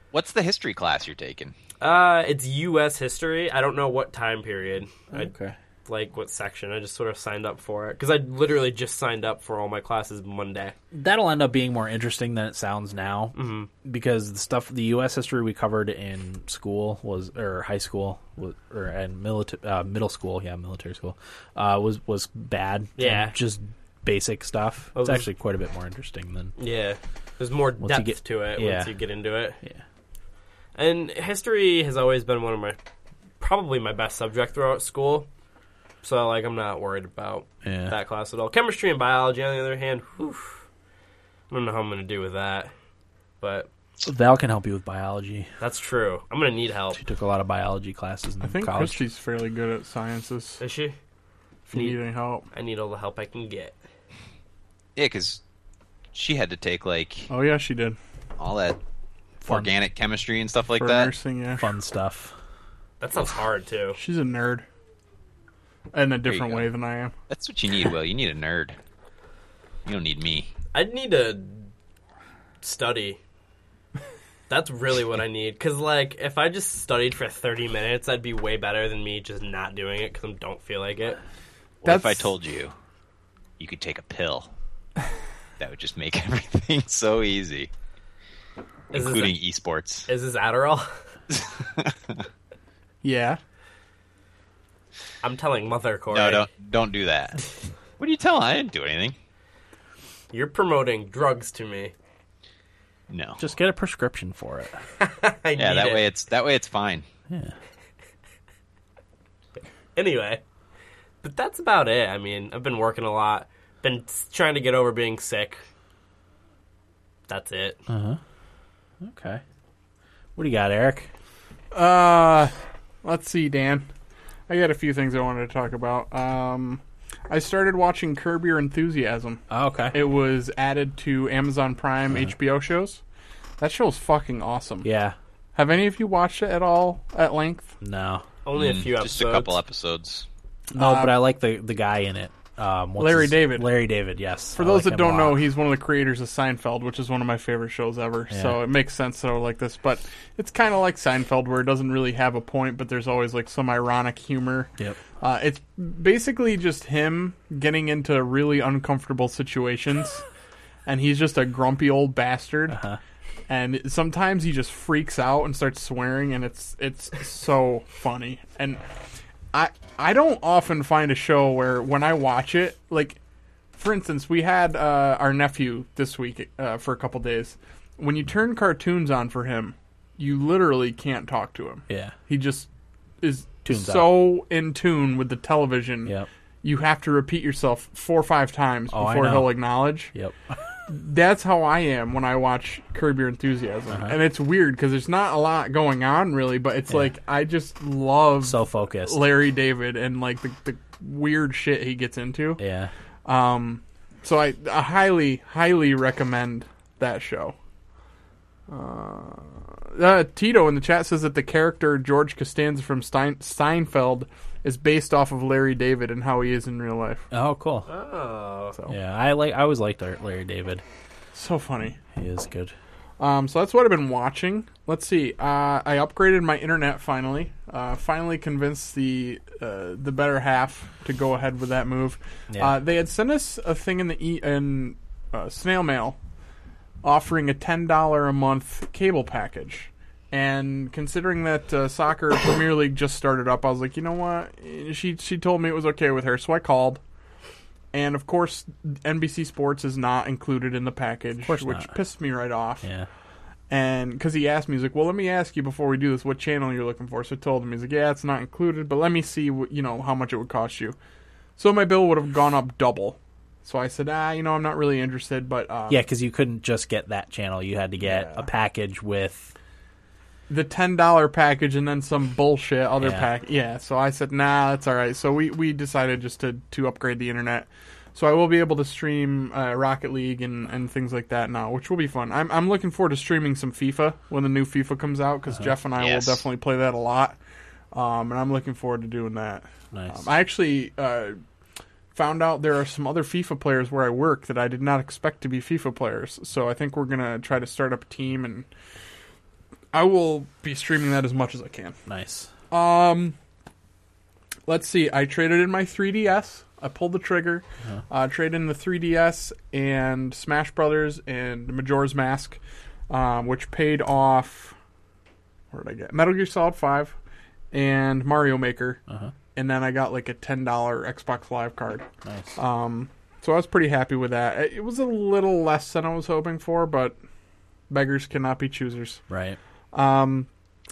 Speaker 4: What's the history class you're taking?
Speaker 3: uh, it's U.S. history. I don't know what time period. I,
Speaker 1: Okay.
Speaker 3: like what section? I just sort of signed up for it because I literally just signed up for all my classes Monday.
Speaker 1: That'll end up being more interesting than it sounds now because the stuff, the U.S. history we covered in school was, or high school, was, or and military, uh, middle school, yeah, military school, uh, was was bad.
Speaker 3: Yeah.
Speaker 1: and just basic stuff.
Speaker 3: Well,
Speaker 1: It's
Speaker 3: it was-
Speaker 1: actually quite a bit more interesting than
Speaker 3: Yeah, there's more
Speaker 1: you
Speaker 3: depth
Speaker 1: get-
Speaker 3: to it
Speaker 1: yeah.
Speaker 3: once you get into it.
Speaker 1: Yeah.
Speaker 3: and history has always been one of my, probably my best subject throughout school. So like, I'm not worried about
Speaker 1: Yeah.
Speaker 3: that class at all. Chemistry and biology, on the other hand, whew, I don't know how I'm gonna do with that, but
Speaker 1: Val can help you with biology.
Speaker 3: that's true. I'm gonna need help.
Speaker 1: She took a lot of biology classes in
Speaker 2: I think
Speaker 1: college.
Speaker 2: Christie's fairly good at sciences.
Speaker 3: Is she?
Speaker 2: If you need any help,
Speaker 3: I need all the help I can get.
Speaker 4: Yeah, because she had to take like
Speaker 2: oh yeah, she did
Speaker 4: all that
Speaker 1: Fun-
Speaker 4: organic chemistry and stuff like
Speaker 2: for
Speaker 4: that.
Speaker 2: nursing. Yeah,
Speaker 1: fun stuff.
Speaker 3: That sounds hard too.
Speaker 2: she's a nerd. in a different
Speaker 4: go.
Speaker 2: way than I am.
Speaker 4: That's what you need, Will. You need a nerd. You don't need me.
Speaker 3: I'd need to study. That's really what I need. Because, like, if I just studied for 30 minutes, I'd be way better than me just not doing it because I don't feel like it.
Speaker 4: What if I
Speaker 2: That's-
Speaker 4: told you you could take a pill? That would just make *laughs* everything so easy,
Speaker 3: Is this,
Speaker 4: including esports.
Speaker 3: is this Adderall? *laughs*
Speaker 2: Yeah.
Speaker 3: I'm telling Mother Corey.
Speaker 4: No, don't don't do that. What are you telling? I didn't do anything.
Speaker 3: You're promoting drugs to me.
Speaker 4: No.
Speaker 1: Just get a prescription for it.
Speaker 3: I
Speaker 4: yeah,
Speaker 3: need
Speaker 4: that
Speaker 3: it.
Speaker 4: way it's that way it's fine.
Speaker 1: Yeah.
Speaker 3: anyway, but that's about it. I mean, I've been working a lot, been s- trying to get over being sick. That's it.
Speaker 1: Okay. What do you got, Eric?
Speaker 2: Uh, let's see, Dan. I got a few things I wanted to talk about. Um, I started watching Curb Your Enthusiasm.
Speaker 1: okay.
Speaker 2: It was added to Amazon Prime HBO shows. That show's fucking awesome.
Speaker 1: Uh-huh. yeah.
Speaker 2: Have any of you watched it at all at length?
Speaker 1: No.
Speaker 3: Only a few episodes.
Speaker 4: Mm, Just a couple episodes.
Speaker 1: No, but I like the the guy in it. Um, what's
Speaker 2: Uh, Larry
Speaker 1: his-
Speaker 2: David.
Speaker 1: Larry David. Yes.
Speaker 2: For those that don't know, he's one of the creators of Seinfeld, which is one of my favorite shows ever. So
Speaker 1: Yeah.
Speaker 2: it makes sense that I would like this, but it's kind of like Seinfeld, where it doesn't really have a point, but there's always like some ironic humor.
Speaker 1: Yep.
Speaker 2: Uh, it's basically just him getting into really uncomfortable situations, and he's just a grumpy old bastard. And sometimes he just freaks out and starts swearing, and it's it's so funny. And I I don't often find a show where when I watch it, like for instance, we had uh, our nephew this week uh, for a couple days. When you turn cartoons on for him, you literally can't talk to him.
Speaker 1: Yeah.
Speaker 2: He just is
Speaker 1: Tunes
Speaker 2: so in tune with the television.
Speaker 1: Yep.
Speaker 2: You have to repeat yourself four or five times
Speaker 1: Oh, I
Speaker 2: before
Speaker 1: know.
Speaker 2: he'll acknowledge.
Speaker 1: Yep.
Speaker 2: That's how I am when I watch Curb Your Enthusiasm,
Speaker 1: Uh-huh.
Speaker 2: and it's weird because there's not a lot going on really, but it's like I just love
Speaker 1: So focused.
Speaker 2: Larry David and like the, the weird shit he gets into.
Speaker 1: yeah.
Speaker 2: Um, so I, I highly, highly recommend that show. Uh, uh, Tito in the chat says that the character George Costanza from Stein- Seinfeld is based off of Larry David and how he is in real life.
Speaker 1: Oh, cool.
Speaker 3: Oh,
Speaker 1: Yeah, I like. I always liked Lar- Larry David.
Speaker 2: So funny.
Speaker 1: He is good.
Speaker 2: Um, so that's what I've been watching. Let's see. Uh, I upgraded my internet finally. Uh, finally convinced the uh, the better half to go ahead with that move.
Speaker 1: Yeah.
Speaker 2: Uh, they had sent us a thing in the e- in uh, snail mail, offering a ten dollar a month cable package. And considering that uh, soccer *coughs* Premier League just started up, I was like, you know what? She she told me it was okay with her, so I called. And of course, NBC Sports is not included in the package,
Speaker 1: course
Speaker 2: which
Speaker 1: not.
Speaker 2: pissed me right off
Speaker 1: Yeah.
Speaker 2: and because he asked me, he's like, "Well, let me ask you before we do this, what channel you're looking for." So I told him, he's like, "Yeah, it's not included, but let me see, what, you know, how much it would cost you." So my bill would have gone up double. So I said, "Ah, you know, I'm not really interested, but uh,
Speaker 1: Yeah, because you couldn't just get that channel. You had to get
Speaker 2: Yeah.
Speaker 1: a package with.
Speaker 2: the ten dollar package and then some bullshit other
Speaker 1: Yeah.
Speaker 2: pack. Yeah. So I said, nah, that's all right. So we we decided just to to upgrade the internet. So I will be able to stream uh, Rocket League and, and things like that now, which will be fun. I'm I'm looking forward to streaming some FIFA when the new FIFA comes out because Jeff and I
Speaker 4: Yes.
Speaker 2: will definitely play that a lot. Um, and I'm looking forward to doing that.
Speaker 1: Nice.
Speaker 2: Um, I actually uh, found out there are some other FIFA players where I work that I did not expect to be FIFA players. So I think we're gonna try to start up a team, and I will be streaming that as much as I can.
Speaker 1: Nice.
Speaker 2: Um, let's see. I traded in my 3DS. I pulled the trigger. Uh, traded in the 3DS and Smash Brothers and Majora's Mask, um, which paid off. Where did I get Metal Gear Solid Five and Mario Maker? And then I got like a ten dollar Xbox Live card.
Speaker 1: Nice.
Speaker 2: Um, so I was pretty happy with that. It- It was a little less than I was hoping for, but beggars cannot be choosers.
Speaker 1: right.
Speaker 2: Um,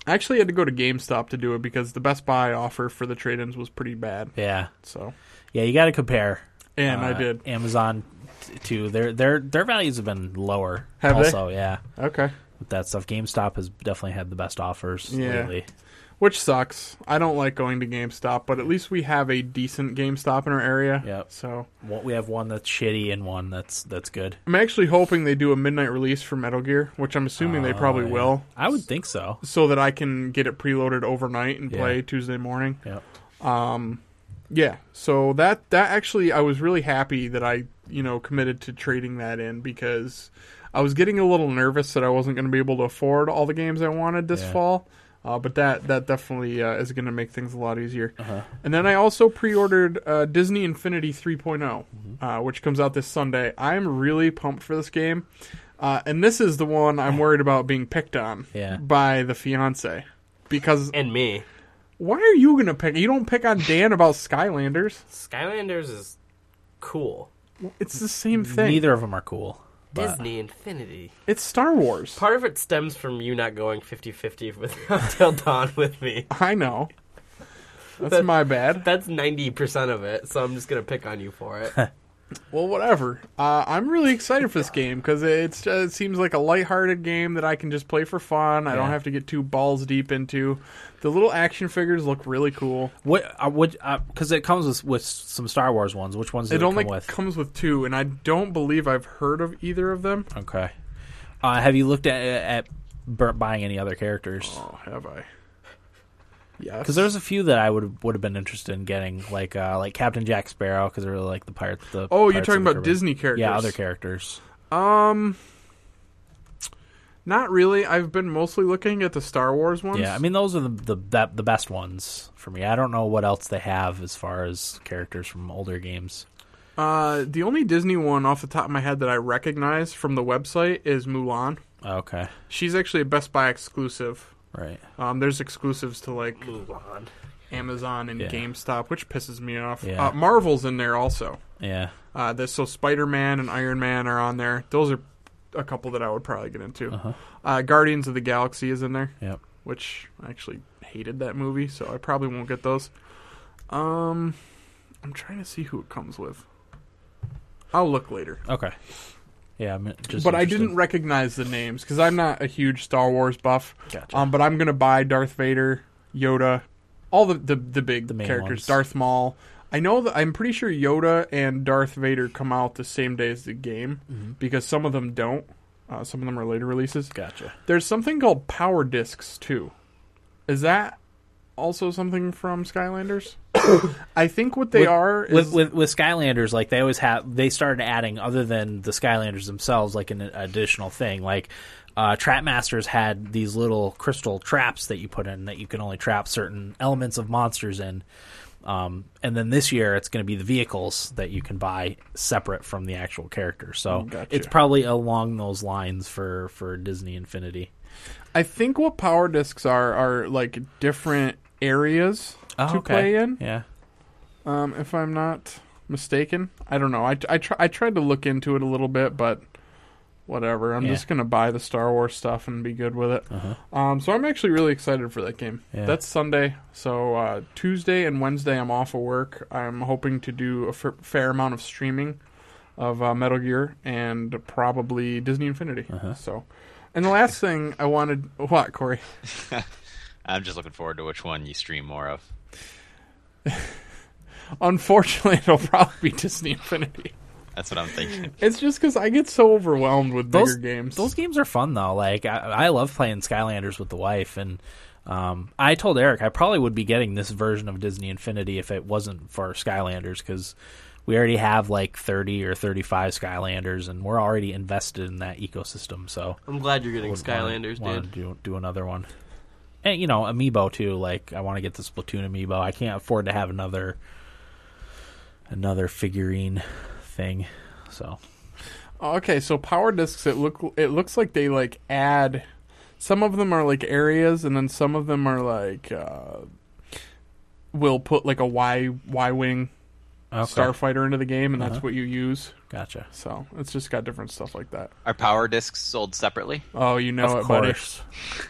Speaker 2: I actually had to go to GameStop to do it because the Best Buy offer for the trade-ins was pretty bad.
Speaker 1: Yeah.
Speaker 2: So,
Speaker 1: Yeah. You got to compare.
Speaker 2: and I
Speaker 1: uh,
Speaker 2: did.
Speaker 1: Amazon, t- too. Their their their values have been lower.
Speaker 2: Have they?
Speaker 1: also, yeah.
Speaker 2: Okay,
Speaker 1: With that stuff, GameStop has definitely had the best offers
Speaker 2: Yeah.
Speaker 1: lately.
Speaker 2: which sucks. I don't like going to GameStop, but at least we have a decent GameStop in our area.
Speaker 1: Yep.
Speaker 2: So
Speaker 1: What we have one that's shitty and one that's that's good.
Speaker 2: I'm actually hoping they do a midnight release for Metal Gear, which I'm assuming they
Speaker 1: Oh,
Speaker 2: probably
Speaker 1: yeah.
Speaker 2: will,
Speaker 1: I would think so.
Speaker 2: so that I can get it preloaded overnight and
Speaker 1: Yeah.
Speaker 2: play Tuesday morning.
Speaker 1: Yep.
Speaker 2: Yeah. So that that actually I was really happy that I, you know, committed to trading that in because I was getting a little nervous that I wasn't going to be able to afford all the games I wanted this
Speaker 1: Yeah.
Speaker 2: fall. Uh, but that that definitely uh, is going to make things a lot easier.
Speaker 1: Uh-huh.
Speaker 2: And then I also pre-ordered uh, Disney Infinity 3.0, uh,
Speaker 1: Mm-hmm.
Speaker 2: which comes out this Sunday. I'm really pumped for this game, uh, and this is the one I'm worried about being picked on
Speaker 1: Yeah.
Speaker 2: by the fiance because
Speaker 3: And me.
Speaker 2: why are you gonna pick? You don't pick on Dan about Skylanders.
Speaker 3: Skylanders is cool.
Speaker 2: It's the same thing.
Speaker 1: Neither of them are cool. But
Speaker 3: Disney Infinity.
Speaker 2: It's Star Wars.
Speaker 3: Part of it stems from you not going 50-50 *laughs* with Until Dawn with me.
Speaker 2: *laughs* I know. That's
Speaker 3: That-
Speaker 2: my bad.
Speaker 3: That's 90% of it, so I'm just going to pick on you for *laughs* it.
Speaker 2: Well, whatever. Uh, I'm really excited for this game because it's uh, it seems like a lighthearted game that I can just play for fun. I don't
Speaker 1: Yeah.
Speaker 2: have to get too balls deep into. The little action figures look really cool.
Speaker 1: what? I would because it comes with, with some Star Wars ones. Which ones? Did
Speaker 2: It
Speaker 1: it,
Speaker 2: only
Speaker 1: come with?
Speaker 2: comes with two, and I don't believe I've heard of either of them.
Speaker 1: okay. Uh, have you looked at at bur- buying any other characters?
Speaker 2: Oh, have I? Yes.
Speaker 1: Because there's a few that I would would have been interested in getting, like uh, like Captain Jack Sparrow, because I really like the pirate. The
Speaker 2: oh,
Speaker 1: Pirates
Speaker 2: you're talking
Speaker 1: of the
Speaker 2: about
Speaker 1: Caribbean.
Speaker 2: Disney characters.
Speaker 1: Yeah, other characters.
Speaker 2: Um, not really. I've been mostly looking at the Star Wars ones.
Speaker 1: Yeah, I mean those are the the that, the best ones for me. I don't know what else they have as far as characters from older games.
Speaker 2: uh, the only Disney one off the top of my head that I recognize from the website is Mulan.
Speaker 1: Okay,
Speaker 2: She's actually a Best Buy exclusive.
Speaker 1: right.
Speaker 2: Um, there's exclusives to like
Speaker 3: Mulan.
Speaker 2: Amazon and
Speaker 1: Yeah.
Speaker 2: GameStop, which pisses me off.
Speaker 1: Yeah.
Speaker 2: Uh, Marvel's in there also.
Speaker 1: Yeah,
Speaker 2: Uh, there's, so Spider Man and Iron Man are on there. Those are a couple that I would probably get into.
Speaker 1: Uh-huh.
Speaker 2: Uh, Guardians of the Galaxy is in there.
Speaker 1: Yep.
Speaker 2: Which I actually hated that movie, so I probably won't get those. Um, I'm trying to see who it comes with. I'll look later.
Speaker 1: okay. Yeah, I'm just
Speaker 2: but I
Speaker 1: interested.
Speaker 2: didn't recognize the names because I'm not a huge Star Wars buff.
Speaker 1: Gotcha.
Speaker 2: Um, but I'm gonna buy Darth Vader, Yoda, all the the, the big
Speaker 1: The main
Speaker 2: characters.
Speaker 1: ones.
Speaker 2: Darth Maul. I know that I'm pretty sure Yoda and Darth Vader come out the same day as the game
Speaker 1: Mm-hmm.
Speaker 2: because some of them don't. Uh, some of them are later releases.
Speaker 1: gotcha.
Speaker 2: There's something called Power Discs too. Is that also something from Skylanders? *coughs* I think what they
Speaker 1: With-
Speaker 2: are is
Speaker 1: With, with with Skylanders, like they always have, they started adding other than the Skylanders themselves, like an additional thing. Like uh, Trap Masters had these little crystal traps that you put in that you can only trap certain elements of monsters in. Um, and then this year, it's going to be the vehicles that you can buy separate from the actual character. So
Speaker 2: Gotcha.
Speaker 1: it's probably along those lines for for Disney Infinity.
Speaker 2: I think what power discs are are like different areas
Speaker 1: Oh,
Speaker 2: to play in.
Speaker 1: yeah.
Speaker 2: Um, if I'm not mistaken, I don't know. I I, tr- I tried to look into it a little bit, but whatever. I'm
Speaker 1: Yeah. Uh-huh.
Speaker 2: just gonna buy the Star Wars stuff and be good with it. Um, so I'm actually really excited for that game.
Speaker 1: Yeah.
Speaker 2: That's Sunday. So uh, Tuesday and Wednesday, I'm off of work. I'm hoping to do a f- fair amount of streaming of uh, Metal Gear and probably Disney Infinity.
Speaker 1: Uh-huh.
Speaker 2: So, and the last thing I wanted, what Corey?
Speaker 4: I'm just looking forward to which one you stream more of.
Speaker 2: Unfortunately, *laughs* it'll probably be Disney Infinity.
Speaker 4: That's what I'm thinking.
Speaker 2: It's just because I get so overwhelmed with bigger
Speaker 1: those
Speaker 2: games.
Speaker 1: Those games are fun though. Like I, I love playing Skylanders with the wife, and um, I told Eric I probably would be getting this version of Disney Infinity if it wasn't for Skylanders because we already have like thirty or thirty-five Skylanders, and we're already invested in that ecosystem. So
Speaker 3: I'm glad you're getting Skylanders,
Speaker 1: want to
Speaker 3: dude.
Speaker 1: do, do another one. And you know, Amiibo too. Like I want to get the Splatoon Amiibo. I can't afford to have another another figurine thing. So
Speaker 2: Oh, Okay, so power discs. It look it looks like they like add. Some of them are like areas, and then some of them are like uh, will put like a Y Y wing
Speaker 1: okay.
Speaker 2: starfighter into the game, and that's
Speaker 1: Uh-huh.
Speaker 2: what you use.
Speaker 1: Gotcha.
Speaker 2: So it's just got different stuff like that.
Speaker 4: Are power discs sold separately?
Speaker 2: Oh, you know it,
Speaker 1: of
Speaker 2: buddy.
Speaker 1: course. Oh.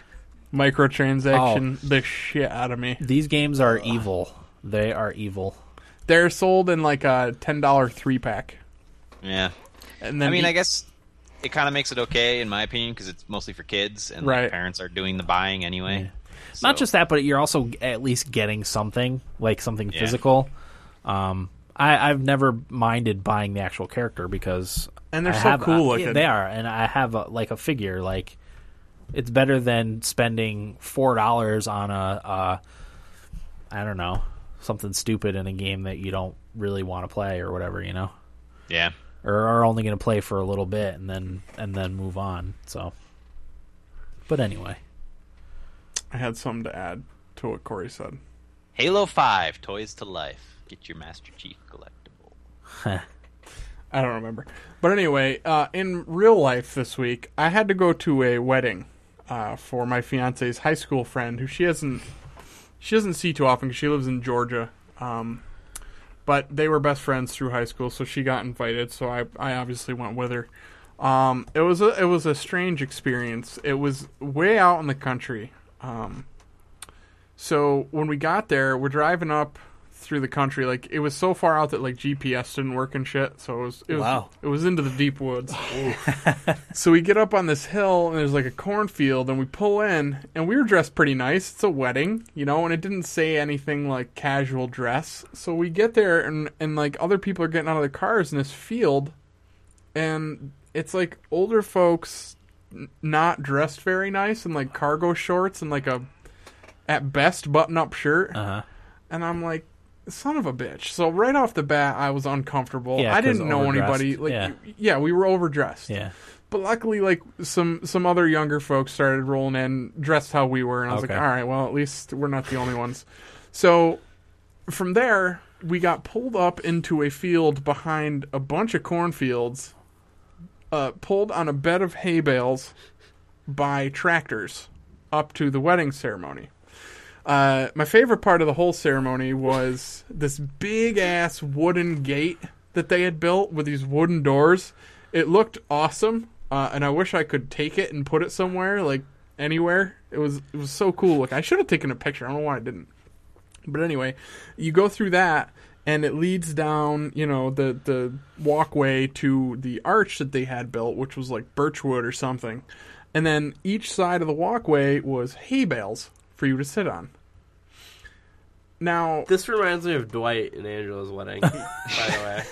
Speaker 2: Microtransaction the shit out of me.
Speaker 1: These games are evil. They are evil.
Speaker 2: They're sold in like a ten dollar three pack,
Speaker 4: Yeah.
Speaker 2: and then
Speaker 4: I mean,
Speaker 2: e-
Speaker 4: I guess it kind of makes it okay in my opinion because it's mostly for kids and
Speaker 2: Right.
Speaker 4: like, parents are doing the buying anyway. So-
Speaker 1: Not just that, but you're also at least getting something, like something
Speaker 4: Yeah.
Speaker 1: physical. Um, I, I've never minded buying the actual character because
Speaker 2: And they're
Speaker 1: I
Speaker 2: so
Speaker 1: have-
Speaker 2: cool
Speaker 1: I-
Speaker 2: looking.
Speaker 1: They are, and I have a, like a figure. Like it's better than spending four dollars on a, a I don't know something stupid in a game that you don't really want to play or whatever, you know,
Speaker 4: Yeah.
Speaker 1: or are only going to play for a little bit and then and then move on. So, but anyway,
Speaker 2: I had something to add to what Corey said.
Speaker 4: Halo 5, Toys to Life. Get your Master Chief collectible.
Speaker 2: I don't remember. But anyway, uh, in real life this week, I had to go to a wedding uh, for my fiance's high school friend, who she hasn't she doesn't see too often because she lives in Georgia. Um, but they were best friends through high school, so she got invited. So I, I obviously went with her. Um, it was a, it was a strange experience. It was way out in the country. Um, so when we got there, we're driving up through the country. Like it was so far out that like GPS didn't work and shit. So it was it was,
Speaker 1: Wow.
Speaker 2: it was into the deep woods. so we get up on this hill and there's like a cornfield and we pull in and we were dressed pretty nice. It's a wedding, you know, and it didn't say anything like casual dress. So we get there and and like other people are getting out of their cars in this field and it's like older folks n- not dressed very nice in like cargo shorts and like a at best button up shirt
Speaker 1: uh-huh.
Speaker 2: and I'm like son of a bitch so right off the bat i was uncomfortable
Speaker 1: Yeah,
Speaker 2: i
Speaker 1: 'cause
Speaker 2: didn't know anybody
Speaker 1: overdressed.
Speaker 2: like
Speaker 1: Yeah.
Speaker 2: y- yeah we were overdressed
Speaker 1: yeah,
Speaker 2: but luckily like some some other younger folks started rolling in dressed how we were and i was
Speaker 1: Okay.
Speaker 2: like all right well at least we're not the only ones so from there we got pulled up into a field behind a bunch of cornfields uh, pulled on a bed of hay bales by tractors up to the wedding ceremony uh, my favorite part of the whole ceremony was this big ass wooden gate that they had built with these wooden doors. It looked awesome, uh, and I wish I could take it and put it somewhere, like anywhere. It was it was so cool. Look, I should have taken a picture. I don't know why I didn't. But anyway, you go through that, and it leads down, you know, the the walkway to the arch that they had built, which was like birchwood or something. And then each side of the walkway was hay bales for you to sit on. Now,
Speaker 3: This reminds me of Dwight and Angela's wedding, by the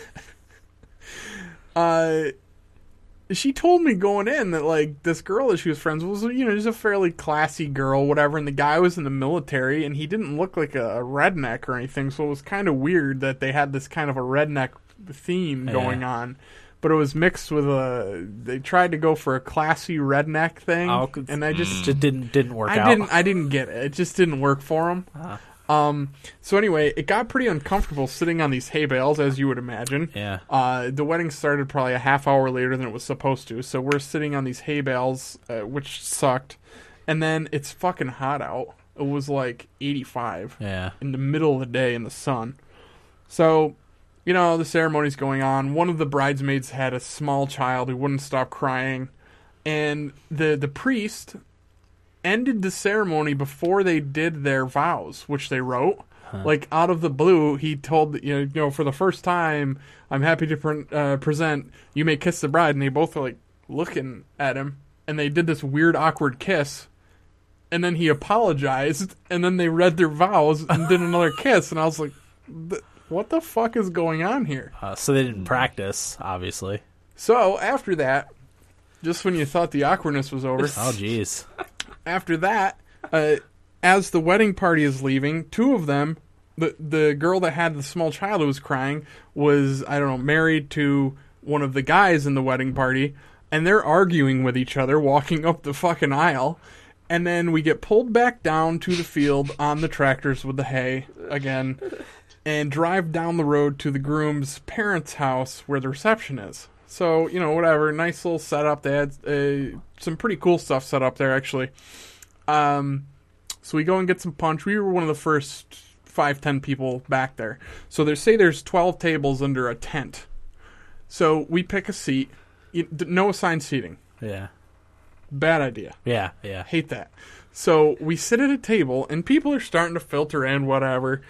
Speaker 3: *laughs* way.
Speaker 2: uh, she told me going in that like this girl that she was friends with was you know just a fairly classy girl, whatever. And the guy was in the military, and he didn't look like a, a redneck or anything, so it was kind of weird that they had this kind of a redneck theme going on. But it was mixed with a. They tried to go for a classy redneck thing,
Speaker 1: Oh, c-
Speaker 2: and I just
Speaker 1: just didn't didn't work
Speaker 2: Mm. I
Speaker 1: out.
Speaker 2: didn't. I didn't get it. It just didn't work for him.
Speaker 1: Ah.
Speaker 2: Um. So anyway, it got pretty uncomfortable sitting on these hay bales, as you would imagine.
Speaker 1: yeah,
Speaker 2: Uh, the wedding started probably a half hour later than it was supposed to, so we're sitting on these hay bales, uh, which sucked. And then it's fucking hot out. It was like 85
Speaker 1: yeah,
Speaker 2: in the middle of the day in the sun. So, you know, the ceremony's going on. One of the bridesmaids had a small child who wouldn't stop crying, and the the priest ended the ceremony before they did their vows, which they wrote. Like out of the blue, he told you know, you know for the first time, I'm happy to pre- uh, present. You may kiss the bride, and they both were like looking at him, and they did this weird, awkward kiss and then he apologized, and then they read their vows and did another kiss, and I was like, "Th- "What the fuck is going on here?"
Speaker 1: uh, so they didn't practice, obviously.
Speaker 2: So after that, just when you thought the awkwardness was over,
Speaker 1: Oh, jeez.
Speaker 2: after that, uh, as the wedding party is leaving, two of them, the the girl that had the small child who was crying was I don't know married to one of the guys in the wedding party, and they're arguing with each other walking up the fucking aisle, and then we get pulled back down to the field on the tractors with the hay again, and drive down the road to the groom's parents' house where the reception is. So you know whatever, nice little setup. They had uh, some pretty cool stuff set up there actually. Um, so we go and get some punch. We were one of the first five, ten people back there. So they say there's twelve tables under a tent. So we pick a seat. You- d- No assigned seating.
Speaker 1: Yeah,
Speaker 2: Bad idea.
Speaker 1: yeah, yeah.
Speaker 2: Hate that. So we sit at a table, and people are starting to filter in, whatever.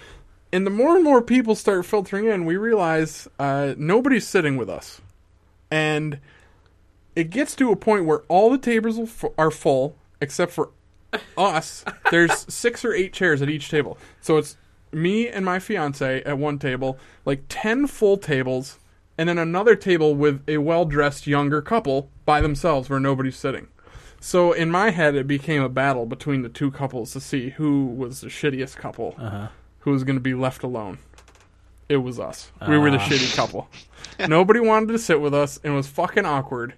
Speaker 2: And the more and more people start filtering in, we realize uh, nobody's sitting with us. And it gets to a point where all the tables will f- are full, except for us. There's six or eight chairs at each table. So it's me and my fiance at one table, like 10 full tables, and then another table with a well dressed younger couple by themselves where nobody's sitting. So
Speaker 1: Uh-huh.
Speaker 2: in my head, it became a battle between the two couples to see who was the shittiest couple. who was going to be left alone. It was us. We were the
Speaker 1: Ah.
Speaker 2: shitty
Speaker 1: *laughs*
Speaker 2: couple. Nobody wanted to sit with us, and it was fucking awkward.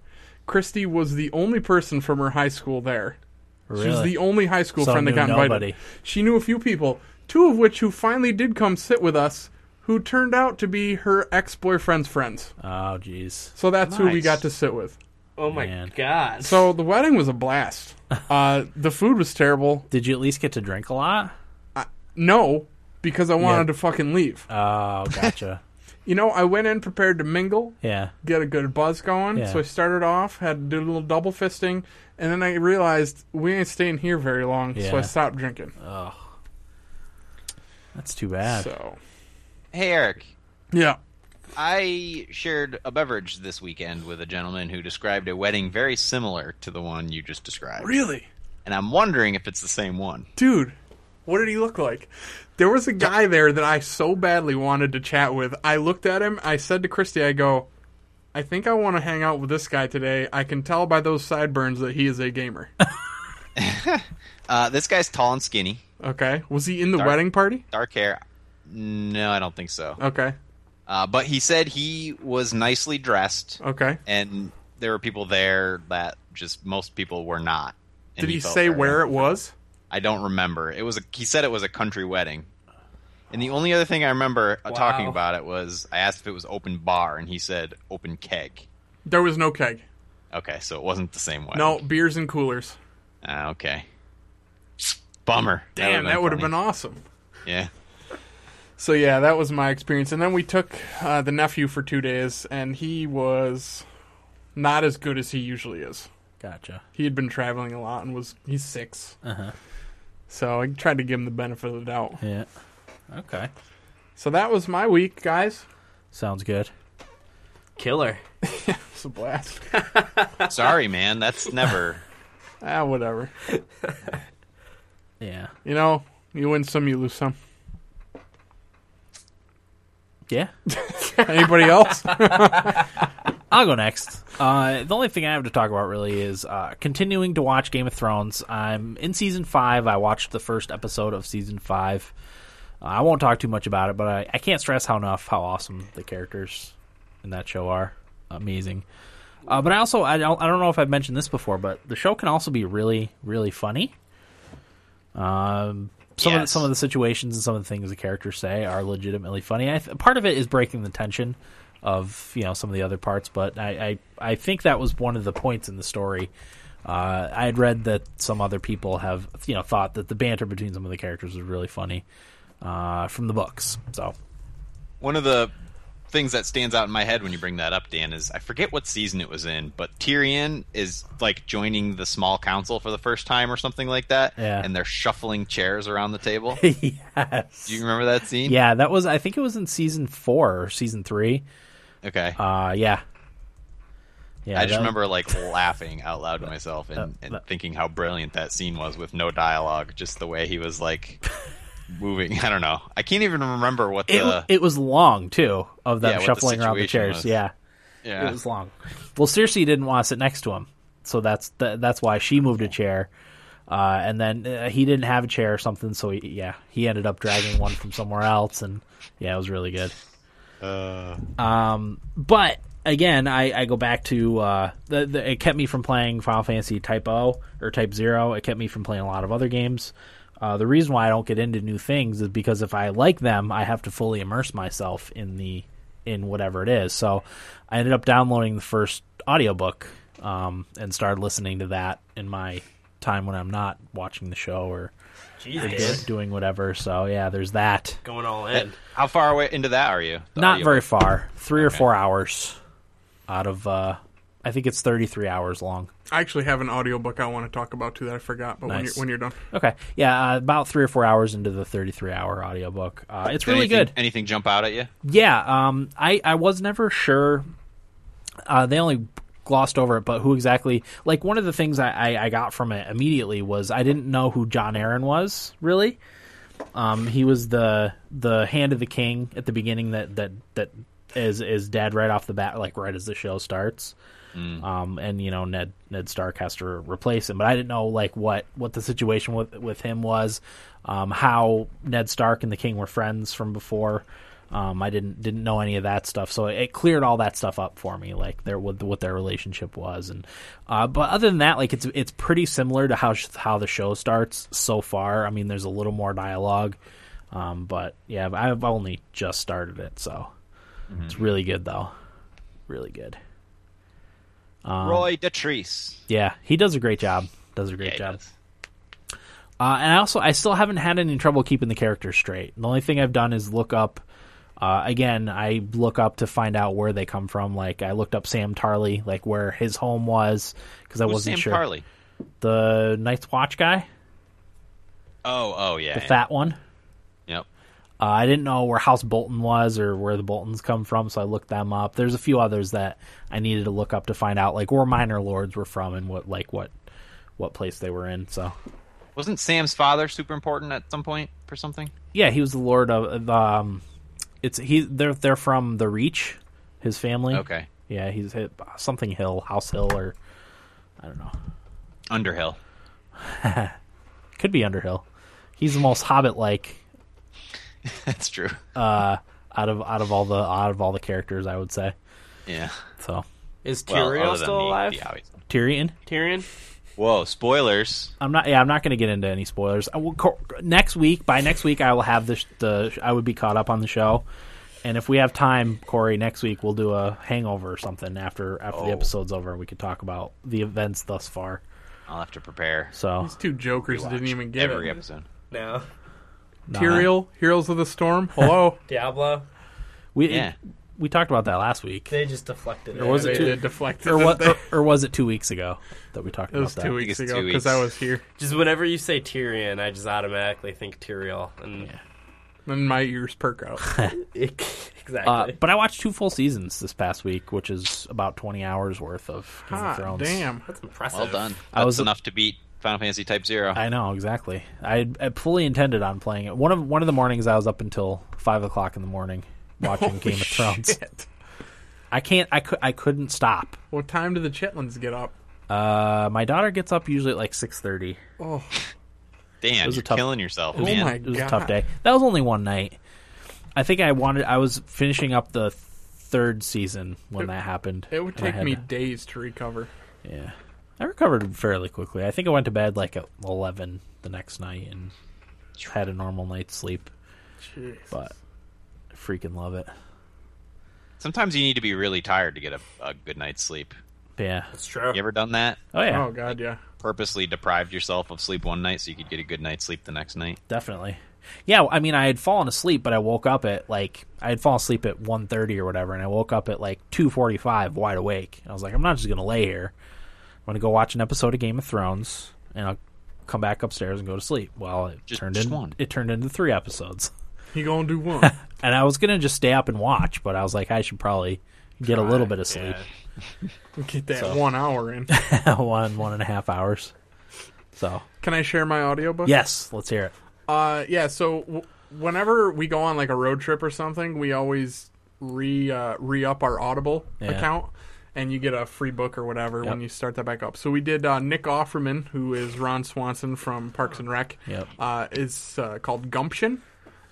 Speaker 2: Christy was the only person from her high school there. She was
Speaker 1: Really?
Speaker 2: the only high school
Speaker 1: So
Speaker 2: friend that
Speaker 1: knew
Speaker 2: got invited.
Speaker 1: nobody.
Speaker 2: She knew a few people, two of which who finally did come sit with us, who turned out to be her ex boyfriend's friends.
Speaker 1: Oh, jeez.
Speaker 2: So that's who we
Speaker 4: Nice.
Speaker 2: got to sit with.
Speaker 3: Oh my
Speaker 1: Man.
Speaker 3: god.
Speaker 2: So the wedding was
Speaker 1: *laughs*
Speaker 2: a blast. Uh, the food was terrible.
Speaker 1: Did you at least get to drink a lot?
Speaker 2: No, because I wanted
Speaker 1: Yeah.
Speaker 2: to fucking leave. *laughs*
Speaker 1: Oh, gotcha.
Speaker 2: You know, I went in prepared to mingle,
Speaker 1: yeah.
Speaker 2: get a good buzz going.
Speaker 1: Yeah.
Speaker 2: So I started off, had to do a little double fisting, and then I realized we ain't staying here very long, so
Speaker 1: Yeah.
Speaker 2: I stopped drinking.
Speaker 1: That's too bad.
Speaker 2: So
Speaker 4: Hey, Eric.
Speaker 2: yeah,
Speaker 4: I shared a beverage this weekend with a gentleman who described a wedding very similar to the one you just described.
Speaker 2: really,
Speaker 4: And I'm wondering if it's the same one.
Speaker 2: dude. What did he look like? There was a guy there that I so badly wanted to chat with. I looked at him. I said to Christy, I go, I think I want to hang out with this guy today. I can tell by those sideburns that he is a gamer. *laughs*
Speaker 4: Uh, this guy's tall and skinny,
Speaker 2: Okay. Was he in the
Speaker 4: Dark.
Speaker 2: wedding party?
Speaker 4: dark hair. No, I don't think so.
Speaker 2: Okay.
Speaker 4: Uh, but he said he was nicely dressed,
Speaker 2: Okay.
Speaker 4: and there were people there that just most people were not. and
Speaker 2: Did he
Speaker 4: felt
Speaker 2: say
Speaker 4: very
Speaker 2: where it was?
Speaker 4: I don't remember. It was a, he said it was a country wedding. And the only other thing I remember uh talking
Speaker 3: Wow.
Speaker 4: about it was I asked if it was open bar and he said open keg.
Speaker 2: There was no keg.
Speaker 4: Okay, so it wasn't the same wedding.
Speaker 2: No, beers and coolers.
Speaker 4: Ah, okay. Bummer.
Speaker 2: Damn, that would have been
Speaker 4: funny.
Speaker 2: awesome.
Speaker 4: Yeah.
Speaker 2: So yeah, that was my experience. And then we took uh, the nephew for two days, and he was not as good as he usually is.
Speaker 1: Gotcha.
Speaker 2: He had been traveling a lot and was he's 6
Speaker 1: Uh-huh.
Speaker 2: So I tried to give him the benefit of the doubt.
Speaker 1: Yeah. Okay.
Speaker 2: So that was my week, guys.
Speaker 1: Sounds good.
Speaker 3: killer.
Speaker 2: It's a blast. *laughs*
Speaker 4: Sorry, man. That's never.
Speaker 2: ah, whatever.
Speaker 1: Yeah.
Speaker 2: You know, you win some, you lose some.
Speaker 1: Yeah. *laughs*
Speaker 2: Anybody else?
Speaker 1: I'll go next. Uh, the only thing I have to talk about really is uh, continuing to watch Game of Thrones. I'm in season five. I watched the first episode of season five. Uh, I won't talk too much about it, but I, I can't stress how enough how awesome the characters in that show are. Amazing. Uh, but I also I don't, I don't know if I've mentioned this before, but the show can also be really really funny. Um, some of the,
Speaker 4: Yes.
Speaker 1: some of the situations and some of the things the characters say are legitimately funny. I th- part of it is breaking the tension of you know some of the other parts, but I I, I think that was one of the points in the story. Uh, I had read that some other people have you know thought that the banter between some of the characters was really funny uh, from the books. So *laughs*
Speaker 4: One of the things that stands out in my head when you bring that up, Dan, is I forget what season it was in, but Tyrion is like joining the small council for the first time or something like that.
Speaker 1: Yeah.
Speaker 4: And they're shuffling chairs around
Speaker 1: *laughs*
Speaker 4: the table.
Speaker 1: yes,
Speaker 4: Do you remember that scene?
Speaker 1: yeah, that was I think it was in season four or season three.
Speaker 4: Okay.
Speaker 1: Uh, yeah, yeah.
Speaker 4: I just
Speaker 1: that-
Speaker 4: remember like laughing out loud to myself
Speaker 1: Uh,
Speaker 4: and, and thinking how brilliant that scene was with no dialogue, just the way he
Speaker 1: *laughs*
Speaker 4: was like moving. I don't know. I can't even remember what
Speaker 1: it,
Speaker 4: the
Speaker 1: it was long too of them
Speaker 4: Yeah, what the
Speaker 1: shuffling around the
Speaker 4: situation
Speaker 1: chairs.
Speaker 4: was.
Speaker 1: Yeah,
Speaker 4: yeah.
Speaker 1: it was long. Well, Cersei didn't want to sit next to him, so that's th- that's why she moved a chair. Uh, and then uh, he didn't have a chair or something, so he, yeah, he ended up dragging one from somewhere else, and yeah, it was really good. Um, but again, I, I go back to uh, the, the it kept me from playing Final Fantasy Type O or Type Zero. It kept me from playing a lot of other games. Uh, the reason why I don't get into new things is because if I like them, I have to fully immerse myself in the in whatever it is. So I ended up downloading the first audiobook um, and started listening to that in my time when I'm not watching the show or
Speaker 3: Jesus.
Speaker 1: doing whatever. So yeah, there's that.
Speaker 3: Going all in.
Speaker 4: How far away into that are you? The
Speaker 1: Not
Speaker 4: audio-
Speaker 1: very far. Three or four hours out of uh I think it's 33 hours long.
Speaker 2: I actually have an audiobook I want to talk about too that I forgot, but when,
Speaker 1: Nice.
Speaker 2: you're, when you're done.
Speaker 1: Okay. Yeah, uh, about 3 or 4 hours into the 33 hour audiobook. Uh it's really
Speaker 4: anything,
Speaker 1: good.
Speaker 4: Anything jump out at you?
Speaker 1: Yeah, um, I, I was never sure. Uh, they only glossed over it, but who exactly? Like one of the things I, I, I got from it immediately was I didn't know who John Aaron was really. Um, he was the the hand of the king at the beginning that that that is is dead right off the bat, like right as the show starts. Um, and you know Ned Ned Stark has to replace him, but I didn't know like what what the situation with with him was, um, how Ned Stark and the King were friends from before. Um, I didn't didn't know any of that stuff, so it cleared all that stuff up for me, like their what, what their relationship was, and uh, but other than that, like it's it's pretty similar to how sh- how the show starts so far. I mean, there's a little more dialogue, um, but yeah, I've only just started it, so it's really good though, really good. Um,
Speaker 4: Roy Detrice.
Speaker 1: Yeah, he does a great job. Does a great
Speaker 4: Yeah, he
Speaker 1: job.
Speaker 4: does.
Speaker 1: Uh, and I also I still haven't had any trouble keeping the characters straight. The only thing I've done is look up. Uh, again, I look up to find out where they come from. Like I looked up Sam Tarley, like where his home was, because I
Speaker 4: Who's
Speaker 1: wasn't
Speaker 4: Sam
Speaker 1: sure.
Speaker 4: Tarly?
Speaker 1: The Night's Watch guy,
Speaker 4: Oh, oh yeah.
Speaker 1: the
Speaker 4: yeah.
Speaker 1: fat one.
Speaker 4: Yep.
Speaker 1: Uh, I didn't know where House Bolton was or where the Boltons come from, so I looked them up. There's a few others that I needed to look up to find out, like where minor lords were from and what, like what, what place they were in. So
Speaker 4: Wasn't Sam's father super important at some point for something?
Speaker 1: Yeah, he was the lord of the. Um, it's he. They're they're from the Reach, his family.
Speaker 4: Okay.
Speaker 1: Yeah, he's hit something Hill, House Hill, or I don't know.
Speaker 4: Underhill. *laughs*
Speaker 1: Could be Underhill. He's the most Hobbit-like
Speaker 4: That's true.
Speaker 1: Uh, out of out of all the out of all the characters, I would say.
Speaker 4: yeah.
Speaker 1: So
Speaker 3: Is
Speaker 4: Well,
Speaker 3: Tyrion
Speaker 4: other than
Speaker 3: still
Speaker 4: the-
Speaker 3: alive?
Speaker 4: the obvious-
Speaker 1: Tyrion,
Speaker 3: Tyrion.
Speaker 4: Whoa! Spoilers.
Speaker 1: I'm not. Yeah, I'm not going to get into any spoilers. I will, co- next week, by next week, I will have the sh- the. I would be caught up on the show, and if we have time, Corey, next week we'll do a hangover or something after after the
Speaker 4: Oh.
Speaker 1: episode's over. We could talk about the events thus far.
Speaker 4: I'll have to prepare
Speaker 1: So
Speaker 2: These two jokers didn't even get
Speaker 4: every
Speaker 2: it.
Speaker 4: episode.
Speaker 3: No.
Speaker 2: Tyrael, Heroes of the Storm.
Speaker 1: *laughs*
Speaker 2: Hello.
Speaker 3: Diablo.
Speaker 1: we it-
Speaker 4: Yeah.
Speaker 1: we talked about that last
Speaker 2: *laughs*
Speaker 1: week,
Speaker 3: They just deflected it.
Speaker 1: was
Speaker 2: they
Speaker 1: it two-
Speaker 2: did deflect
Speaker 1: or
Speaker 2: it.
Speaker 1: what?
Speaker 2: It
Speaker 1: Or, or was it two weeks ago that we talked about
Speaker 2: was
Speaker 1: that?
Speaker 2: two
Speaker 4: think
Speaker 2: weeks
Speaker 4: it's
Speaker 2: ago
Speaker 4: two
Speaker 2: because
Speaker 4: weeks.
Speaker 2: I was here.
Speaker 3: Just whenever you say Tyrion, I just automatically think Tyrion, and
Speaker 2: Then my ears perk
Speaker 1: *laughs*
Speaker 2: out.
Speaker 1: Uh,
Speaker 3: *laughs* exactly.
Speaker 1: but I watched two full seasons this past week, which is about twenty hours worth of Game of
Speaker 2: Ah,
Speaker 1: Thrones.
Speaker 2: damn.
Speaker 3: That's impressive.
Speaker 4: Well done. That's
Speaker 1: I was-
Speaker 4: enough to beat Final Fantasy Type Zero.
Speaker 1: I know exactly. I, I fully intended on playing it. One of one of the mornings I was up until five o'clock in the morning watching Game of Thrones.
Speaker 2: Shit.
Speaker 1: I can't. I could. I couldn't stop.
Speaker 2: What time do the Chitlins get up?
Speaker 1: Uh, my daughter gets up usually at like six thirty.
Speaker 2: Oh,
Speaker 4: Damn,
Speaker 1: was a
Speaker 4: you're
Speaker 1: tough-
Speaker 4: killing yourself,
Speaker 2: oh
Speaker 4: man.
Speaker 2: my
Speaker 1: It was
Speaker 2: god.
Speaker 1: a tough day. That was only one night. I think I wanted. I was finishing up the third season when that happened.
Speaker 2: It would
Speaker 1: and I
Speaker 2: take
Speaker 1: had
Speaker 2: me
Speaker 1: to-
Speaker 2: days to recover.
Speaker 1: yeah, I recovered fairly quickly. I think I went to bed like at eleven the next night and had a normal night's sleep.
Speaker 2: Jeez.
Speaker 1: But I freaking love it.
Speaker 4: Sometimes you need to be really tired to get a, a good night's sleep.
Speaker 1: Yeah.
Speaker 3: It's true.
Speaker 4: You ever done that?
Speaker 1: Oh yeah.
Speaker 2: Oh god, yeah.
Speaker 4: Purposely deprived yourself of sleep one night so you could get a good night's sleep the next night.
Speaker 1: definitely yeah i mean i had fallen asleep but i woke up at like i had fallen asleep at 1.30 or whatever and i woke up at like 2.45 wide awake i was like i'm not just gonna lay here i'm gonna go watch an episode of game of thrones and i'll come back upstairs and go to sleep well it
Speaker 4: Just-
Speaker 1: turned
Speaker 4: just
Speaker 1: in,
Speaker 4: one.
Speaker 1: it turned into three episodes
Speaker 2: He gonna
Speaker 1: *laughs*
Speaker 2: do one.
Speaker 1: and i was gonna just stay up and watch but i was like i should probably get a little bit of sleep
Speaker 3: Yeah.
Speaker 2: Get that one hour in.
Speaker 1: *laughs* one one and a half hours so
Speaker 2: Can I share my audiobook?
Speaker 1: yes let's hear it
Speaker 2: Uh, yeah. So w- whenever we go on like a road trip or something, we always re uh, re up our Audible
Speaker 1: Yeah.
Speaker 2: account, and you get a free book or whatever when
Speaker 1: Yep.
Speaker 2: you start that back up. So we did uh, Nick Offerman, who is Ron Swanson from Parks and Rec.
Speaker 1: Yep.
Speaker 2: Uh, it's uh, called Gumption.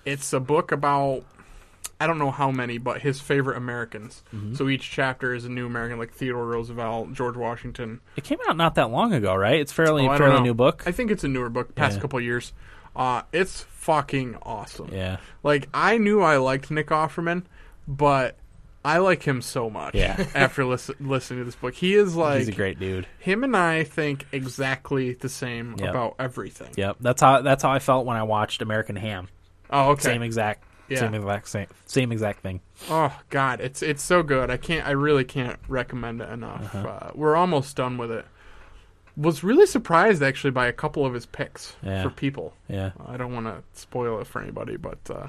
Speaker 2: It's a book about I don't know how many, but his favorite Americans.
Speaker 1: Mm-hmm.
Speaker 2: So each chapter is a new American, like Theodore Roosevelt, George Washington.
Speaker 1: it came out not that long ago right it's fairly
Speaker 2: Oh, I don't
Speaker 1: fairly
Speaker 2: know.
Speaker 1: new book
Speaker 2: I think it's a newer book, past couple years. Uh, it's fucking awesome.
Speaker 1: yeah
Speaker 2: Like I knew I liked Nick Offerman, but I like him so much.
Speaker 1: Yeah.
Speaker 2: *laughs* After listen, listening to this book, he is like
Speaker 1: he's a great dude
Speaker 2: him and I think exactly the same
Speaker 1: Yep.
Speaker 2: about everything.
Speaker 1: Yep, that's how that's how I felt when I watched American Ham.
Speaker 2: Oh, okay.
Speaker 1: Same exact,
Speaker 2: Yeah.
Speaker 1: same exact, same, same exact thing.
Speaker 2: Oh God, it's it's so good. I can't. I really can't recommend it enough.
Speaker 1: Uh-huh.
Speaker 2: uh we're almost done with it. Was really surprised actually by a couple of his picks
Speaker 1: Yeah.
Speaker 2: for people.
Speaker 1: Yeah,
Speaker 2: I don't want to spoil it for anybody, but uh,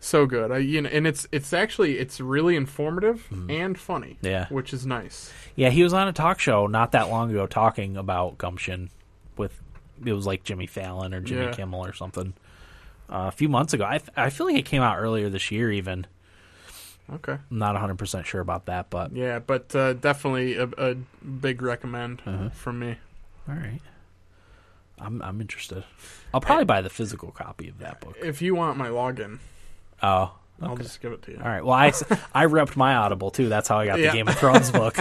Speaker 2: so good. I, you know, and it's it's actually it's really informative and funny.
Speaker 1: Hmm. Yeah.
Speaker 2: which is nice.
Speaker 1: yeah. He was on a talk show not that long ago talking about gumption with it was like Jimmy Fallon or Jimmy
Speaker 2: Yeah.
Speaker 1: Kimmel or something uh, a few months ago. I I feel like it came out earlier this year even.
Speaker 2: Okay.
Speaker 1: I'm not 100% sure about that, but
Speaker 2: Yeah, but uh, definitely a, a big recommend uh,
Speaker 1: Uh-huh.
Speaker 2: from me.
Speaker 1: all right. I'm I'm interested. I'll probably buy the physical copy of that book.
Speaker 2: If you want my login,
Speaker 1: Oh.
Speaker 2: I'll
Speaker 1: Okay.
Speaker 2: just give it to you.
Speaker 1: All right. Well, I, *laughs* s- I repped my Audible too. That's how I got the
Speaker 2: Yeah.
Speaker 1: Game of Thrones
Speaker 2: *laughs*
Speaker 1: book.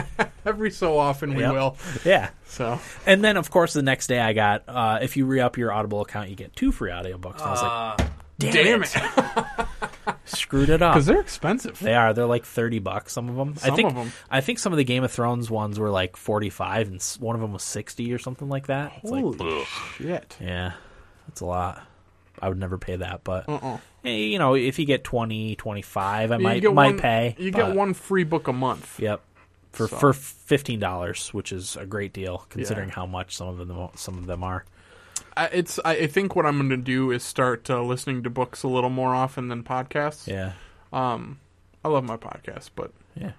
Speaker 2: Every so often we
Speaker 1: Yep. Uh,
Speaker 2: will.
Speaker 1: Yeah.
Speaker 2: So
Speaker 1: And then, of course, the next day I got, uh, if you re up your Audible account, you get two free audiobooks. And I was like, damn,
Speaker 2: Uh, damn
Speaker 1: it.
Speaker 2: it,
Speaker 1: *laughs* Screwed it up.
Speaker 2: because they're expensive.
Speaker 1: They are. They're like thirty bucks. Some of them. I
Speaker 2: Some
Speaker 1: think.
Speaker 2: of 'em.
Speaker 1: I think some of the Game of Thrones ones were like forty-five, and s- one of them was sixty or something like that. It's like,
Speaker 2: Holy shit!
Speaker 1: yeah, that's a lot. I would never pay that, but
Speaker 2: Uh-uh.
Speaker 1: eh, you know, if you get 20, 25, I
Speaker 2: You
Speaker 1: might
Speaker 2: get
Speaker 1: might
Speaker 2: one,
Speaker 1: pay.
Speaker 2: You
Speaker 1: but-
Speaker 2: get one free book a month.
Speaker 1: Yep. For
Speaker 2: So.
Speaker 1: for fifteen dollars, which is a great deal considering how much some of them some of them are.
Speaker 2: I, it's. I, I think what I'm going to do is start uh, listening to books a little more often than podcasts.
Speaker 1: Yeah.
Speaker 2: Um, I love my podcast, but
Speaker 1: Yeah.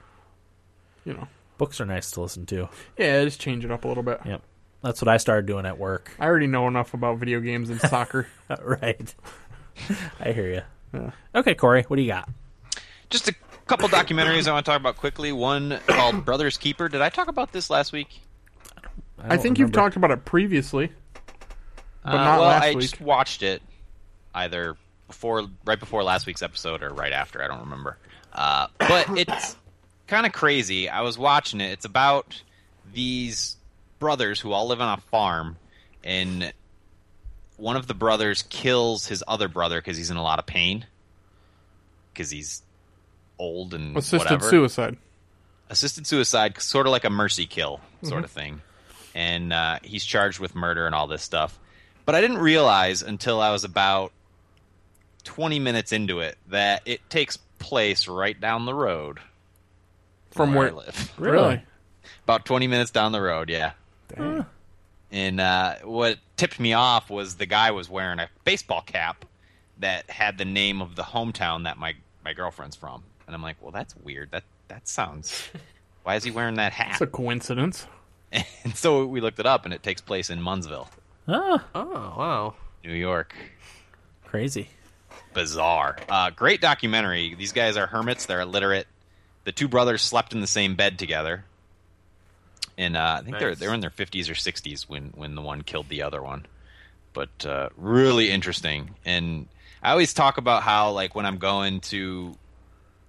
Speaker 2: you know,
Speaker 1: Books are nice to listen to.
Speaker 2: yeah, just change it up a little bit.
Speaker 1: Yep. That's what I started doing at work. *laughs*
Speaker 2: I already know enough about video games and soccer.
Speaker 1: right. *laughs* I hear you. Okay, Corey, what do you got?
Speaker 4: Just a couple documentaries I want to talk about quickly. One called Brothers Keeper. Did I talk about this last week?
Speaker 2: I,
Speaker 1: don't
Speaker 2: think you've
Speaker 1: remember.
Speaker 2: talked about it previously. But
Speaker 4: Uh,
Speaker 2: not
Speaker 4: well,
Speaker 2: last
Speaker 4: I
Speaker 2: week.
Speaker 4: just watched it either before, right before last week's episode, or right after. I don't remember. Uh,
Speaker 2: *coughs*
Speaker 4: but it's kind of crazy. I was watching it. It's about these brothers who all live on a farm, and one of the brothers kills his other brother because he's in a lot of pain because he's old and
Speaker 2: Assisted
Speaker 4: whatever
Speaker 2: suicide.
Speaker 4: assisted suicide, sort of like a mercy kill sort
Speaker 2: Mm-hmm.
Speaker 4: of thing. And uh, he's charged with murder and all this stuff. But I didn't realize until I was about 20 minutes into it that it takes place right down the road
Speaker 2: From where?
Speaker 4: I live.
Speaker 1: Really?
Speaker 4: about 20 minutes down the road, yeah.
Speaker 2: Dang.
Speaker 4: And uh, what tipped me off was the guy was wearing a baseball cap that had the name of the hometown that my, my girlfriend's from. And I'm like, well, that's weird. That that
Speaker 2: *laughs*
Speaker 4: sounds. Why is he wearing that hat?
Speaker 2: That's a coincidence.
Speaker 4: And so we looked it up, and it takes place in Munnsville,
Speaker 1: Ah,
Speaker 3: Oh wow.
Speaker 4: New York.
Speaker 1: crazy.
Speaker 4: Bizarre. Uh, great documentary. These guys are hermits. They're illiterate. The two brothers slept in the same bed together, and uh, I think they're
Speaker 3: Nice.
Speaker 4: they're in their fifties or sixties when when the one killed the other one. But uh, really interesting. And I always talk about how like when I'm going to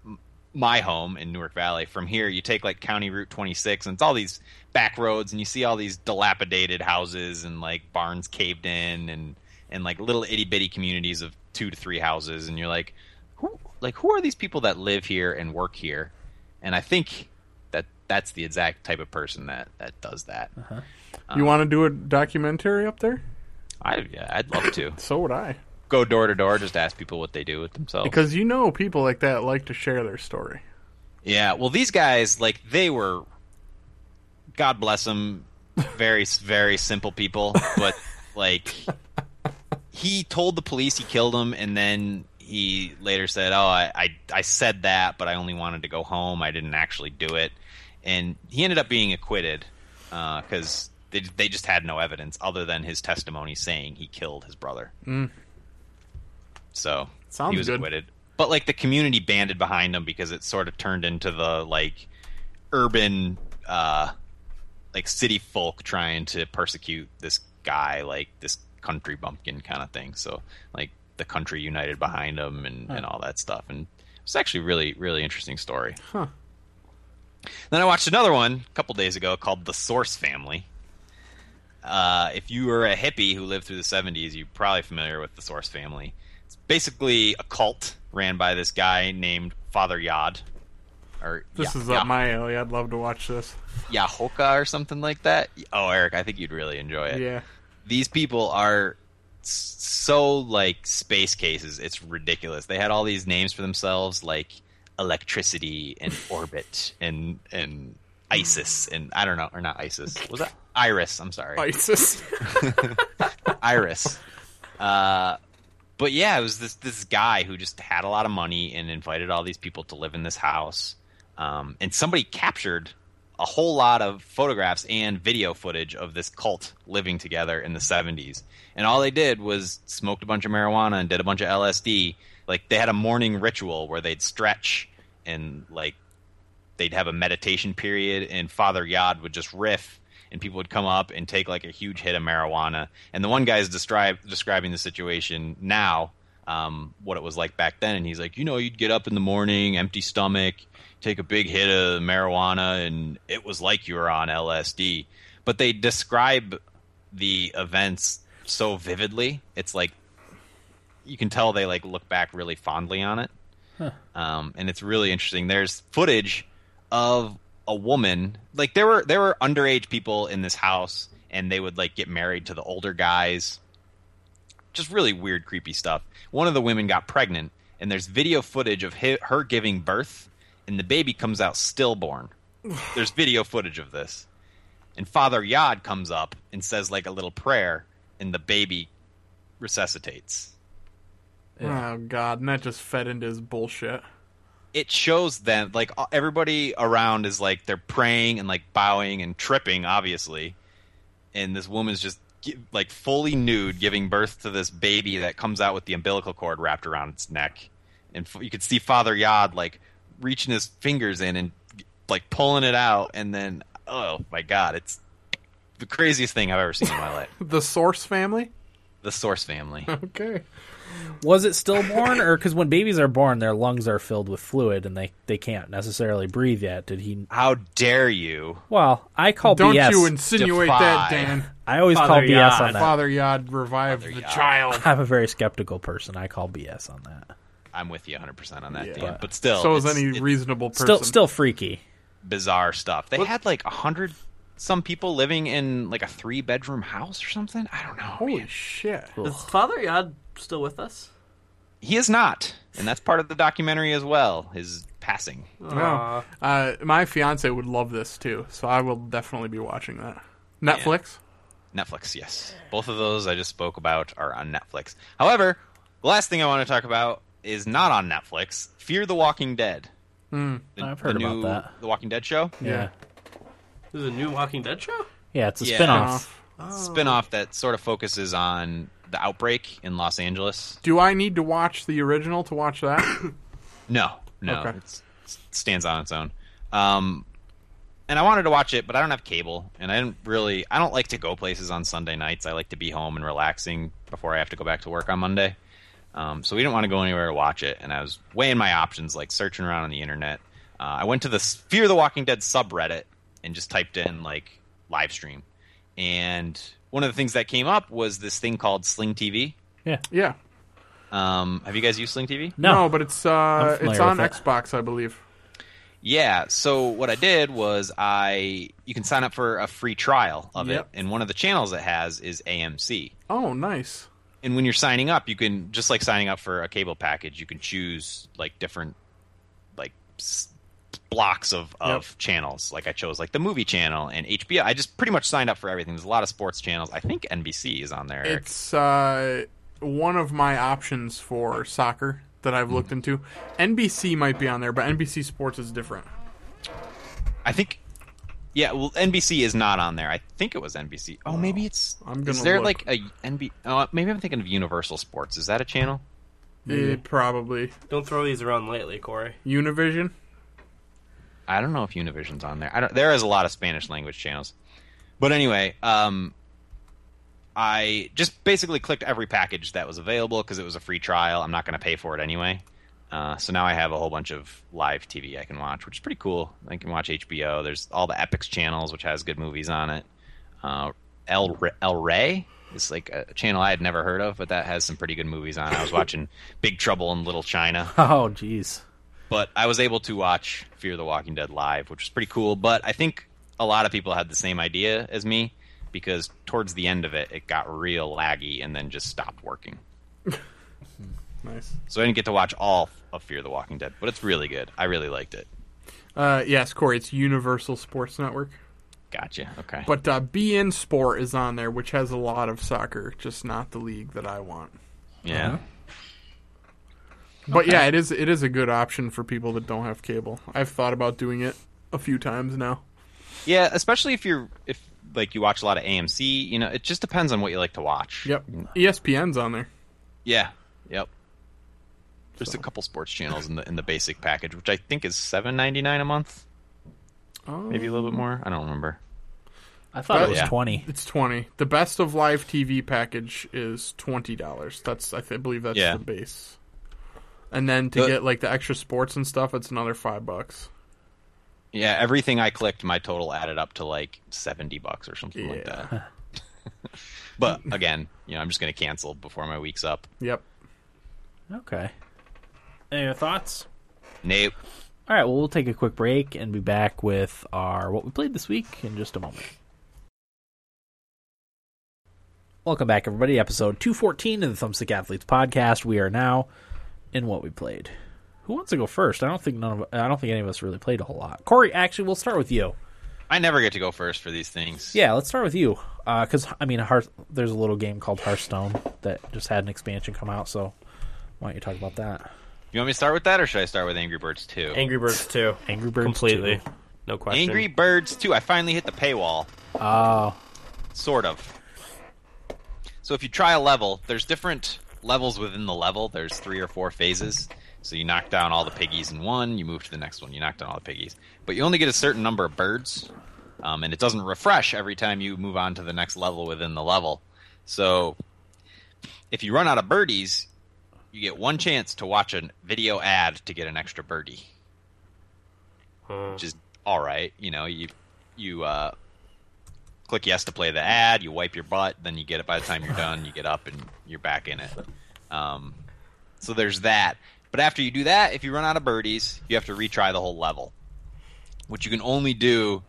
Speaker 4: m- my home in Newark Valley, from here you take like County Route 26, and it's all these back roads, and you see all these dilapidated houses and like barns caved in, and and like little itty bitty communities of two to three houses, and you're like, who like who are these people that live here and work here? And I think that that's the exact type of person that that does that. Uh.
Speaker 2: you want to do a documentary up there?
Speaker 4: I yeah, I'd love to
Speaker 2: So would I.
Speaker 4: go door to door, just ask people what they do with themselves.
Speaker 2: Because you know people like that like to share their story.
Speaker 4: Yeah, well, these guys, like, they were, God bless them, very, very simple people, but, like, he told the police he killed him, and then he later said, Oh, I, I, I said that, but I only wanted to go home. I didn't actually do it. And he ended up being acquitted because they, they just had no evidence other than his testimony saying he killed his brother.
Speaker 2: Mm.
Speaker 4: So
Speaker 2: Sounds
Speaker 4: he was
Speaker 2: good.
Speaker 4: acquitted. But like the community banded behind him because it sort of turned into the like urban uh like city folk trying to persecute this guy, like this country bumpkin kind of thing. So like the country united behind him and, and all that stuff. And it's actually really, really interesting story.
Speaker 2: Huh.
Speaker 4: Then I watched another one a couple days ago called The Source Family. Uh, if you were a hippie who lived through the 70s, you're probably familiar with The Source Family. It's basically a cult ran by this guy named Father Yod. Or
Speaker 2: This
Speaker 4: Ya-
Speaker 2: is uh,
Speaker 4: Ya-
Speaker 2: up my alley. I'd love to watch this.
Speaker 4: Yahoka or something like that. Oh, Eric, I think you'd really enjoy it.
Speaker 2: Yeah.
Speaker 4: These people are s- so like space cases. It's ridiculous. They had all these names for themselves, like electricity and orbit and and ISIS and I don't know, or not ISIS. Was that Iris? I'm sorry,
Speaker 2: Oh,
Speaker 1: *laughs*
Speaker 2: ISIS.
Speaker 4: Iris. Uh, but yeah, it was this this guy who just had a lot of money and invited all these people to live in this house. Um, and somebody captured a whole lot of photographs and video footage of this cult living together in the 70s. And all they did was smoked a bunch of marijuana and did a bunch of LSD. Like they had a morning ritual where they'd stretch and like they'd have a meditation period and Father Yod would just riff and people would come up and take like a huge hit of marijuana. And the one guy's describe, describing the situation now, um, what it was like back then. And he's like, you know, you'd get up in the morning, empty stomach, take a big hit of marijuana, and it was like you were on LSD. But they describe the events so vividly. It's like you can tell they like look back really fondly on it. Um, and it's really interesting. There's footage of a woman like there were there were underage people in this house and they would like get married to the older guys just really weird creepy stuff one of the women got pregnant and there's video footage of hi- her giving birth and the baby comes out stillborn there's video footage of this and father yod comes up and says like a little prayer and the baby resuscitates
Speaker 2: Oh god, and that just fed into his bullshit.
Speaker 4: it shows them like uh, everybody around is like they're praying and like bowing and tripping obviously and this woman's just gi- like fully nude giving birth to this baby that comes out with the umbilical cord wrapped around its neck and f- you could see father yod like reaching his fingers in and like pulling it out and then oh my god it's the craziest thing i've ever seen in my life
Speaker 2: The Source family.
Speaker 4: the
Speaker 2: *laughs*
Speaker 4: source family
Speaker 2: Okay.
Speaker 1: Was it stillborn, or because when babies are born, their lungs are filled with fluid and they they can't necessarily breathe yet? Did he?
Speaker 4: how dare you
Speaker 1: Well, I call
Speaker 2: Don't
Speaker 1: BS.
Speaker 2: you insinuate that,
Speaker 4: defy
Speaker 2: Dan?
Speaker 1: I always
Speaker 3: Father
Speaker 1: call BS
Speaker 3: Yod.
Speaker 1: on that.
Speaker 2: Father Yod revived the
Speaker 4: Yod.
Speaker 2: child.
Speaker 1: *laughs* I'm a very skeptical person. I call BS on that.
Speaker 4: i'm with you 100% on that
Speaker 2: Yeah.
Speaker 4: Dan. but still
Speaker 2: So is
Speaker 4: it's-
Speaker 2: any
Speaker 4: it's-
Speaker 2: reasonable person.
Speaker 1: Still, still freaky.
Speaker 4: bizarre stuff. They had like a hundred some people living in like a three bedroom house or something. I don't know.
Speaker 2: Holy
Speaker 4: man.
Speaker 2: shit!
Speaker 3: Is Father Yod still with us?
Speaker 4: He is not, and that's part of the documentary as well. His passing.
Speaker 2: Wow. Uh, my fiance would love this too, so I will definitely be watching that. Netflix.
Speaker 4: Netflix, yes. Both of those I just spoke about are on Netflix. However, the last thing I want to talk about is not on Netflix. Fear the Walking Dead. The-
Speaker 1: Hmm, I've heard
Speaker 4: the
Speaker 1: about
Speaker 4: new-
Speaker 1: that.
Speaker 4: The Walking Dead show.
Speaker 1: Yeah,
Speaker 3: There's a new Walking Dead show?
Speaker 1: yeah. It's a
Speaker 4: Yeah.
Speaker 1: spinoff.
Speaker 4: Spin-off that sort of focuses on the outbreak in Los Angeles.
Speaker 2: Do I need to watch the original to watch that? *coughs*
Speaker 4: No, no,
Speaker 2: Okay.
Speaker 4: it's, it stands on its own. Um, and I wanted to watch it, but I don't have cable, and I didn't really. I don't like to go places on Sunday nights. I like to be home and relaxing before I have to go back to work on Monday. Um, so we didn't want to go anywhere to watch it, and I was weighing my options, like searching around on the internet. Uh, I went to the Fear the Walking Dead subreddit and just typed in like live stream, and one of the things that came up was this thing called Sling TV.
Speaker 1: Yeah.
Speaker 2: yeah.
Speaker 4: Um, have you guys used Sling TV?
Speaker 1: No.
Speaker 2: but it's uh,
Speaker 1: familiar
Speaker 2: it's on
Speaker 1: with it.
Speaker 2: Xbox, I believe.
Speaker 4: Yeah. So what I did was I you can sign up for a free trial of
Speaker 2: Yep.
Speaker 4: it, and one of the channels it has is AMC.
Speaker 2: Oh, nice.
Speaker 4: And when you're signing up, you can just like signing up for a cable package, you can choose like different like s- blocks of of channels. Like I chose like the movie channel and HBO. I just pretty much signed up for everything. There's a lot of sports channels. I think NBC is on there. Eric.
Speaker 2: It's uh, one of my options for soccer that
Speaker 1: Hmm.
Speaker 2: I've looked into. NBC might be on there, but NBC Sports is different.
Speaker 4: I think. Yeah, well, NBC is not on there. I think it was NBC. Oh, maybe it's.
Speaker 2: I'm
Speaker 4: is
Speaker 2: gonna
Speaker 4: there
Speaker 2: look.
Speaker 4: like a NB? Oh, maybe I'm thinking of Universal Sports. Is that a channel?
Speaker 2: Eh, probably
Speaker 3: Don't throw these around lightly, Corey.
Speaker 2: Univision.
Speaker 4: I don't know if Univision's on there. I don't, there is a lot of Spanish language channels, but anyway, um, I just basically clicked every package that was available because it was a free trial. I'm not going to pay for it anyway, uh, so now I have a whole bunch of live TV I can watch, which is pretty cool. I can watch HBO. There's all the Epics channels, which has good movies on it. Uh, El Re- El Rey is like a channel I had never heard of, but that has some pretty good movies on. it. I was watching Big Trouble in Little China
Speaker 1: *laughs* Oh, jeez.
Speaker 4: but I was able to watch Fear the Walking Dead live, which was pretty cool. But I think a lot of people had the same idea as me because towards the end of it, it got real laggy and then just stopped working.
Speaker 2: Nice.
Speaker 4: So I didn't get to watch all of Fear the Walking Dead, but it's really good. I really liked it.
Speaker 2: Uh, yes, Corey. It's Universal Sports Network.
Speaker 4: Gotcha. Okay.
Speaker 2: But uh, BN Sport is on there, which has a lot of soccer, just not the league that I want.
Speaker 4: yeah.
Speaker 2: But yeah, it is it is a good option for people that don't have cable. I've thought about doing it a few times now.
Speaker 4: Yeah, especially if you're if like you watch a lot of AMC, you know, it just
Speaker 2: E
Speaker 4: depends on what you like to watch.
Speaker 2: Yep, ESPN's on there.
Speaker 4: Yeah. Yep. There's a couple sports channels in the in the basic package, which I think is seven ninety nine a month,
Speaker 2: Oh,
Speaker 4: maybe a little bit more. I don't remember.
Speaker 1: I thought it was
Speaker 4: Yeah.
Speaker 1: twenty.
Speaker 2: It's twenty. The best of live TV package is twenty dollars. That's I, th- believe that's
Speaker 4: Yeah.
Speaker 2: the base. And then to
Speaker 4: The-
Speaker 2: get like the extra sports and stuff, it's another five bucks.
Speaker 4: Yeah, everything I clicked, my total added up to like seventy bucks or something like
Speaker 2: Yeah.
Speaker 1: *laughs*
Speaker 4: that. but again, you know, I'm just gonna cancel before my week's up.
Speaker 2: Yep.
Speaker 1: Okay. Any other thoughts?
Speaker 4: Nate,
Speaker 1: All right. Well, we'll take a quick break and be back with our what we played this week in just a moment. Welcome back, everybody. Episode two fourteen of the Thumbstick Athletes podcast. We are now in what we played. Who wants to go first? I don't think none of I don't think any of us really played a whole lot. Corey, actually, we'll start with you.
Speaker 4: I never get to go first for these things.
Speaker 1: Yeah, let's start with you, because I mean, Hearth, there's a little game called Hearthstone that just had an expansion come out. So why don't you talk about that?
Speaker 4: You want me to start with that, or should I start with Angry Birds Two?
Speaker 3: Angry Birds 2.
Speaker 1: Angry Birds
Speaker 3: Completely.
Speaker 1: 2.
Speaker 3: No question.
Speaker 4: Angry Birds 2. I finally hit the paywall.
Speaker 1: Oh,
Speaker 4: Sort of. So if you try a level, there's different levels within the level. There's three or four phases. So you knock down all the piggies in one, you move to the next one, you knock down all the piggies. But you only get a certain number of birds, um, and it doesn't refresh every time you move on to the next level within the level. So if you run out of birdies, you get one chance to watch a video ad to get an extra birdie, which is all right. You know, you you uh, click yes to play the ad. You wipe your butt, then you get it. By the time you're done, you get up and you're back in it. Um, so there's that. But after you do that, if you run out of birdies, you have to retry the whole level, which you can only do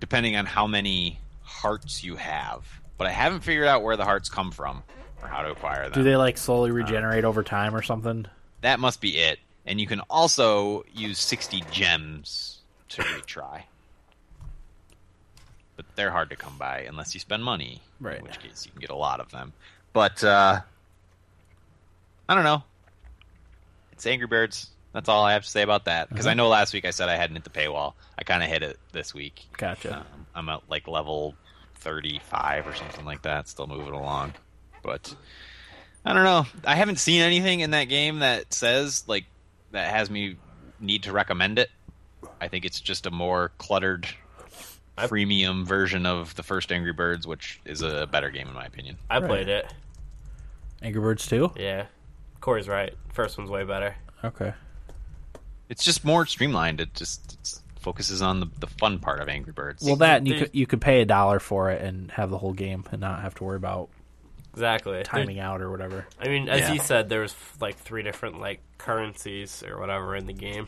Speaker 4: depending on how many hearts you have. But I haven't figured out where the hearts come from or how to acquire them
Speaker 1: do they like slowly regenerate over time or something?
Speaker 4: that must be it. And you can also use 60 gems to retry. But they're hard to come by unless you spend money.
Speaker 1: Right.
Speaker 4: In which case, you can get a lot of them. But, uh, I don't know. It's Angry Birds. That's all I have to say about that. Because I know last week I said I hadn't hit the paywall. I kind of hit it this week.
Speaker 1: Gotcha.
Speaker 4: Um, I'm at like level 35 or something like that, still moving along. But I don't know. I haven't seen anything in that game that says like that has me need to recommend it. I think it's just a more cluttered freemium version of the first Angry Birds, which is a better game in my opinion.
Speaker 3: I played it.
Speaker 1: Angry Birds Two.
Speaker 3: Yeah. Corey's right. First one's way better.
Speaker 1: Okay.
Speaker 4: It's just more streamlined. It just it's, focuses on the, the fun part of Angry Birds.
Speaker 1: Well, that and you
Speaker 3: There's-
Speaker 1: could you could pay a dollar for it and have the whole game and not have to worry about
Speaker 3: Exactly. There-
Speaker 1: timing out or whatever.
Speaker 3: I mean, as
Speaker 4: Yeah.
Speaker 3: he said, there was f- like three different like currencies or whatever in the game.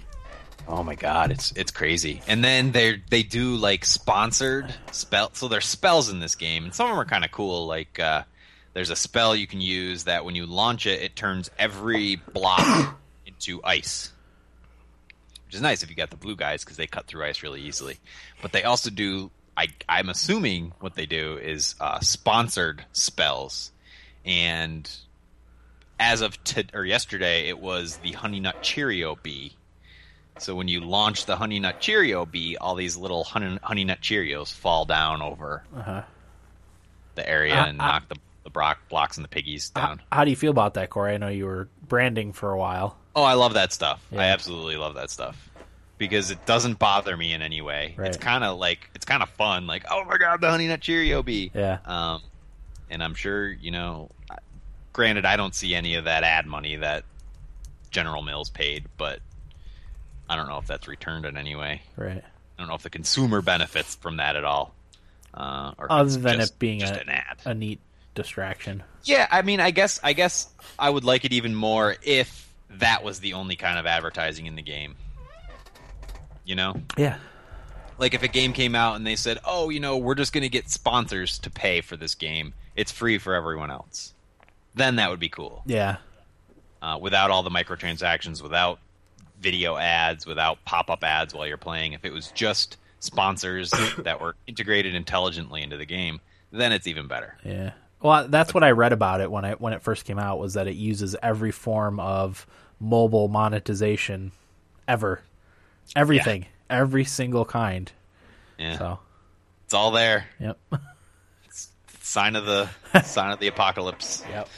Speaker 4: Oh my god, it's it's crazy. And then they they do like sponsored spell. So there's spells in this game, and some of them are kind of cool. Like uh, there's a spell you can use that when you launch it, it turns every block *coughs* into ice, which is nice if you got the blue guys because they cut through ice really easily. But they also do. I, I'm assuming what they do is uh, sponsored spells, and as of t- or yesterday, it was the Honey Nut Cheerio bee so when you launch the Honey Nut Cheerio bee, all these little Honey, honey Nut Cheerios fall down over the area
Speaker 1: Uh,
Speaker 4: and
Speaker 1: uh.
Speaker 4: knock the, the brock, blocks and the piggies down.
Speaker 1: How do you feel about that, Corey? I know you were branding for a while.
Speaker 4: oh, I love that stuff. I
Speaker 1: Yeah.
Speaker 4: absolutely love that stuff because it doesn't bother me in any way. It's
Speaker 1: Right.
Speaker 4: kind of like it's kind of fun. Like, oh my god, the Honey Nut Cheerio bee.
Speaker 1: Yeah.
Speaker 4: Um, and I'm sure you know. I- Granted, I don't see any of that ad money that General Mills paid, but I don't know if that's returned in any way.
Speaker 1: Right.
Speaker 4: I don't know if the consumer benefits from that at all. Uh, or if
Speaker 1: Other
Speaker 4: it's
Speaker 1: than
Speaker 4: just-
Speaker 1: it being
Speaker 4: just
Speaker 1: a,
Speaker 4: an ad.
Speaker 1: a neat distraction.
Speaker 4: yeah, I mean, I guess I guess I would like it even more if that was the only kind of advertising in the game. You know,
Speaker 1: Yeah.
Speaker 4: like if a game came out and they said, "Oh, you know, we're just going to get sponsors to pay for this game. It's free for everyone else." Then that would be cool.
Speaker 1: Yeah.
Speaker 4: uh, without all the microtransactions, without video ads, without pop up ads while you're playing. If it was just
Speaker 1: *coughs*
Speaker 4: sponsors that were integrated intelligently into the game, then it's even better.
Speaker 1: Yeah. Well, that's what I read about it when I when it first came out was that it uses every form of mobile monetization ever. Everything, every single kind.
Speaker 4: Yeah,
Speaker 1: So,
Speaker 4: it's all there.
Speaker 1: yep.
Speaker 4: *laughs* Sign of the sign of the apocalypse.
Speaker 1: Yep.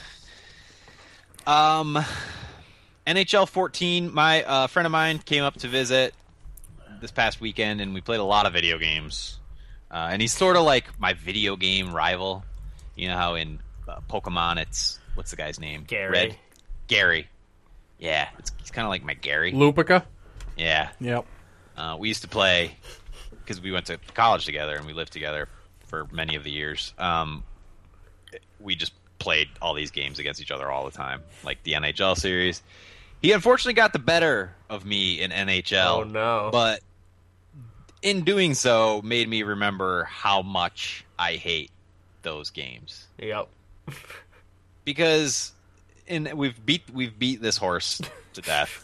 Speaker 4: Um, NHL 14. My uh, friend of mine came up to visit this past weekend, and we played a lot of video games. Uh, and he's sort of like my video game rival. You know how in uh, Pokemon, it's what's the guy's name?
Speaker 3: Gary.
Speaker 4: Red? Gary. Yeah, it's, he's kind of like my Gary.
Speaker 2: Lupica.
Speaker 4: Yeah,
Speaker 2: Yep.
Speaker 4: uh, we used to play because we went to college together and we lived together for many of the years. Um, we just played all these games against each other all the time, like the NHL series. He unfortunately got the better of me in NHL.
Speaker 3: Oh, no.
Speaker 4: But in doing so, made me remember how much I hate those games
Speaker 3: Yep.
Speaker 4: because and we've beat we've beat this horse
Speaker 1: *laughs*
Speaker 4: to death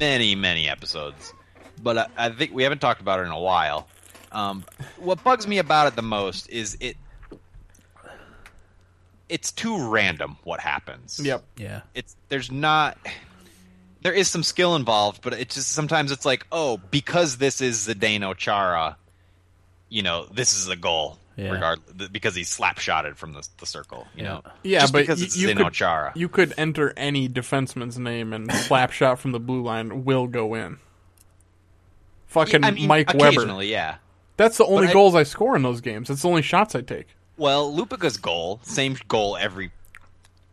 Speaker 4: many many episodes but I, I think we haven't talked about it in a while um, what bugs me about it the most is it it's too random what happens
Speaker 2: Yep.
Speaker 1: Yeah.
Speaker 4: it's there's not there is some skill involved, but it's just sometimes it's like, oh, because this is Zdeno Chara, you know, this is a goal.
Speaker 1: Yeah.
Speaker 4: Regardless, because he's slap shotted from the, the circle, you
Speaker 1: Yeah.
Speaker 4: know.
Speaker 2: Yeah,
Speaker 4: Just
Speaker 2: but
Speaker 4: because
Speaker 2: y-
Speaker 4: it's
Speaker 2: you
Speaker 4: Zdeno
Speaker 2: could-
Speaker 4: Chara.
Speaker 2: You could enter any defenseman's name and
Speaker 4: *laughs*
Speaker 2: slap shot from the blue line will go in. Fucking
Speaker 4: I mean,
Speaker 2: Mike Weber.
Speaker 4: occasionally, yeah.
Speaker 2: That's the only
Speaker 4: I-
Speaker 2: goals I score in those games. That's the only shots I take.
Speaker 4: Well, Lupica's goal, same goal every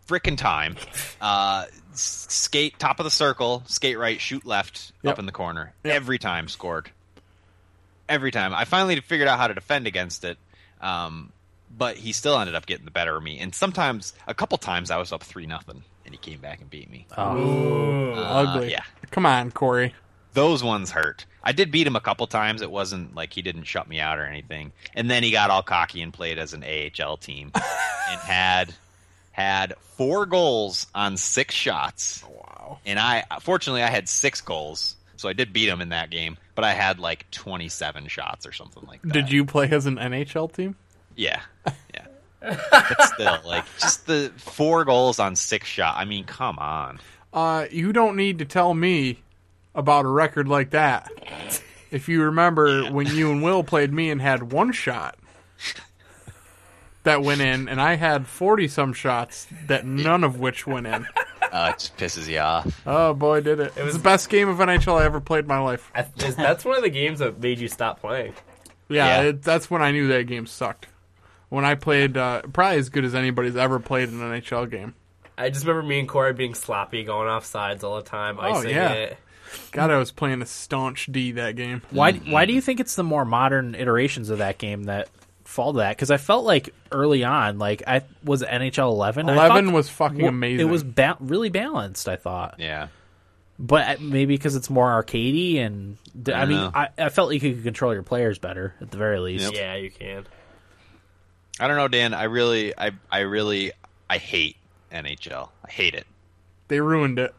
Speaker 4: frickin' time. Uh, s- skate top of the circle, skate right, shoot left,
Speaker 2: Yep.
Speaker 4: up in the corner.
Speaker 2: Yep.
Speaker 4: Every time scored. Every time. I finally figured out how to defend against it, um, but he still ended up getting the better of me. And sometimes, a couple times, I was up three nothing, and he came back and beat me.
Speaker 2: Ugly.
Speaker 4: Uh, yeah.
Speaker 2: Come on, Corey.
Speaker 4: Those ones hurt. I did beat him a couple times. It wasn't like he didn't shut me out or anything. And then he got all cocky and played as an AHL team and had had four goals on six shots.
Speaker 2: Wow.
Speaker 4: And I fortunately I had six goals, so I did beat him in that game. But I had like twenty seven shots or something like that.
Speaker 2: Did you play as an NHL team?
Speaker 4: Yeah, yeah.
Speaker 2: *laughs*
Speaker 4: but still, like just the four goals on six shot. I mean, come on.
Speaker 2: Uh, you don't need to tell me about a record like
Speaker 4: *laughs*
Speaker 2: that. If you remember when you and Will played me and had one shot that went in, and I had 40 some shots that none of which went in.
Speaker 4: Uh, it just pisses you off.
Speaker 2: Oh boy, did it. It was the best game of NHL I ever played in my life.
Speaker 3: I, is- that's one of the games that made you stop playing.
Speaker 2: Yeah,
Speaker 4: Yeah.
Speaker 2: It, that's when I knew that game sucked. When I played, uh, probably as good as anybody's ever played in an NHL game.
Speaker 3: I just remember me and Corey being sloppy, going off sides all the time, icing
Speaker 2: yeah.
Speaker 3: it.
Speaker 2: God, I was playing a staunch D that game.
Speaker 1: Why why do you think it's the more modern iterations of that game that fall to that? Cuz I felt like early on like I was it NHL 11. I thought
Speaker 2: 11 was fucking
Speaker 1: wa-
Speaker 2: amazing.
Speaker 1: It was ba- really balanced, I thought.
Speaker 4: Yeah.
Speaker 1: But I- maybe because it's more arcadey and d- I,
Speaker 4: I
Speaker 1: mean
Speaker 4: know.
Speaker 1: I, I felt like you could control your players better at the very least.
Speaker 4: Yep.
Speaker 3: Yeah, you can.
Speaker 4: I don't know, Dan. I really, I, I really, I hate NHL. I hate it.
Speaker 2: They ruined it.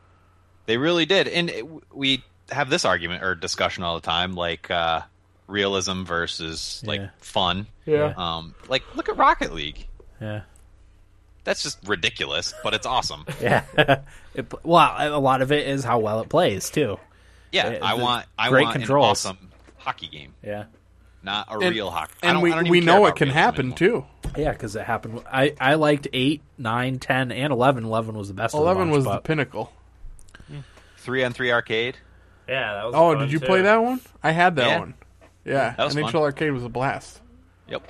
Speaker 4: They really did, and it, we have this argument or discussion all the time, like uh, realism versus like
Speaker 1: Yeah.
Speaker 4: fun.
Speaker 2: Yeah.
Speaker 4: Um, like look at Rocket League.
Speaker 1: Yeah.
Speaker 4: That's just ridiculous, but it's awesome.
Speaker 1: *laughs* Yeah. it, pl- well, a a lot of it is how well it plays too.
Speaker 4: Yeah,
Speaker 1: Yeah,
Speaker 4: I
Speaker 1: the
Speaker 4: want, I
Speaker 1: great
Speaker 4: want
Speaker 1: controls.
Speaker 4: an awesome hockey game,
Speaker 1: Yeah.
Speaker 4: not a
Speaker 2: And-
Speaker 4: real hockey. I
Speaker 2: And
Speaker 4: don't,
Speaker 2: we,
Speaker 4: I don't even
Speaker 2: we
Speaker 4: care
Speaker 2: know it
Speaker 4: about
Speaker 2: can
Speaker 4: realism
Speaker 2: happen
Speaker 4: anymore.
Speaker 2: too.
Speaker 1: Yeah, because it happened. I, I liked 8, 9, 10, and 11. 11 was the best. of the
Speaker 2: 11
Speaker 1: bunch,
Speaker 2: was the
Speaker 1: but-
Speaker 2: pinnacle.
Speaker 4: Three on three arcade.
Speaker 3: Yeah, that was.
Speaker 2: Oh,
Speaker 3: fun,
Speaker 2: did you
Speaker 3: too.
Speaker 2: play that one? I had that
Speaker 4: Yeah.
Speaker 2: one. Yeah,
Speaker 4: That was
Speaker 2: NHL
Speaker 4: fun.
Speaker 2: Arcade was a blast.
Speaker 4: Yep.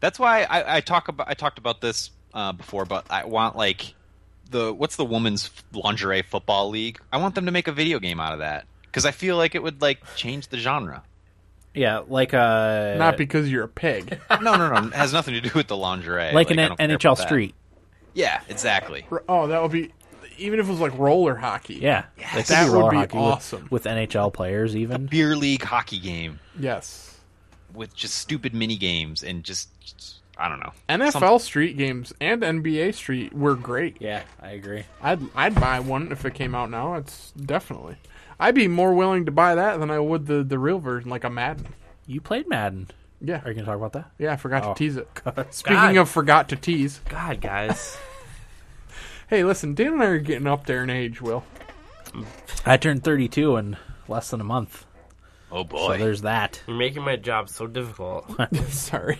Speaker 4: That's why I, I talk about I talked about this uh, before, but I want like the what's the women's lingerie football league? I want them to make a video game out of that because I feel like it would like change the genre.
Speaker 1: Yeah, like uh,
Speaker 2: Not because you're a pig.
Speaker 4: *laughs* No, no, no, it has nothing to do with the lingerie.
Speaker 1: like,
Speaker 4: I
Speaker 1: an
Speaker 4: don't care
Speaker 1: NHL
Speaker 4: about that.
Speaker 1: Street.
Speaker 4: Yeah, exactly.
Speaker 2: *laughs* R- oh, that would be even if it was like roller hockey.
Speaker 1: Yeah, Like
Speaker 2: That
Speaker 1: city roller
Speaker 2: would be
Speaker 1: hockey with-
Speaker 2: awesome.
Speaker 1: with, NHL players. Even
Speaker 4: Beer league hockey game
Speaker 2: Yes.
Speaker 4: with just stupid mini games and just I don't know.
Speaker 2: NFL
Speaker 4: Some-
Speaker 2: Street games and NBA Street were great.
Speaker 1: yeah, I agree.
Speaker 2: I'd I'd buy one if it came out now. It's definitely. I'd be more willing to buy that than I would the, the real version, like a Madden.
Speaker 1: You played Madden.
Speaker 2: Yeah,
Speaker 1: Are you gonna talk about that?
Speaker 2: yeah. I forgot
Speaker 1: Oh.
Speaker 2: to
Speaker 4: *laughs*
Speaker 2: tease it. Speaking
Speaker 3: God.
Speaker 2: of forgot to tease,
Speaker 3: God, guys.
Speaker 2: hey, listen, Dan and I are getting up there in age. Will *laughs*
Speaker 1: I turned 32 in less than a month,
Speaker 4: Oh
Speaker 1: so
Speaker 4: boy,
Speaker 1: there's that.
Speaker 3: You're making my job so difficult.
Speaker 2: sorry,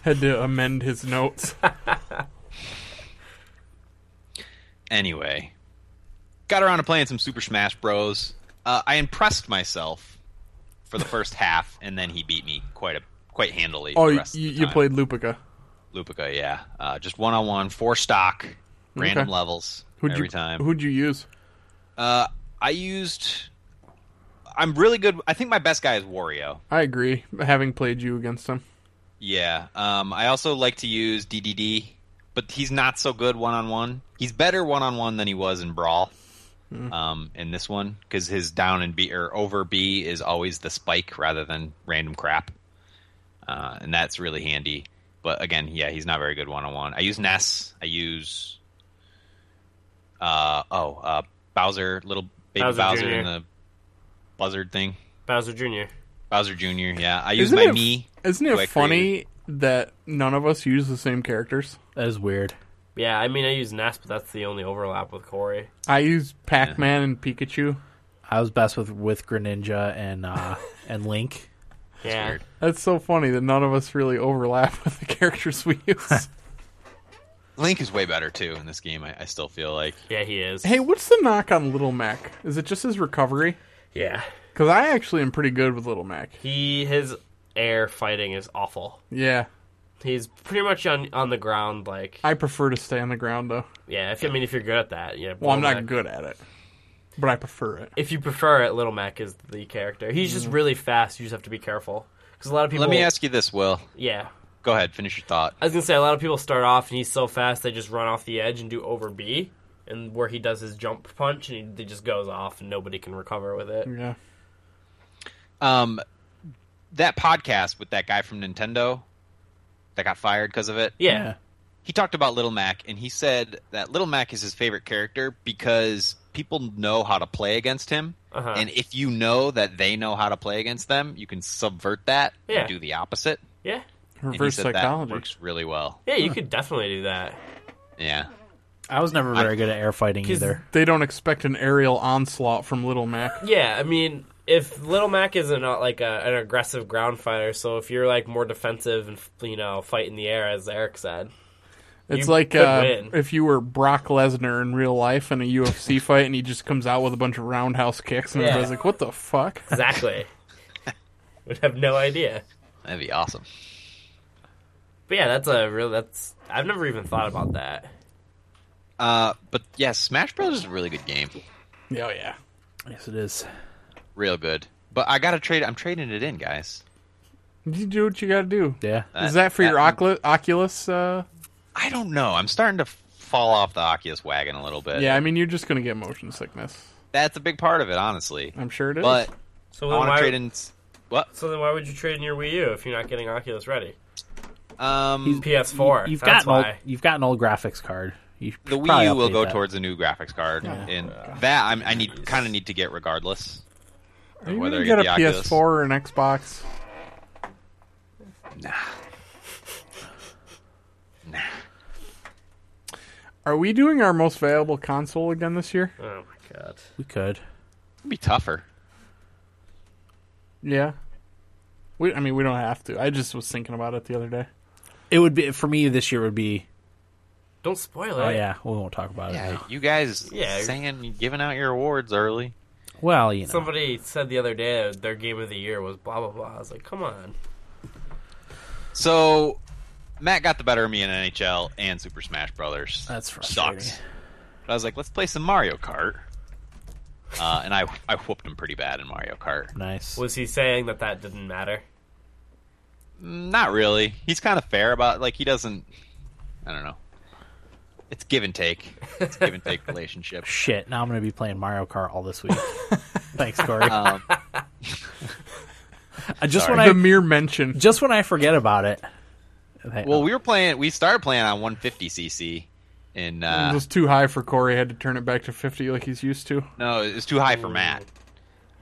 Speaker 2: *laughs* had to amend
Speaker 4: *laughs*
Speaker 2: his notes.
Speaker 4: Anyway, got around to playing some Super Smash Bros. Uh, I impressed myself for
Speaker 2: *laughs*
Speaker 4: the first half, and then he beat me quite a quite handily.
Speaker 2: Oh,
Speaker 4: the
Speaker 2: you,
Speaker 4: rest of the
Speaker 2: you
Speaker 4: time.
Speaker 2: played Lupica.
Speaker 4: Lupica, yeah, uh, just one on one, four stock, random
Speaker 2: Okay.
Speaker 4: levels
Speaker 2: Who'd
Speaker 4: every
Speaker 2: you,
Speaker 4: time.
Speaker 2: Who'd you use?
Speaker 4: Uh, I used. I'm really good. I think my best guy is Wario.
Speaker 2: I agree. Having played you against him,
Speaker 4: Yeah. Um, I also like to use DDD, but he's not so good one on one. He's better one on one than he was in Brawl.
Speaker 2: Hmm.
Speaker 4: Um, in this one, because his down and B or over B is always the spike rather than random crap, uh, and that's really handy. But again, yeah, he's not very good one on one. I use Ness. I use uh oh uh Bowser, little baby
Speaker 3: Bowser
Speaker 4: Bowser,
Speaker 3: Jr..
Speaker 4: and the buzzard thing.
Speaker 3: Bowser Jr.
Speaker 4: Bowser Jr. Yeah, I use
Speaker 2: Isn't
Speaker 4: my
Speaker 2: it-
Speaker 4: knee.
Speaker 2: isn't
Speaker 4: who I
Speaker 2: it funny
Speaker 4: created.
Speaker 2: that none of us use the same characters?
Speaker 1: That is weird.
Speaker 3: Yeah, I mean, I use Ness, but that's the only overlap with Corey.
Speaker 2: I use Pac-Man and Pikachu.
Speaker 1: I was best with with Greninja and uh, and Link.
Speaker 3: yeah.
Speaker 4: weird.
Speaker 2: That's so funny that none of us really overlap *laughs* with the characters we
Speaker 3: *laughs*
Speaker 2: use.
Speaker 4: Link is way better too in this game. I, I still feel like
Speaker 3: Yeah, he is.
Speaker 2: hey, what's the knock on Little Mac? Is it just his recovery?
Speaker 3: Yeah.
Speaker 2: Because I actually am pretty good with Little Mac.
Speaker 3: He his air fighting is awful.
Speaker 2: Yeah,
Speaker 3: He's pretty much on on the ground like
Speaker 2: I prefer to stay on the ground though.
Speaker 3: yeah, if I mean if you're good at that, yeah.
Speaker 2: Well, I'm
Speaker 3: Little
Speaker 2: not
Speaker 3: Mac-
Speaker 2: good at it, but I prefer it.
Speaker 3: If you prefer it, Little Mac is the character. He's just really fast. You just have to be careful because a lot of people.
Speaker 4: Let me ask you this, Will.
Speaker 3: Yeah,
Speaker 4: Go ahead, finish your thought.
Speaker 3: I was gonna say a lot of people start off and he's so fast they just run off the edge and do over B, and where he does his jump punch and he, it just goes off and nobody can recover with it.
Speaker 2: Yeah.
Speaker 4: Um, that podcast with that guy from Nintendo that got fired because of it.
Speaker 3: Yeah,
Speaker 4: He talked about Little Mac, and he said that Little Mac is his favorite character because people know how to play against him,
Speaker 3: Uh-huh.
Speaker 4: and if you know that they know how to play against them, you can subvert that
Speaker 3: Yeah.
Speaker 4: and do the opposite.
Speaker 3: yeah,
Speaker 4: And he
Speaker 2: Reverse
Speaker 4: said
Speaker 2: psychology.
Speaker 4: that works really well.
Speaker 3: yeah. You could definitely do that.
Speaker 4: Yeah.
Speaker 1: I was never very good at air fighting
Speaker 3: He's-
Speaker 1: either.
Speaker 2: They don't expect an aerial onslaught from Little
Speaker 3: *laughs*
Speaker 2: Mac.
Speaker 3: Yeah, I mean, if Little Mac isn't uh, like a, an aggressive ground fighter, so if you're like more defensive and f- you know fight in the air, as Eric said,
Speaker 2: It's
Speaker 3: You
Speaker 2: like
Speaker 3: could
Speaker 2: uh,
Speaker 3: win.
Speaker 2: if you were Brock Lesnar in real life in a UFC *laughs* fight, and he just comes out with a bunch of roundhouse kicks, and
Speaker 3: Yeah.
Speaker 2: everybody's like, "What the fuck?"
Speaker 3: exactly, *laughs* would have no idea.
Speaker 4: That'd be awesome.
Speaker 3: But yeah, that's a real. That's I've never even thought about that.
Speaker 4: Uh, but yeah, Smash Bros is a really good game,
Speaker 2: Yeah, oh, yeah.
Speaker 1: Yes, it is.
Speaker 4: real good. But I gotta trade. I'm trading it in, guys.
Speaker 2: You do what you gotta do.
Speaker 1: Yeah.
Speaker 2: Is that for your
Speaker 4: that-
Speaker 2: Ocul- Oculus? Uh,
Speaker 4: I don't know. I'm starting to fall off the Oculus wagon a little bit.
Speaker 2: yeah, I mean, you're just gonna get motion sickness.
Speaker 4: that's a big part of it, honestly.
Speaker 2: I'm sure it is.
Speaker 4: But
Speaker 3: So
Speaker 4: I
Speaker 3: then
Speaker 4: want to
Speaker 3: why?
Speaker 4: trade in. s- What?
Speaker 3: so then why would you trade in your Wii U if you're not getting Oculus ready?
Speaker 4: Um,
Speaker 3: PS4.
Speaker 1: You've
Speaker 3: that's
Speaker 1: got an old,
Speaker 3: why.
Speaker 1: you've got an old graphics card. You should
Speaker 4: the Wii
Speaker 1: probably
Speaker 4: U will
Speaker 1: update
Speaker 4: go
Speaker 1: that.
Speaker 4: towards a new graphics card, and that I'm, I need kind of need to get regardless.
Speaker 2: Are you
Speaker 4: whether
Speaker 2: gonna get a
Speaker 4: I get the Oculus.
Speaker 2: PS4 or an Xbox? *laughs*
Speaker 4: Nah.
Speaker 2: Are we doing our most valuable console again this year?
Speaker 3: Oh my god.
Speaker 1: We could.
Speaker 4: It'd be tougher.
Speaker 2: Yeah. We, I mean, we don't have to. I just was thinking about it the other day.
Speaker 1: It would be for me this year would be.
Speaker 3: Don't spoil it.
Speaker 1: Oh yeah, we won't talk about it.
Speaker 4: Yeah,
Speaker 1: now.
Speaker 4: you guys
Speaker 3: Yeah.
Speaker 4: saying giving out your awards early.
Speaker 1: Well, you know,
Speaker 3: Somebody said the other day that their game of the year was blah blah blah. I was like, come on.
Speaker 4: So Matt got the better of me in NHL and Super Smash Brothers.
Speaker 1: That's frustrating.
Speaker 4: sucks. But I was like, let's play some Mario Kart. Uh, and I I whooped him pretty bad in Mario Kart.
Speaker 1: nice.
Speaker 3: Was he saying that that didn't matter?
Speaker 4: Not really. He's kind of fair about like he doesn't. I don't know. It's give and take. It's a give and
Speaker 1: *laughs*
Speaker 4: take relationship.
Speaker 1: Shit. Now I'm gonna be playing Mario Kart all this week. *laughs* Thanks, Corey.
Speaker 4: Um,
Speaker 1: Uh, *laughs* just
Speaker 4: sorry.
Speaker 1: when
Speaker 2: the
Speaker 1: I
Speaker 2: mere mention.
Speaker 1: just when I forget about it.
Speaker 4: well, we were playing. We started playing on 150cc, and
Speaker 2: It
Speaker 4: uh,
Speaker 2: was too high for Corey. Had to turn it back to 50 like he's used to.
Speaker 4: no, it was too high for Matt.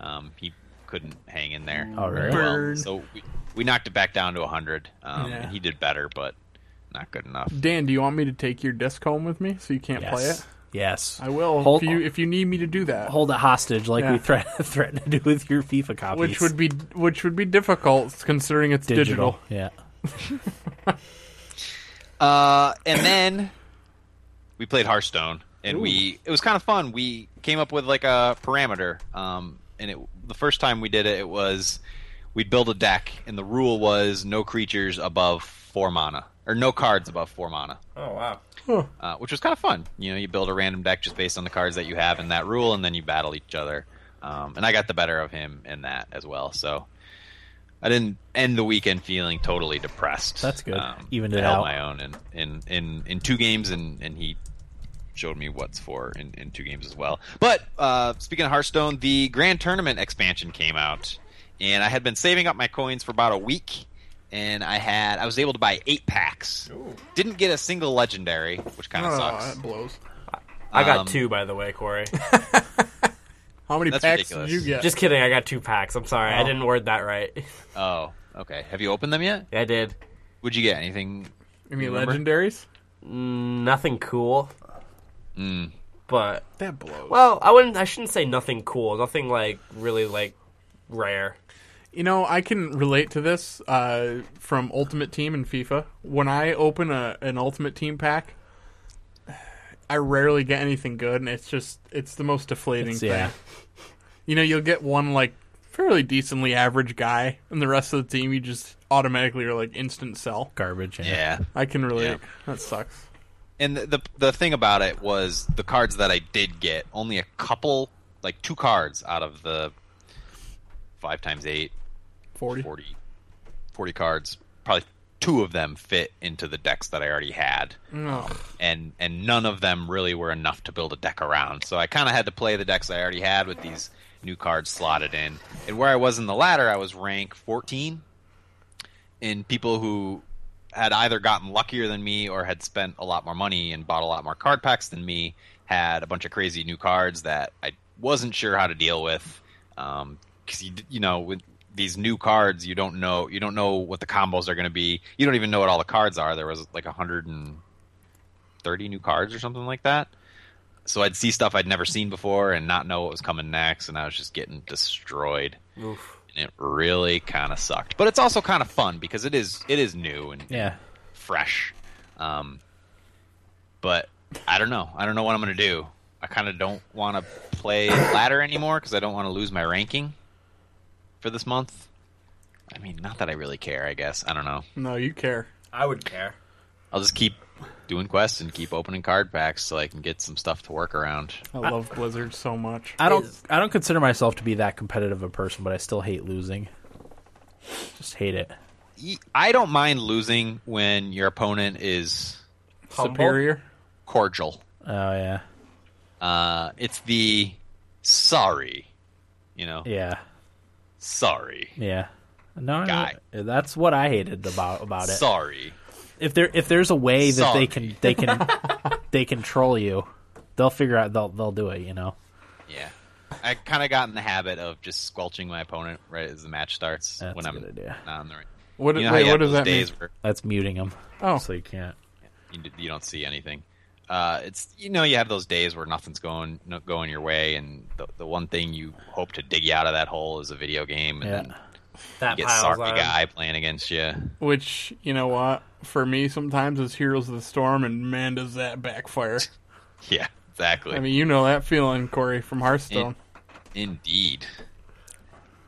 Speaker 4: Um, he couldn't hang in there.
Speaker 1: Oh,
Speaker 4: very
Speaker 1: really?
Speaker 4: well.
Speaker 2: Burn.
Speaker 4: So we, we knocked it back down to 100. Um,
Speaker 2: Yeah.
Speaker 4: and he did better, but not good enough.
Speaker 2: Dan, do you want me to take your disc home with me so you can't play
Speaker 1: yes.
Speaker 2: it?
Speaker 1: Yes.
Speaker 2: I will
Speaker 1: Hold-
Speaker 2: if you if you need me to do that.
Speaker 1: hold it hostage like
Speaker 2: Yeah.
Speaker 1: we threat- *laughs* threatened to do with your FIFA copies.
Speaker 2: which would be which would be difficult considering it's digital.
Speaker 1: Yeah.
Speaker 4: Uh, and then we played Hearthstone, and we it was kind of fun. We came up with like a parameter, um, and it the first time we did it, it was we'd build a deck, and the rule was no creatures above four mana or no cards above four mana,
Speaker 3: Oh wow.
Speaker 4: uh, which was kind of fun. You know, you build a random deck just based on the cards that you have in that rule, and then you battle each other. Um, and I got the better of him in that as well, so. I didn't end the weekend feeling totally depressed.
Speaker 1: That's good. Evened
Speaker 4: I
Speaker 1: it
Speaker 4: held
Speaker 1: out.
Speaker 4: my own in in in, in two games, and, and he showed me what's for in, in two games as well. But uh, speaking of Hearthstone, the Grand Tournament expansion came out, and I had been saving up my coins for about a week, and I had I was able to buy eight packs. Didn't get a single legendary, which kind of
Speaker 2: Oh,
Speaker 4: sucks.
Speaker 2: that blows.
Speaker 3: I got
Speaker 4: Um,
Speaker 3: two, by the way, Corey.
Speaker 2: How many
Speaker 4: That's
Speaker 2: packs
Speaker 4: ridiculous.
Speaker 2: did you get?
Speaker 3: Just kidding. I got two packs. I'm sorry. I
Speaker 2: Oh.
Speaker 3: didn't word that right. *laughs*
Speaker 4: Oh, okay. Have you opened them yet?
Speaker 3: I did.
Speaker 4: Would you get anything?
Speaker 2: Any
Speaker 4: remember?
Speaker 2: legendaries?
Speaker 3: Nothing cool.
Speaker 4: Mm.
Speaker 3: But
Speaker 2: That blows.
Speaker 3: well, I wouldn't. I shouldn't say nothing cool. Nothing like really like rare.
Speaker 2: You know, I can relate to this uh, from Ultimate Team and FIFA. When I open a, an Ultimate Team pack, I rarely get anything good, and it's just it's the most deflating
Speaker 1: It's-
Speaker 2: thing.
Speaker 1: yeah.
Speaker 2: You know, you'll get one like fairly decently average guy, and the rest of the team you just automatically are like instant sell.
Speaker 1: Garbage.
Speaker 4: Yeah.
Speaker 2: I can relate.
Speaker 4: Yeah.
Speaker 2: That sucks.
Speaker 4: and the, the the thing about it was the cards that I did get only a couple, like two cards out of the five times eight,
Speaker 2: Forty.
Speaker 4: 40, 40 cards. Probably two of them fit into the decks that I already had, Um,
Speaker 2: Ugh.
Speaker 4: and and none of them really were enough to build a deck around. So I kind of had to play the decks I already had with these new cards slotted in. And where I was in the ladder, I was rank fourteen, and people who had either gotten luckier than me or had spent a lot more money and bought a lot more card packs than me had a bunch of crazy new cards that I wasn't sure how to deal with because you d- you know with these new cards you don't know you don't know what the combos are going to be you don't even know what all the cards are there was like 130 new cards or something like that so I'd see stuff I'd never seen before and not know what was coming next and I was just getting destroyed
Speaker 3: Oof.
Speaker 4: and it really kind of sucked. But it's also kind of fun because it is it is new and
Speaker 1: Yeah.
Speaker 4: fresh. Um, but I don't know. I don't know what I'm gonna do. I kind of don't want to play ladder anymore because I don't want to lose my ranking for this month. I mean, not that I really care. I guess I don't know.
Speaker 2: No, you care.
Speaker 3: I would care.
Speaker 4: I'll just keep doing quests and keep opening card packs so I can get some stuff to work around.
Speaker 2: I, love Blizzard so much.
Speaker 1: I don't.
Speaker 3: Is-
Speaker 1: I don't consider myself to be that competitive a person, but I still hate losing. Just hate it.
Speaker 4: E- I don't mind losing when your opponent is
Speaker 2: Superior.
Speaker 4: cordial.
Speaker 1: Oh yeah.
Speaker 4: Uh, it's the sorry, you know,
Speaker 1: Yeah.
Speaker 4: sorry,
Speaker 1: Yeah. No, I-
Speaker 4: Guy.
Speaker 1: that's what I hated about about it.
Speaker 4: sorry.
Speaker 1: if there if there's a way that
Speaker 4: Sorry.
Speaker 1: they can they can they control you, they'll figure out they'll they'll do it. You know.
Speaker 4: Yeah, I kind of got in the habit of just squelching my opponent right as the match starts
Speaker 1: That's
Speaker 4: when
Speaker 1: a
Speaker 4: I'm
Speaker 1: good idea.
Speaker 4: not on the ring.
Speaker 2: What,
Speaker 4: You know how
Speaker 2: wait,
Speaker 4: you
Speaker 2: what
Speaker 4: have
Speaker 2: does
Speaker 4: those
Speaker 2: that
Speaker 4: days
Speaker 2: mean?
Speaker 4: where
Speaker 1: That's muting them.
Speaker 2: Oh.
Speaker 1: So you can't.
Speaker 4: you, d- you don't see anything. Uh, it's you know you have those days where nothing's going no, going your way, and the the one thing you hope to dig you out of that hole is a video game, and
Speaker 1: Yeah.
Speaker 4: then
Speaker 3: That
Speaker 4: you get
Speaker 3: piles
Speaker 4: sorry
Speaker 3: on.
Speaker 4: guy playing against you. *laughs*
Speaker 2: Which you know what? For me, sometimes it's Heroes of the Storm, and man, does that backfire.
Speaker 4: Yeah, exactly.
Speaker 2: I mean, you know that feeling, Corey, from Hearthstone.
Speaker 4: Indeed.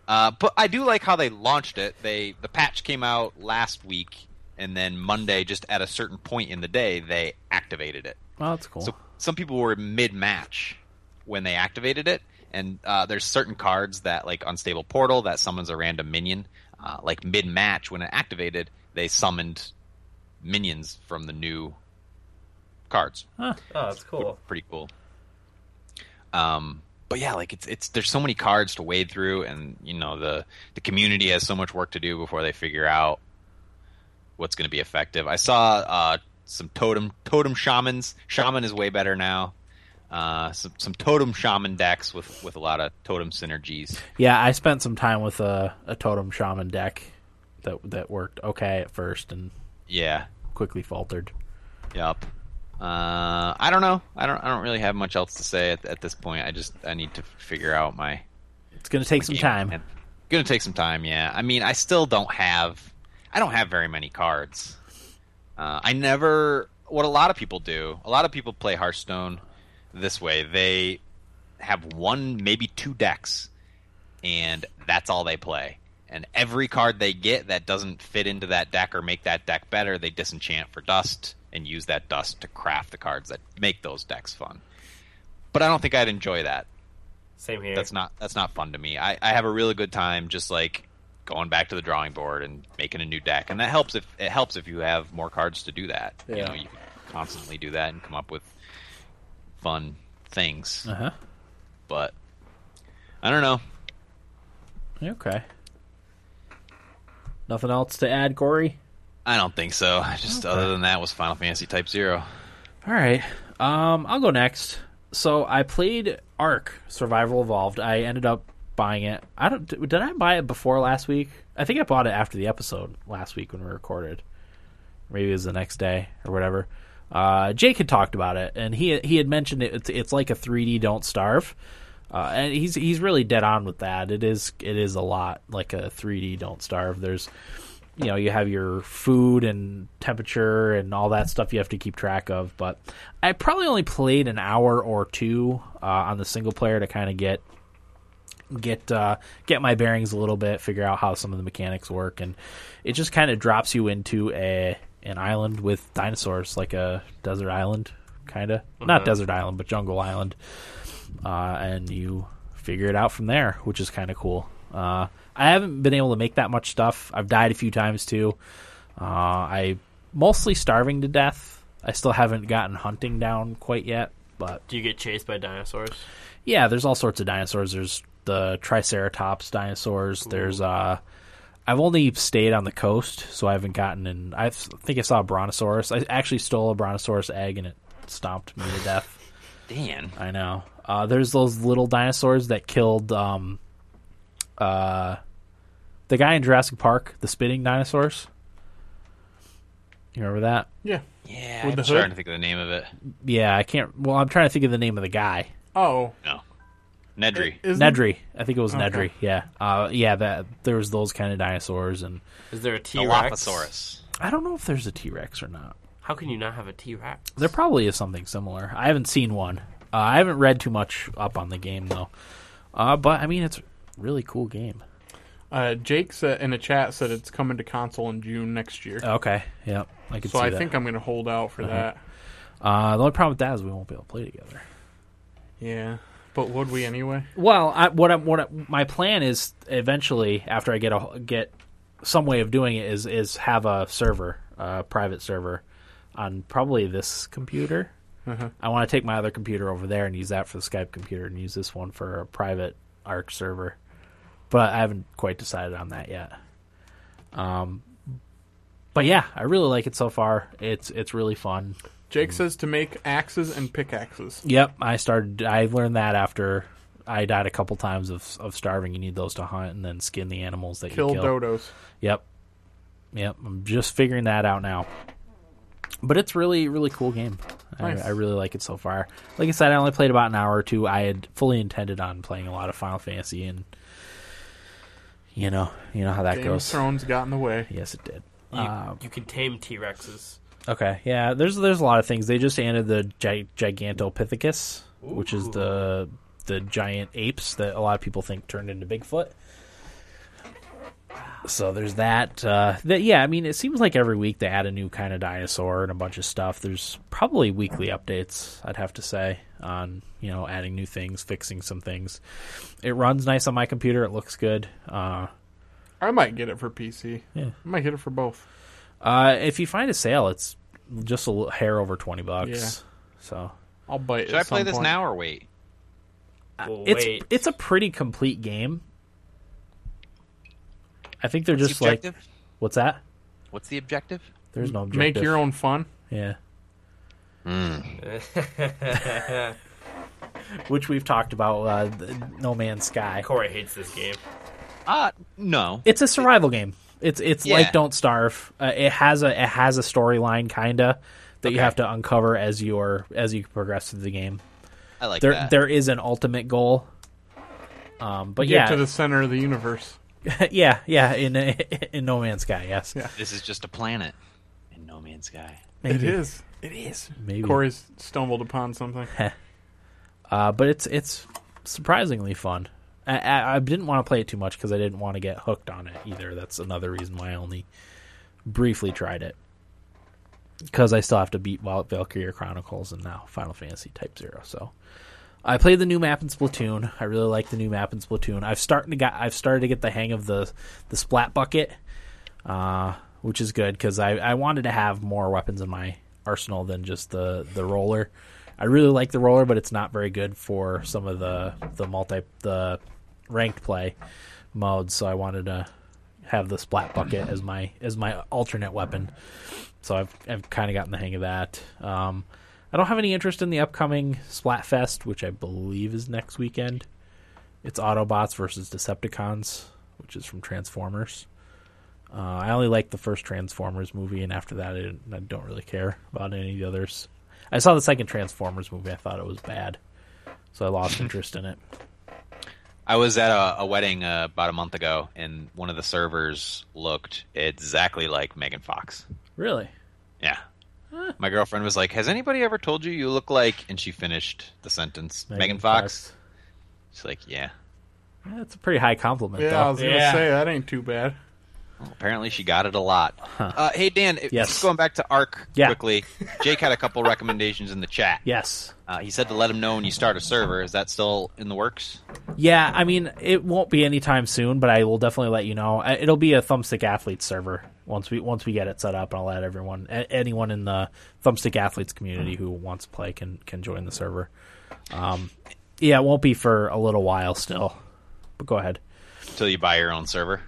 Speaker 4: Uh, but I do like how they launched it. They the patch came out last week, and then Monday, just at a certain point in the day, they activated it.
Speaker 1: Well, that's cool.
Speaker 4: So some people were mid match when they activated it, and uh, there's certain cards that like unstable portal that summons a random minion. Uh, like mid match when it activated, they summoned minions from the new cards
Speaker 3: Oh, that's cool.
Speaker 4: pretty cool. Um, but yeah, like it's it's there's so many cards to wade through, and you know the the community has so much work to do before they figure out what's going to be effective. I saw uh, some totem totem shamans. Shaman is way better now. Uh, some some totem shaman decks with with a lot of totem synergies.
Speaker 1: yeah, I spent some time with a, a totem shaman deck that that worked okay at first and
Speaker 4: Yeah,
Speaker 1: quickly faltered.
Speaker 4: Yep. Uh, I don't know. I don't. I don't really have much else to say at, at this point. I just I need to figure out my
Speaker 1: It's gonna take some time.
Speaker 4: And Gonna take some time, yeah. I mean, I still don't have, I don't have very many cards. Uh, I never. What a lot of people do, a lot of people play Hearthstone. this way. They have one, maybe two decks, and that's all they play. And every card they get that doesn't fit into that deck or make that deck better, they disenchant for dust and use that dust to craft the cards that make those decks fun. But I don't think I'd enjoy that.
Speaker 3: Same here.
Speaker 4: That's not that's not fun to me. I, I have a really good time just like going back to the drawing board and making a new deck, and that helps if it helps if you have more cards to do that. You
Speaker 3: Yeah.
Speaker 4: know, you can constantly do that and come up with fun things.
Speaker 1: Uh huh.
Speaker 4: But I don't know.
Speaker 1: Okay. Nothing else to add, Corey?
Speaker 4: I don't think so. *laughs* Just other than that was Final Fantasy Type Zero.
Speaker 1: All right. Um, I'll go next. So I played Ark Survival Evolved. I ended up buying it. I don't. Did I buy it before last week? I think I bought it after the episode last week when we recorded. Maybe it was the next day or whatever. Uh, Jake had talked about it, and he he had mentioned it. It's, it's like a 3D Don't Starve, uh, and he's he's really dead on with that. It is it is a lot like a 3D Don't Starve. There's you know you have your food and temperature and all that stuff you have to keep track of but i probably only played an hour or two uh, on the single player to kind of get get uh, get my bearings a little bit figure out how some of the mechanics work and it just kind of drops you into a an island with dinosaurs like a desert island kind of not desert island but jungle island uh, and you figure it out from there, which is kind of cool. Uh, I haven't been able to make that much stuff. I've died a few times too. Uh, I mostly starving to death. I still haven't gotten hunting down quite yet, but
Speaker 3: Do you get chased by dinosaurs?
Speaker 1: yeah, there's all sorts of dinosaurs. There's the Triceratops dinosaurs. There's uh, I've only stayed on the coast, so I haven't gotten in. I think I saw a brontosaurus. I actually stole a brontosaurus egg and it stomped me to death.
Speaker 4: Dan.
Speaker 1: I know. Uh, there's those little dinosaurs that killed um, uh, the guy in Jurassic Park, the spitting dinosaurs. You remember that?
Speaker 2: Yeah.
Speaker 4: Yeah,
Speaker 2: With
Speaker 4: I'm
Speaker 2: the
Speaker 4: trying
Speaker 2: hood?
Speaker 4: to think of the name of it.
Speaker 1: Yeah, I can't. Well, I'm trying to think of the name of the guy.
Speaker 2: Oh.
Speaker 4: No, Nedry.
Speaker 2: Isn't-
Speaker 1: Nedry. I think it was
Speaker 2: Okay.
Speaker 1: Nedry. Yeah. Uh, yeah. That there was those kind of dinosaurs, and
Speaker 3: Is there a T
Speaker 4: The
Speaker 3: Rex?
Speaker 4: Lophosaurus.
Speaker 1: I don't know if there's a T Rex or not.
Speaker 3: How can you not have a T Rex?
Speaker 1: There probably is something similar. I haven't seen one. Uh, I haven't read too much up on the game though. Uh, but I mean, it's a really cool game.
Speaker 2: Uh, Jake said, in the chat said it's coming to console in June next year.
Speaker 1: Okay. Yeah. I Oh, can
Speaker 2: so
Speaker 1: see
Speaker 2: I
Speaker 1: that. Uh-huh.
Speaker 2: think I'm going to hold out for that.
Speaker 1: Uh, the only problem with that is we won't be able to play together.
Speaker 2: Yeah. But would we anyway?
Speaker 1: Well, I, what I'm, what I, my plan is eventually after I get a get some way of doing it is is have a server, a private server, on probably this computer. I want to take my other computer over there and use that for the Skype computer, and use this one for a private Arc server. But I haven't quite decided on that yet. Um, but yeah, I really like it so far. It's it's really fun. Mm.
Speaker 2: Jake says to make axes and pickaxes.
Speaker 1: Yep, I started. I learned that after I died a couple times of of starving. You need those to hunt and then skin the animals that
Speaker 2: Kill,
Speaker 1: you kill.
Speaker 2: dodos.
Speaker 1: Yep, yep. I'm just figuring that out now. But it's really really cool game.
Speaker 2: Nice.
Speaker 1: I, I really like it so far. Like I said, I only played about an hour or two. I had fully intended on playing a lot of Final Fantasy, and you know, you know how that
Speaker 2: Game of
Speaker 1: goes.
Speaker 2: Thrones got in the way.
Speaker 1: Yes, it did.
Speaker 3: You,
Speaker 1: Uh,
Speaker 3: you can tame T Rexes.
Speaker 1: Okay, yeah. There's there's a lot of things. They just added the gi- Gigantopithecus, which is
Speaker 3: Ooh.
Speaker 1: the the giant apes that a lot of people think turned into Bigfoot. So there's that. Uh, that yeah, I mean, it seems like every week they add a new kind of dinosaur and a bunch of stuff. There's probably weekly updates. I'd have to say on you know adding new things, fixing some things. It runs nice on my computer. It looks good. Uh,
Speaker 2: I might get it for PC.
Speaker 1: Yeah.
Speaker 2: I might get it for both.
Speaker 1: uh, if you find a sale, it's just a little hair over twenty bucks. So
Speaker 2: I'll bite
Speaker 4: Should I play this now or wait?
Speaker 3: Well,
Speaker 1: uh, it's
Speaker 3: wait.
Speaker 1: it's a pretty complete game. I think they're just like
Speaker 4: objective?
Speaker 1: what's that?
Speaker 4: What's the objective?
Speaker 1: There's no objective.
Speaker 2: Make your own fun.
Speaker 1: yeah.
Speaker 4: Hmm.
Speaker 2: *laughs*
Speaker 1: Which we've talked about, uh, th- No Man's Sky.
Speaker 3: Corey hates this game.
Speaker 4: Uh no.
Speaker 1: It's a survival game. It's it's
Speaker 4: Yeah.
Speaker 1: like Don't Starve. Uh, it has a it has a storyline kinda that you
Speaker 4: Okay.
Speaker 1: have to uncover as your as you progress through the game.
Speaker 4: I like
Speaker 1: There
Speaker 4: that.
Speaker 1: there is an ultimate goal. Um, but
Speaker 2: Get
Speaker 1: yeah,
Speaker 2: to the center of the universe.
Speaker 1: *laughs* yeah, yeah, in *laughs* in No Man's Sky, yes,
Speaker 2: Yeah.
Speaker 4: This is just a planet in No Man's Sky.
Speaker 2: It is. It is.
Speaker 1: maybe
Speaker 2: Corey's stumbled upon something.
Speaker 1: Uh, but it's it's surprisingly fun. I, I, I didn't want to play it too much because I didn't want to get hooked on it either. That's another reason why I only briefly tried it because I still have to beat Val- Valkyria Chronicles and now Final Fantasy Type Zero. So I played the new map in Splatoon. I really like the new map in Splatoon. I've started to got I've started to get the hang of the the splat bucket, uh, which is good because I I wanted to have more weapons in my arsenal than just the the roller. I really like the roller, but it's not very good for some of the the multi the ranked play modes. So I wanted to have the splat bucket as my as my alternate weapon so I've I've kind of gotten the hang of that. Um, I don't have any interest in the upcoming Splatfest, which I believe is next weekend. It's Autobots versus Decepticons, which is from Transformers. Uh, I only liked the first Transformers movie, and after that, I, didn't, I don't really care about any of the others. I saw the second Transformers movie; I thought it was bad, so I
Speaker 2: *laughs*
Speaker 1: lost interest in it.
Speaker 4: I was at a, a wedding uh, about a month ago, and one of the servers looked exactly like Megan Fox.
Speaker 1: Really?
Speaker 4: Yeah. My girlfriend was like, "Has anybody ever told you you look like?" And she finished the sentence. Megan, Fox. She's like, "Yeah."
Speaker 1: Fox. That's a pretty high compliment,
Speaker 2: Yeah,
Speaker 1: though.
Speaker 2: I was gonna
Speaker 3: Yeah.
Speaker 2: say that ain't too bad.
Speaker 4: Well, apparently, she got it a lot. Uh, hey, Dan. it-
Speaker 1: Yes.
Speaker 4: Just going back to Arc
Speaker 1: Yeah.
Speaker 4: *laughs* quickly. Jake had a couple recommendations in the chat.
Speaker 1: yes.
Speaker 4: Uh, he said to let him know when you start a server. Is that still in the works?
Speaker 1: Yeah, I mean, it won't be anytime soon, but I will definitely let you know. I- It'll be a Thumbstick Athletes server once we once we get it set up, and I'll let everyone, a- anyone in the Thumbstick Athletes community who wants to play can can join the server. Um, yeah, it won't be for a little while still, but go ahead.
Speaker 4: Until you buy your own server?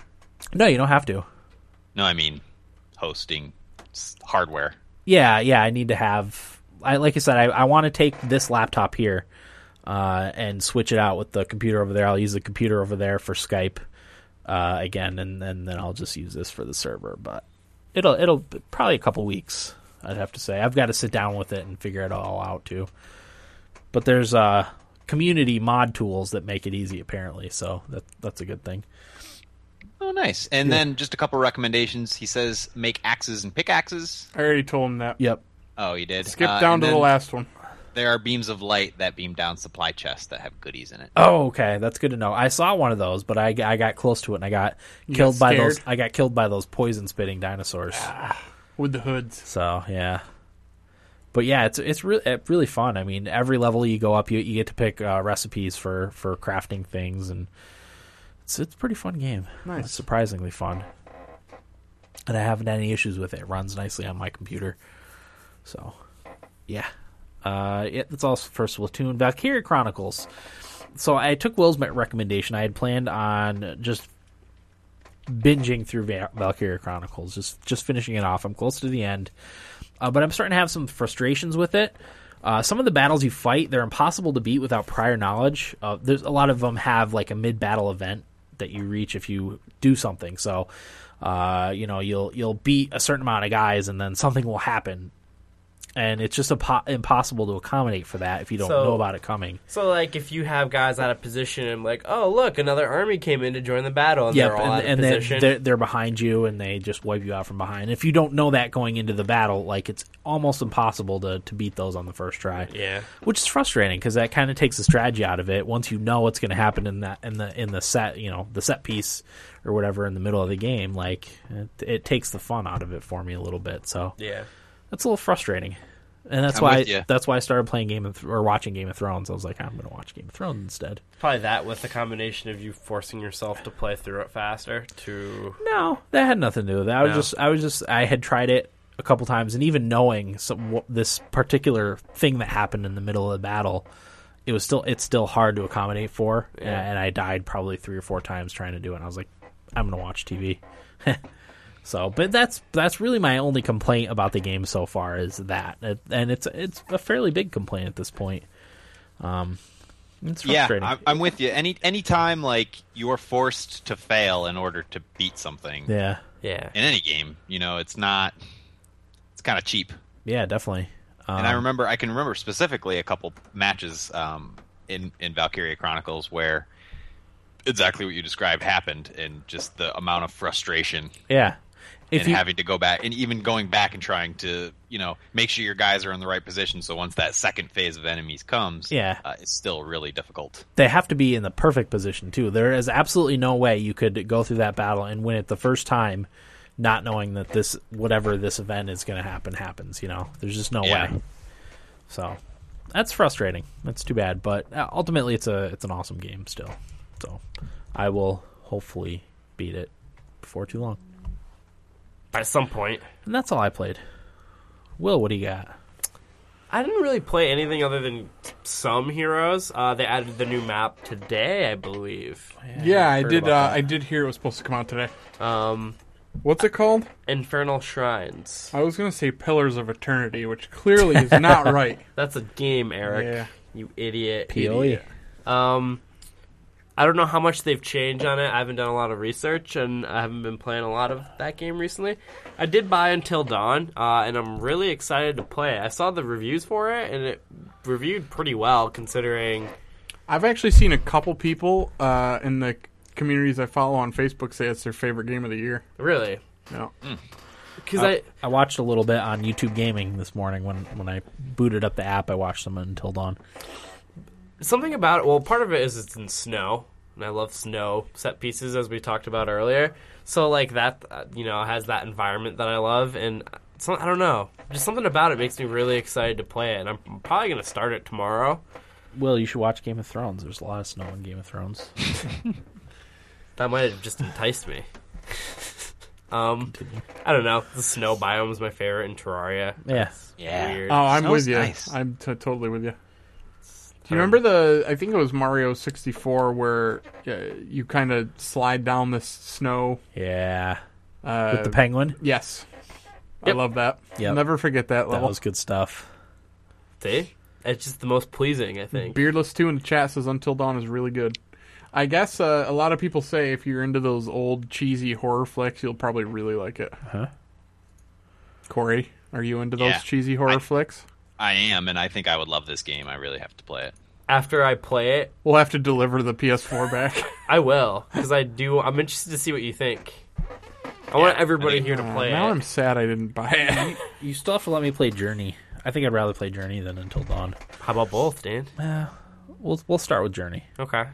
Speaker 1: No, you don't have to.
Speaker 4: No, I mean hosting s- hardware.
Speaker 1: Yeah, yeah, I need to have. I like I said, I, I want to take this laptop here uh, and switch it out with the computer over there. I'll use the computer over there for Skype uh, again, and, and then I'll just use this for the server. But it'll it'll be probably a couple weeks. I'd have to say I've got to sit down with it and figure it all out too. But there's uh, community mod tools that make it easy apparently, so that that's a good thing.
Speaker 4: Oh, nice. And then just a couple recommendations. He says make axes and pickaxes.
Speaker 2: I already told him that.
Speaker 1: Yep.
Speaker 4: Oh, you did.
Speaker 2: Skip
Speaker 4: Uh,
Speaker 2: down
Speaker 4: and
Speaker 2: to the
Speaker 4: then
Speaker 2: last one.
Speaker 4: There are beams of light that beam down supply chests that have goodies in it.
Speaker 1: Oh, okay, that's good to know. I saw one of those, but I, I got close to it and I got killed by
Speaker 2: scared? Ah.
Speaker 1: those. I got killed by those poison spitting dinosaurs.
Speaker 2: With the hoods.
Speaker 1: So yeah, but yeah, it's it's really really fun. I mean, every level you go up, you you get to pick uh, recipes for for crafting things, and it's it's a pretty fun game.
Speaker 2: Nice.
Speaker 1: It's surprisingly fun, and I haven't had any issues with it. It runs nicely on my computer, so yeah. Uh, yeah, that's also for Splatoon. Valkyria Chronicles. So I took Will's recommendation. I had planned on just binging through Va- Valkyria Chronicles, just just finishing it off. I'm close to the end, uh, but I'm starting to have some frustrations with it. Uh, some of the battles you fight, they're impossible to beat without prior knowledge. Uh, there's a lot of them have like a mid-battle event that you reach if you do something. So, uh, you know, you'll you'll beat a certain amount of guys, and then *laughs* something will happen, and it's just impo- impossible to accommodate for that if you don't
Speaker 3: So-
Speaker 1: know about it coming.
Speaker 3: So, like, if you have guys out of position and, like, oh, look, another army came in to join the battle and they're all
Speaker 1: and,
Speaker 3: out of
Speaker 1: and then
Speaker 3: position.
Speaker 1: they're, they're behind you, and they just wipe you out from behind. If you don't know that going into the battle, like it's almost impossible to, to beat those on the first try.
Speaker 3: Yeah.
Speaker 1: which is frustrating because that kind of takes the strategy out of it. Once you know what's going to happen in that in the in the set, you know, the set piece or whatever in the middle of the game, like it, it takes the fun out of it for me a little bit. So
Speaker 3: Yeah.
Speaker 1: that's a little frustrating. And that's
Speaker 4: I'm
Speaker 1: why
Speaker 4: with ya.
Speaker 1: that's why I started playing Game of Th- or watching Game of Thrones. I was like, I'm going to watch Game of Thrones instead.
Speaker 3: Probably that with the combination of you forcing yourself to play through it faster to.
Speaker 1: No, that had nothing to do with that. I was
Speaker 3: No.
Speaker 1: just, I was just, I had tried it a couple times, and even knowing some, what, this particular thing that happened in the middle of the battle, it was still, it's still hard to accommodate for, and- and I died probably three or four times trying to do it. And I was like, I'm gonna watch TV. *laughs* so, but that's that's really my only complaint about the game so far is that, It- and it's it's a fairly big complaint at this point. Um, it's
Speaker 4: Yeah,
Speaker 1: frustrating.
Speaker 4: I'm, I'm with you. Any any time like you're forced to fail in order to beat something
Speaker 1: yeah.
Speaker 3: Yeah.
Speaker 4: in any game, you know, it's not. It's kind of cheap.
Speaker 1: Yeah, definitely. Um,
Speaker 4: and I remember I can remember specifically a couple matches um, in in Valkyria Chronicles where exactly what you described happened, and just the amount of frustration.
Speaker 1: Yeah. If
Speaker 4: and
Speaker 1: you-
Speaker 4: having to go back and even going back and trying to you know make sure your guys are in the right position so once that second phase of enemies comes
Speaker 1: Yeah.
Speaker 4: uh, it's still really difficult
Speaker 1: they have to be in the perfect position too. There is absolutely no way you could go through that battle and win it the first time, not knowing that this whatever this event is going to happen happens. You know, there's just no
Speaker 4: Yeah.
Speaker 1: way. So that's frustrating. That's too bad. But uh, ultimately, it's a it's an awesome game still. So I will hopefully beat it before too long.
Speaker 3: At some point,
Speaker 1: And that's all I played. Will, what do you got?
Speaker 3: I didn't really play anything other than some heroes. Uh, they added the new map today, I believe.
Speaker 2: Yeah, I
Speaker 1: heard
Speaker 2: did.
Speaker 1: about
Speaker 2: Uh,
Speaker 1: that.
Speaker 2: I did hear it was supposed to come out today.
Speaker 3: Um,
Speaker 2: What's it called?
Speaker 3: Infernal Shrines.
Speaker 2: I was gonna say Pillars of Eternity, which clearly is not
Speaker 1: *laughs*
Speaker 2: right.
Speaker 3: That's a game, Eric.
Speaker 2: Yeah.
Speaker 3: You idiot.
Speaker 1: POE.
Speaker 3: Um, I don't know how much they've changed on it. I haven't done a lot of research, and I haven't been playing a lot of that game recently. I did buy Until Dawn, uh, and I'm really excited to play it. I saw the reviews for it, and it reviewed pretty well considering.
Speaker 2: I've actually seen a couple people uh, in the communities I follow on Facebook say it's their favorite game of the year.
Speaker 3: Really,
Speaker 2: No,
Speaker 3: because I
Speaker 1: I watched a little bit on YouTube Gaming this morning when when I booted up the app. I watched some until dawn.
Speaker 3: something about it. Well, part of it is it's in snow, and I love snow set pieces, as we talked about earlier. So like that, uh, you know, has that environment that I love, and so, I don't know, just something about it makes me really excited to play it. And I'm probably gonna start it tomorrow.
Speaker 1: Will, you should watch Game of Thrones. There's a lot of snow in Game of Thrones. *laughs*
Speaker 3: That might have just enticed me. um, I don't know. The snow biome is my favorite in Terraria.
Speaker 1: Yeah.
Speaker 4: Yeah.
Speaker 3: Weird.
Speaker 2: oh, I'm
Speaker 4: Snow's
Speaker 2: with you.
Speaker 4: nice.
Speaker 2: I'm t- totally with you. Do you remember the? I think it was Mario 64 where uh, you kind of slide down this snow.
Speaker 1: Yeah.
Speaker 2: Uh,
Speaker 1: With the penguin.
Speaker 2: yes,
Speaker 3: Yep.
Speaker 2: I love that.
Speaker 1: Yep.
Speaker 2: Never forget that
Speaker 1: That
Speaker 2: level.
Speaker 1: was good stuff.
Speaker 3: See? It's just the most pleasing, I think.
Speaker 2: Beardless two in the chat says Until Dawn is really good. I guess uh, a lot of people say if you're into those old cheesy horror flicks, you'll probably really like it.
Speaker 1: Huh?
Speaker 2: Corey, are you into those
Speaker 4: Yeah.
Speaker 2: cheesy horror
Speaker 4: I-
Speaker 2: flicks?
Speaker 4: i am and i think i would love this game i really have to play it
Speaker 3: After I play it,
Speaker 2: We'll have to deliver the
Speaker 4: *laughs*
Speaker 2: PS4 back.
Speaker 3: I will because I do. I'm interested to see what you think. I want
Speaker 4: Yeah,
Speaker 3: everybody
Speaker 4: I think-
Speaker 3: here to play
Speaker 2: Uh, now
Speaker 3: it.
Speaker 2: I'm sad I didn't buy it.
Speaker 1: You still have to let me play Journey. I think I'd rather play Journey than Until Dawn.
Speaker 3: How about both, Dan?
Speaker 1: Uh, we'll we'll start with Journey.
Speaker 3: Okay.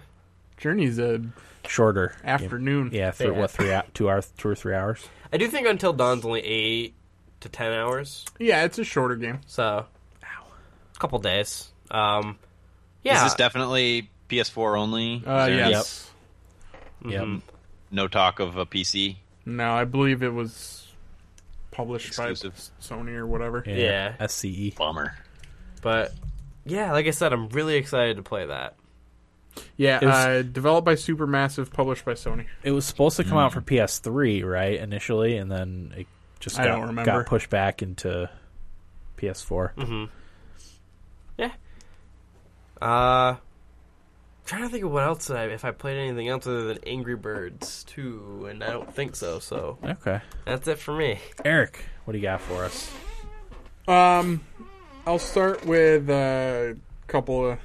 Speaker 2: Journey's a
Speaker 1: Shorter. game.
Speaker 2: afternoon.
Speaker 1: Yeah. Three,
Speaker 3: Yeah.
Speaker 1: What three? hou- Two hours? Two or three hours?
Speaker 3: I do think Until Dawn's only eight to ten hours,
Speaker 2: Yeah, it's a shorter game.
Speaker 3: so a couple days. Um, yeah.
Speaker 4: is this definitely ps4 only Is
Speaker 2: Uh,
Speaker 4: there any-
Speaker 2: yes.
Speaker 1: Yeah.
Speaker 4: no talk of a pc
Speaker 2: No, I believe it was published
Speaker 4: Exclusive.
Speaker 2: by Sony or whatever.
Speaker 3: Yeah.
Speaker 1: SCE.
Speaker 4: bummer
Speaker 3: but yeah, like I said, I'm really excited to play that.
Speaker 2: Yeah,
Speaker 1: was-
Speaker 2: uh, developed by Supermassive, published by Sony.
Speaker 1: It was supposed to come out for PS3, right? Initially, and then it just
Speaker 2: I
Speaker 1: got,
Speaker 2: don't remember.
Speaker 1: got pushed back into PS4.
Speaker 3: Uh, trying to think of what else I, if I played anything else other than Angry Birds 2, and I don't think so. So
Speaker 1: Okay.
Speaker 3: that's it for me.
Speaker 1: Eric, what do you got for us?
Speaker 2: Um, I'll start with a couple of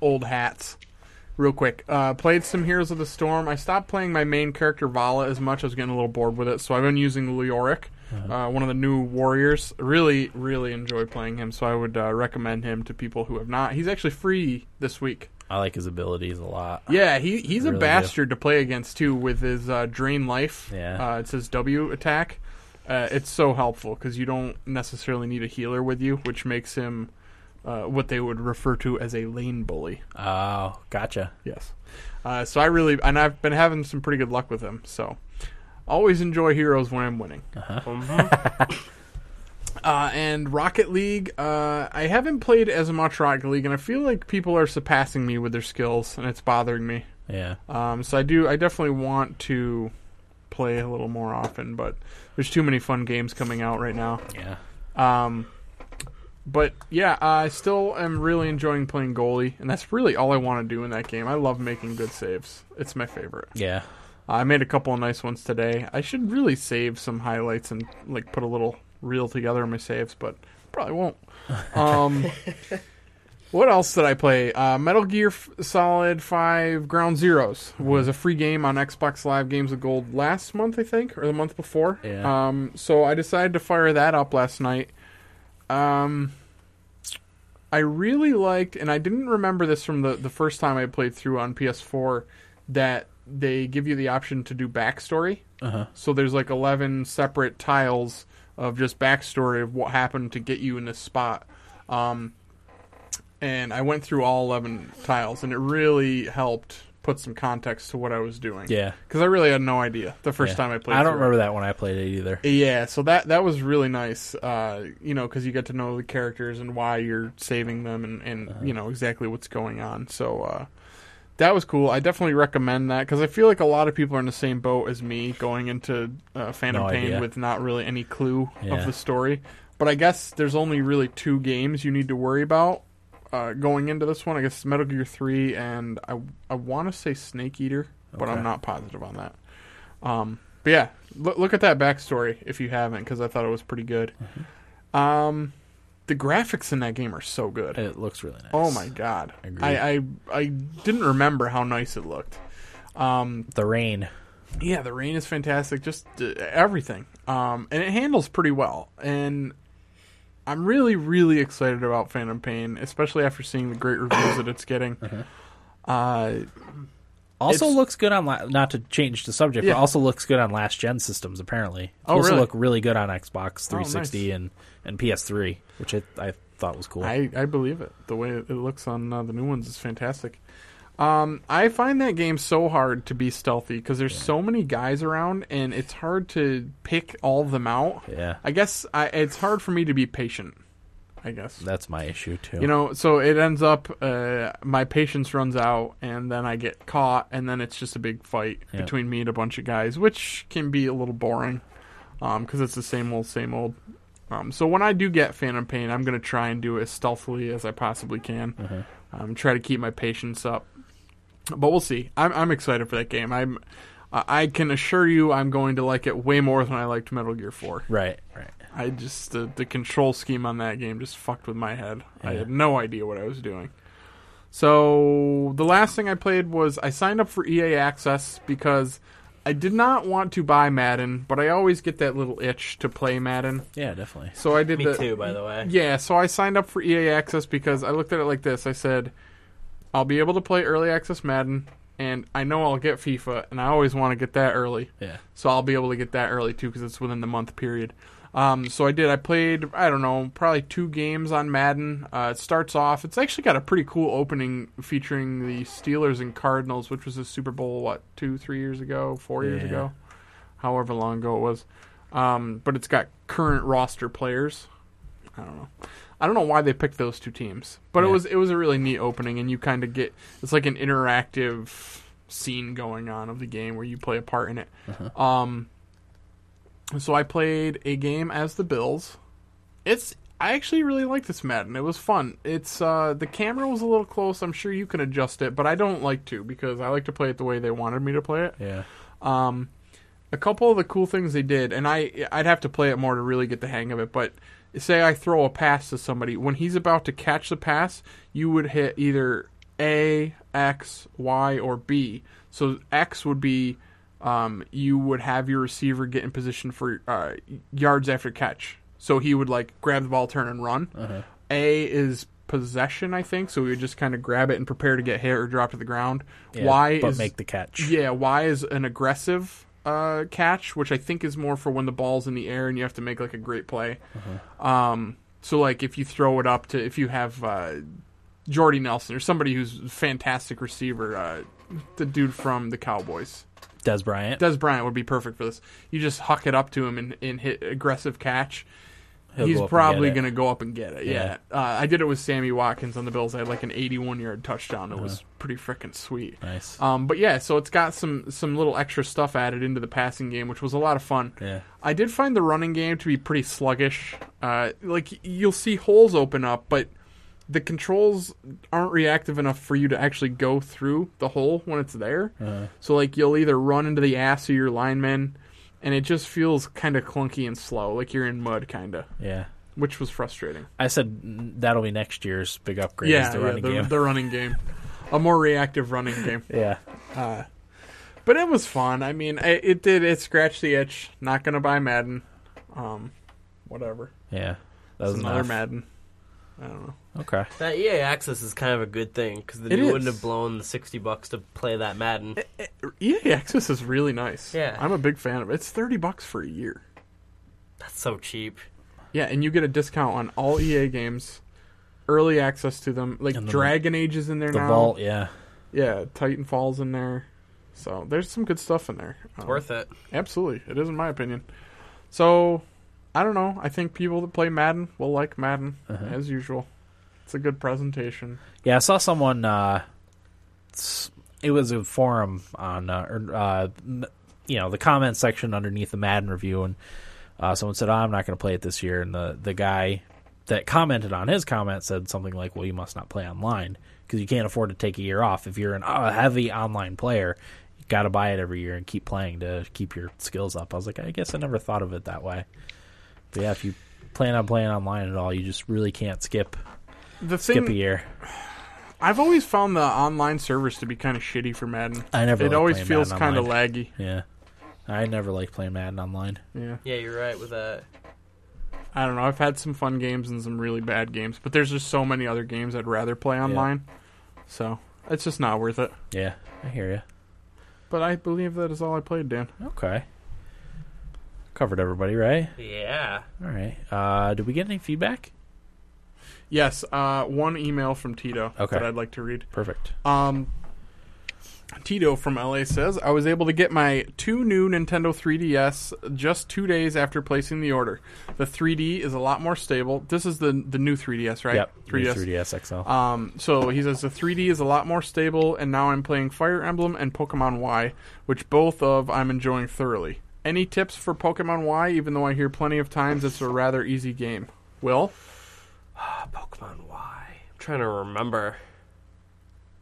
Speaker 2: old hats, real quick. Uh, played some Heroes of the Storm. I stopped playing my main character Vala as much. I was getting a little bored with it, so I've been using Leoric, uh, one of the new warriors. Really, really enjoy playing him. So I would uh, recommend him to people who have not. He's actually free this week.
Speaker 1: I like his abilities a lot.
Speaker 2: Yeah, he he's
Speaker 1: Really
Speaker 2: a
Speaker 1: do.
Speaker 2: bastard to play against too with his uh, drain life.
Speaker 1: Yeah.
Speaker 2: uh, it's his W attack. Uh, it's so helpful because you don't necessarily need a healer with you, which makes him uh, what they would refer to as a lane bully.
Speaker 1: Oh, gotcha.
Speaker 2: Yes. Uh, so I really and I've been having some pretty good luck with him. So always enjoy heroes when I'm winning.
Speaker 1: Uh-huh.
Speaker 2: *laughs* Uh, and Rocket League, uh, I haven't played as much Rocket League, and I feel like people are surpassing me with their skills, and it's bothering me.
Speaker 1: Yeah.
Speaker 2: Um, so I do. I definitely want to play a little more often, but there's too many fun games coming out right now.
Speaker 1: Yeah.
Speaker 2: Um, but yeah, I still am really enjoying playing goalie, and that's really all I want to do in that game. I love making good saves. It's my favorite.
Speaker 1: Yeah.
Speaker 2: I made a couple of nice ones today. I should really save some highlights and like *laughs* put a little reel together of my saves, but probably won't. Um, What else did I play? Uh, Metal Gear F- Solid 5 Ground Zeroes was a free game on Xbox Live Games of Gold last month, I think, or the month before.
Speaker 1: Yeah.
Speaker 2: Um, so I decided to fire that up last night. Um, I really liked, and I didn't remember this from the, the first time I played through on PS4, that they give you the option to do backstory.
Speaker 1: Uh-huh.
Speaker 2: So there's like 11 separate tiles of just backstory of what happened to get you in this spot. Um, and I went through all 11 tiles, and it really helped put some context to what I was doing.
Speaker 1: Yeah.
Speaker 2: Because I really had no idea the first
Speaker 1: Yeah.
Speaker 2: time I played
Speaker 1: I don't
Speaker 2: through it.
Speaker 1: remember that when I played it either.
Speaker 2: Yeah, so that that was really nice, uh, you know, because you get to know the characters and why you're saving them, and, and
Speaker 1: Uh-huh.
Speaker 2: you know exactly what's going on. So uh, that was cool. I definitely recommend that because I feel like a lot of people are in the same boat as me, going into uh, Phantom
Speaker 1: No
Speaker 2: Pain
Speaker 1: idea.
Speaker 2: with not really any clue
Speaker 1: Yeah.
Speaker 2: of the story. But I guess there's only really two games you need to worry about uh, going into this one. I guess Metal Gear Three and I I want to say Snake Eater, but
Speaker 1: Okay.
Speaker 2: I'm not positive on that. Um, but yeah, look, look at that backstory if you haven't, because I thought it was pretty good. Um, the graphics in that game are so good.
Speaker 1: Mm-hmm. It looks really nice.
Speaker 2: oh my god,
Speaker 1: Agreed.
Speaker 2: I, I I didn't remember how nice it looked. Um,
Speaker 1: The rain.
Speaker 2: yeah, the rain is fantastic. Just uh, everything, um, and it handles pretty well. And I'm really, really excited about Phantom Pain, especially after seeing the great reviews that it's getting. Uh,
Speaker 1: Also
Speaker 2: It's-
Speaker 1: looks good on la- not to change the subject,
Speaker 2: Yeah.
Speaker 1: but also looks good on last gen systems. Apparently, It's
Speaker 2: Oh,
Speaker 1: also
Speaker 2: really? Oh,
Speaker 1: look really good on Xbox 360
Speaker 2: nice.
Speaker 1: and, and PS3, which I, I thought was cool.
Speaker 2: I, I believe it. The way it looks on uh, the new ones is fantastic. Um, I find that game so hard to be stealthy because there's so many guys around and it's hard to pick all of them out.
Speaker 1: yeah,
Speaker 2: I guess I, it's hard for me to be patient. I guess
Speaker 1: that's my issue too.
Speaker 2: you know. So it ends up uh, my patience runs out, and then I get caught, and then it's just a big fight
Speaker 1: Yeah.
Speaker 2: between me and a bunch of guys, which can be a little boring because it's the same old, same old. Um, so when I do get Phantom Pain, I'm going to try and do it as stealthily as I possibly can.
Speaker 1: Uh-huh.
Speaker 2: Um, try to keep my patience up, but we'll see. I'm, I'm excited for that game. I'm. I I can assure you, I'm going to like it way more than I liked Metal Gear Four.
Speaker 1: right, right.
Speaker 2: I just the, the control scheme on that game just fucked with my head. I
Speaker 1: Yeah.
Speaker 2: had no idea what I was doing. So the last thing I played was I signed up for EA Access because I did not want to buy Madden, but I always get that little itch to play Madden.
Speaker 1: Yeah, definitely.
Speaker 2: So I did
Speaker 3: Me
Speaker 2: the
Speaker 3: too, by the way.
Speaker 2: yeah, so I signed up for EA Access because I looked at it like this. I said, I'll be able to play early access Madden, and I know I'll get FIFA, and I always want to get that early.
Speaker 1: Yeah.
Speaker 2: So I'll be able to get that early too because it's within the month period. Um, so I did. I played. I don't know, probably two games on Madden. Uh, it starts off. It's actually got a pretty cool opening featuring the Steelers and Cardinals, which was the Super Bowl what two, three years ago, four years
Speaker 1: Yeah.
Speaker 2: ago, however long ago it was. Um, but it's got current roster players. I don't know. I don't know why they picked those two teams, but it
Speaker 1: Yeah.
Speaker 2: was it was a really neat opening, and you kind of get it's like an interactive scene going on of the game where you play a part in it. Um, so I played a game as the Bills. It's I actually really like this Madden. It was fun. It's uh, the camera was a little close. I'm sure you can adjust it, but I don't like to because I like to play it the way they wanted me to play it.
Speaker 1: Yeah,
Speaker 2: Um, a couple of the cool things they did, and I I'd have to play it more to really get the hang of it. But say I throw a pass to somebody when he's about to catch the pass, you would hit either A, X, Y, or B. So X would be um, you would have your receiver get in position for uh, yards after catch. So he would like grab the ball, turn and run.
Speaker 1: Uh-huh.
Speaker 2: A is possession, I think. So we would just kind of grab it and prepare to get hit or drop to the ground.
Speaker 1: yeah
Speaker 2: y
Speaker 1: but
Speaker 2: is
Speaker 1: make the catch.
Speaker 2: yeah, Y is an aggressive uh, catch, which I think is more for when the ball's in the air and you have to make like a great play.
Speaker 1: Uh-huh.
Speaker 2: Um, so like if you throw it up to if you have uh, Jordy Nelson or somebody who's a fantastic receiver, uh, the dude from the Cowboys.
Speaker 1: Des Bryant.
Speaker 2: Des Bryant would be perfect for this. You just huck it up to him and, and hit aggressive catch.
Speaker 1: He'll
Speaker 2: He's
Speaker 1: go up and
Speaker 2: probably
Speaker 1: get it.
Speaker 2: going to go up and get it. Yeah. Uh, I did it with Sammy Watkins on the Bills. I had like an 81 yard touchdown. It
Speaker 1: Uh-huh.
Speaker 2: was pretty freaking sweet.
Speaker 1: Nice.
Speaker 2: Um, but yeah, so it's got some some little extra stuff added into the passing game, which was a lot of fun.
Speaker 1: Yeah.
Speaker 2: I did find the running game to be pretty sluggish. Uh, like you'll see holes open up, but the controls aren't reactive enough for you to actually go through the hole when it's there.
Speaker 1: Uh-huh.
Speaker 2: So like you'll either run into the ass of your lineman, and it just feels kind of clunky and slow, like you're in mud, kind of.
Speaker 1: Yeah.
Speaker 2: which was frustrating.
Speaker 1: I said mm, that'll be next year's big upgrade. is
Speaker 2: yeah,
Speaker 1: the
Speaker 2: yeah,
Speaker 1: running
Speaker 2: the,
Speaker 1: game.
Speaker 2: the running game, a more reactive running game.
Speaker 1: yeah,
Speaker 2: But it was fun. I mean, it, it did. It scratched the itch. Not gonna buy Madden. Um, whatever.
Speaker 1: yeah. That
Speaker 2: It's
Speaker 1: was
Speaker 2: another
Speaker 1: enough.
Speaker 2: Madden. I don't know.
Speaker 1: Okay.
Speaker 3: That EA Access is kind of a good thing because then
Speaker 2: It
Speaker 3: you
Speaker 2: is.
Speaker 3: wouldn't have blown the sixty bucks to play that Madden.
Speaker 2: EA E Access is really nice.
Speaker 3: Yeah.
Speaker 2: I'm a big fan of it. It's thirty bucks for a year.
Speaker 3: That's so cheap.
Speaker 2: Yeah, and you get a discount on all EA games, early access to them. Like
Speaker 1: And the-
Speaker 2: Dragon Age is in there
Speaker 1: The
Speaker 2: now.
Speaker 1: vault. Yeah.
Speaker 2: Yeah, Titanfall's in there. So there's some good stuff in there. Um,
Speaker 3: Worth it.
Speaker 2: Absolutely, it is in my opinion. So I don't know. I think people that play Madden will like Madden
Speaker 1: Uh-huh.
Speaker 2: as usual. It's a good presentation.
Speaker 1: Yeah, I saw someone. Uh, s- it was a forum on, uh, er, uh, m- you know, the comment section underneath the Madden review, and uh, someone said, oh, "I'm not going to play it this year." And the the guy that commented on his comment said something like, "Well, you must not play online because you can't afford to take a year off. If you're an, a heavy online player, you got to buy it every year and keep playing to keep your skills up." I was like, "I guess I never thought of it that way." But yeah, if you plan on playing online at all, you just really can't skip
Speaker 2: The
Speaker 1: skip a
Speaker 2: thing
Speaker 1: year.
Speaker 2: I've always found the online servers to be kind of shitty for Madden.
Speaker 1: I never.
Speaker 2: It
Speaker 1: liked
Speaker 2: always
Speaker 1: playing
Speaker 2: feels
Speaker 1: Madden
Speaker 2: kind of
Speaker 1: online.
Speaker 2: laggy.
Speaker 1: Yeah, I never like playing Madden online.
Speaker 2: Yeah.
Speaker 3: Yeah, you're right with that.
Speaker 2: I don't know. I've had some fun games and some really bad games, but there's just so many other games I'd rather play online. So it's just not worth it.
Speaker 1: Yeah, I hear you.
Speaker 2: But I believe that is all I played, Dan.
Speaker 1: Okay, covered everybody, right?
Speaker 3: Yeah.
Speaker 1: All right. Uh, did we get any feedback?
Speaker 2: Yes, uh, one email from Tito
Speaker 1: Okay.
Speaker 2: that I'd like to read.
Speaker 1: Perfect.
Speaker 2: Um, Tito from LA says, I was able to get my two new Nintendo 3DS just two days after placing the order. The 3D is a lot more stable. This is the the new 3DS, right?
Speaker 1: Yep.
Speaker 2: 3DS.
Speaker 1: 3ds XL.
Speaker 2: Um, so he says the 3D is a lot more stable, and now I'm playing Fire Emblem and Pokemon Y, which both of I'm enjoying thoroughly. Any tips for Pokemon Y? Even though I hear plenty of times it's a rather easy game. Will
Speaker 3: Ah, Pokemon Y. I'm trying to remember.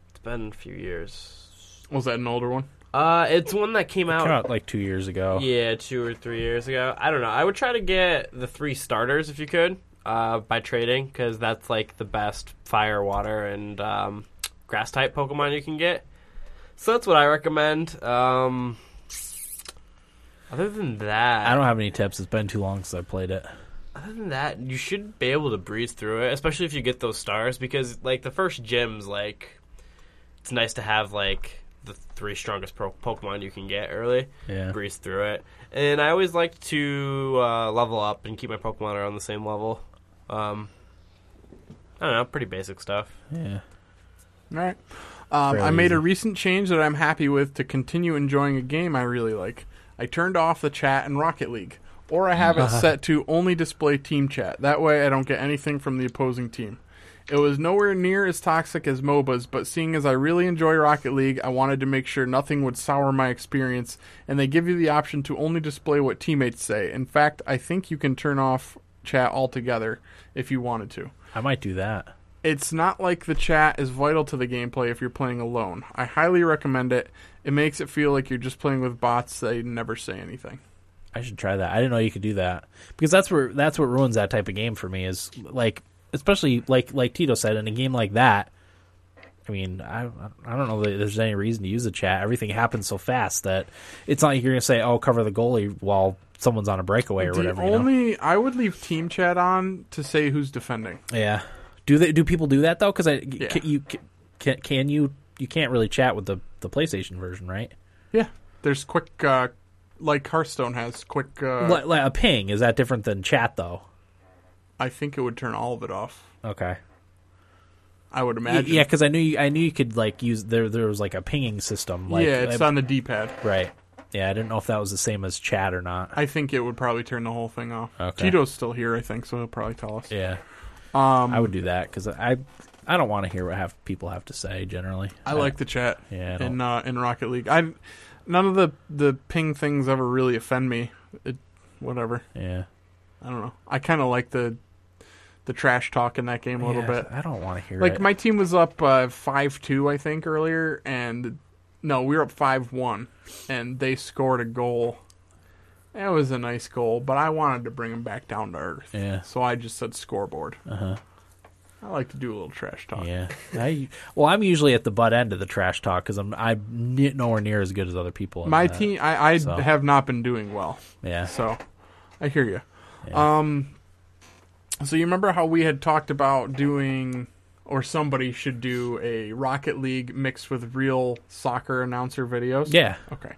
Speaker 3: It's been a few years.
Speaker 2: was that an older one?
Speaker 3: Uh, it's one that came out.
Speaker 1: Came out like two years ago.
Speaker 3: Yeah, two or three years ago. I don't know. I would try to get the three starters if you could uh, by trading because that's like the best fire, water, and um, grass type Pokemon you can get. So that's what I recommend. Um, other than that,
Speaker 1: I don't have any tips. It's been too long since I played it.
Speaker 3: other than that, you should be able to breeze through it, especially if you get those stars because like the first gyms, like it's nice to have like the three strongest pro- Pokemon you can get early
Speaker 1: Yeah.
Speaker 3: breeze through it. And I always like to uh, level up and keep my Pokemon around the same level. Um, I don't know, pretty basic stuff.
Speaker 1: Yeah.
Speaker 2: All right. Um, I
Speaker 1: Fairly
Speaker 2: made a
Speaker 1: easy.
Speaker 2: recent change that I'm happy with to continue enjoying a game I really like. I turned off the chat in Rocket League, or I have it set to only display team chat. That way I don't get anything from the opposing team. It was nowhere near as toxic as MOBAs, but seeing as I really enjoy Rocket League, I wanted to make sure nothing would sour my experience, and they give you the option to only display what teammates say. In fact, I think you can turn off chat altogether if you wanted to.
Speaker 1: I might do that.
Speaker 2: It's not like the chat is vital to the gameplay if you're playing alone. I highly recommend it. It makes it feel like you're just playing with bots that never say anything.
Speaker 1: I should try that. I didn't know you could do that because that's where that's what ruins that type of game for me is like especially like like Tito said in a game like that. I mean, I I don't know that there's any reason to use the chat. Everything happens so fast that it's not like you're gonna say, "Oh, cover the goalie" while someone's on a breakaway or
Speaker 2: The
Speaker 1: whatever. you know?
Speaker 2: only I would leave team chat on to say who's defending.
Speaker 1: Yeah. Do they do people do that though? Because I
Speaker 2: Yeah.
Speaker 1: can, you can can you you can't really chat with the the PlayStation version, right?
Speaker 2: Yeah, there's quick, uh, like Hearthstone has quick. Uh,
Speaker 1: Like, like a ping is that different than chat though?
Speaker 2: I think it would turn all of it off.
Speaker 1: Okay.
Speaker 2: I would
Speaker 1: Y-
Speaker 2: imagine.
Speaker 1: Yeah, because I knew you, I knew you could like use there. There was like a pinging system. Like,
Speaker 2: yeah, it's
Speaker 1: I-
Speaker 2: on the D-pad.
Speaker 1: right. Yeah, I didn't know if that was the same as chat or not.
Speaker 2: I think it would probably turn the whole thing off.
Speaker 1: Okay.
Speaker 2: Tito's still here, I think, so he'll probably tell us.
Speaker 1: Yeah,
Speaker 2: Um,
Speaker 1: I would do that because I I don't want to hear what have people have to say generally.
Speaker 2: I like the chat.
Speaker 1: Yeah, I don't-
Speaker 2: in uh, in Rocket League, I none of the the ping things ever really offend me. It, whatever.
Speaker 1: yeah
Speaker 2: I don't know. I kind of like the the trash talk in that game a little
Speaker 1: Yeah,
Speaker 2: bit.
Speaker 1: I don't want to hear
Speaker 2: Like
Speaker 1: it.
Speaker 2: my team was up uh, five two, I think, earlier, and no, we were up five one, and they scored a goal, It was a nice goal, but I wanted to bring him back down to earth.
Speaker 1: Yeah. uh-huh.
Speaker 2: So I just said scoreboard. Uh huh. I like to do a little trash talk.
Speaker 1: Yeah. I well, I'm usually at the butt end of the trash talk because I'm I'm ne- nowhere near as good as other people. in
Speaker 2: My
Speaker 1: that.
Speaker 2: team, I, I
Speaker 1: so.
Speaker 2: have not been doing well.
Speaker 1: Yeah.
Speaker 2: So, I hear you. Um, so you remember how we had talked about doing, or somebody should do a Rocket League mixed with real soccer announcer videos?
Speaker 1: yeah.
Speaker 2: Okay.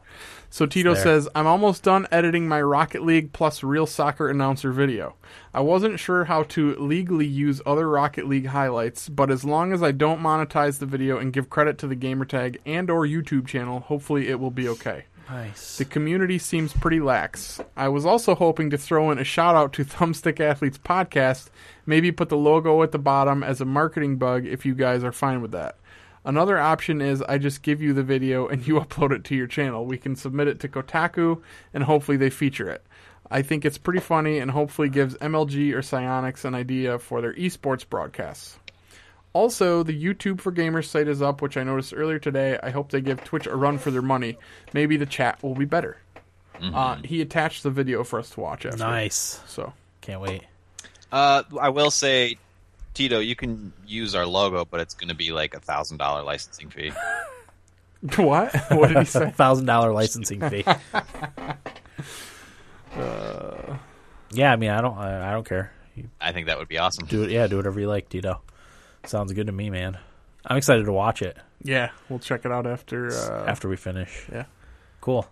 Speaker 2: So Tito
Speaker 1: there.
Speaker 2: says, I'm almost done editing my Rocket League plus real soccer announcer video. I wasn't sure how to legally use other Rocket League highlights, but as long as I don't monetize the video and give credit to the gamertag and or YouTube channel, hopefully it will be okay.
Speaker 1: Nice.
Speaker 2: The community seems pretty lax. I was also hoping to throw in a shout out to *laughs* Thumbstick Athletes podcast, maybe put the logo at the bottom as a marketing bug if you guys are fine with that. Another option is I just give you the video and *laughs* you upload it to your channel. We can submit it to Kotaku and hopefully they feature it. I think it's pretty funny and hopefully gives MLG or Psionics an idea for their esports broadcasts. Also, the YouTube for Gamers site is up, which I noticed earlier today. I hope they give Twitch a run for their money. Maybe the chat will be better. Uh, he attached the video for us to watch after.
Speaker 1: Nice.
Speaker 2: So, *laughs*
Speaker 1: Can't wait.
Speaker 4: Uh, I will say, Tito, you can use our logo, but it's going to be like a thousand dollar licensing fee.
Speaker 2: what? what did he say?
Speaker 1: Thousand dollar licensing fee. Uh, yeah, I mean, I don't, I, I don't care. You
Speaker 4: I think that would be awesome.
Speaker 1: do it. Yeah, do whatever you like, Tito. Sounds good to me, man. I'm excited to watch it
Speaker 2: *laughs* yeah, we'll check it out after. Uh,
Speaker 1: after we finish.
Speaker 2: yeah.
Speaker 1: Cool.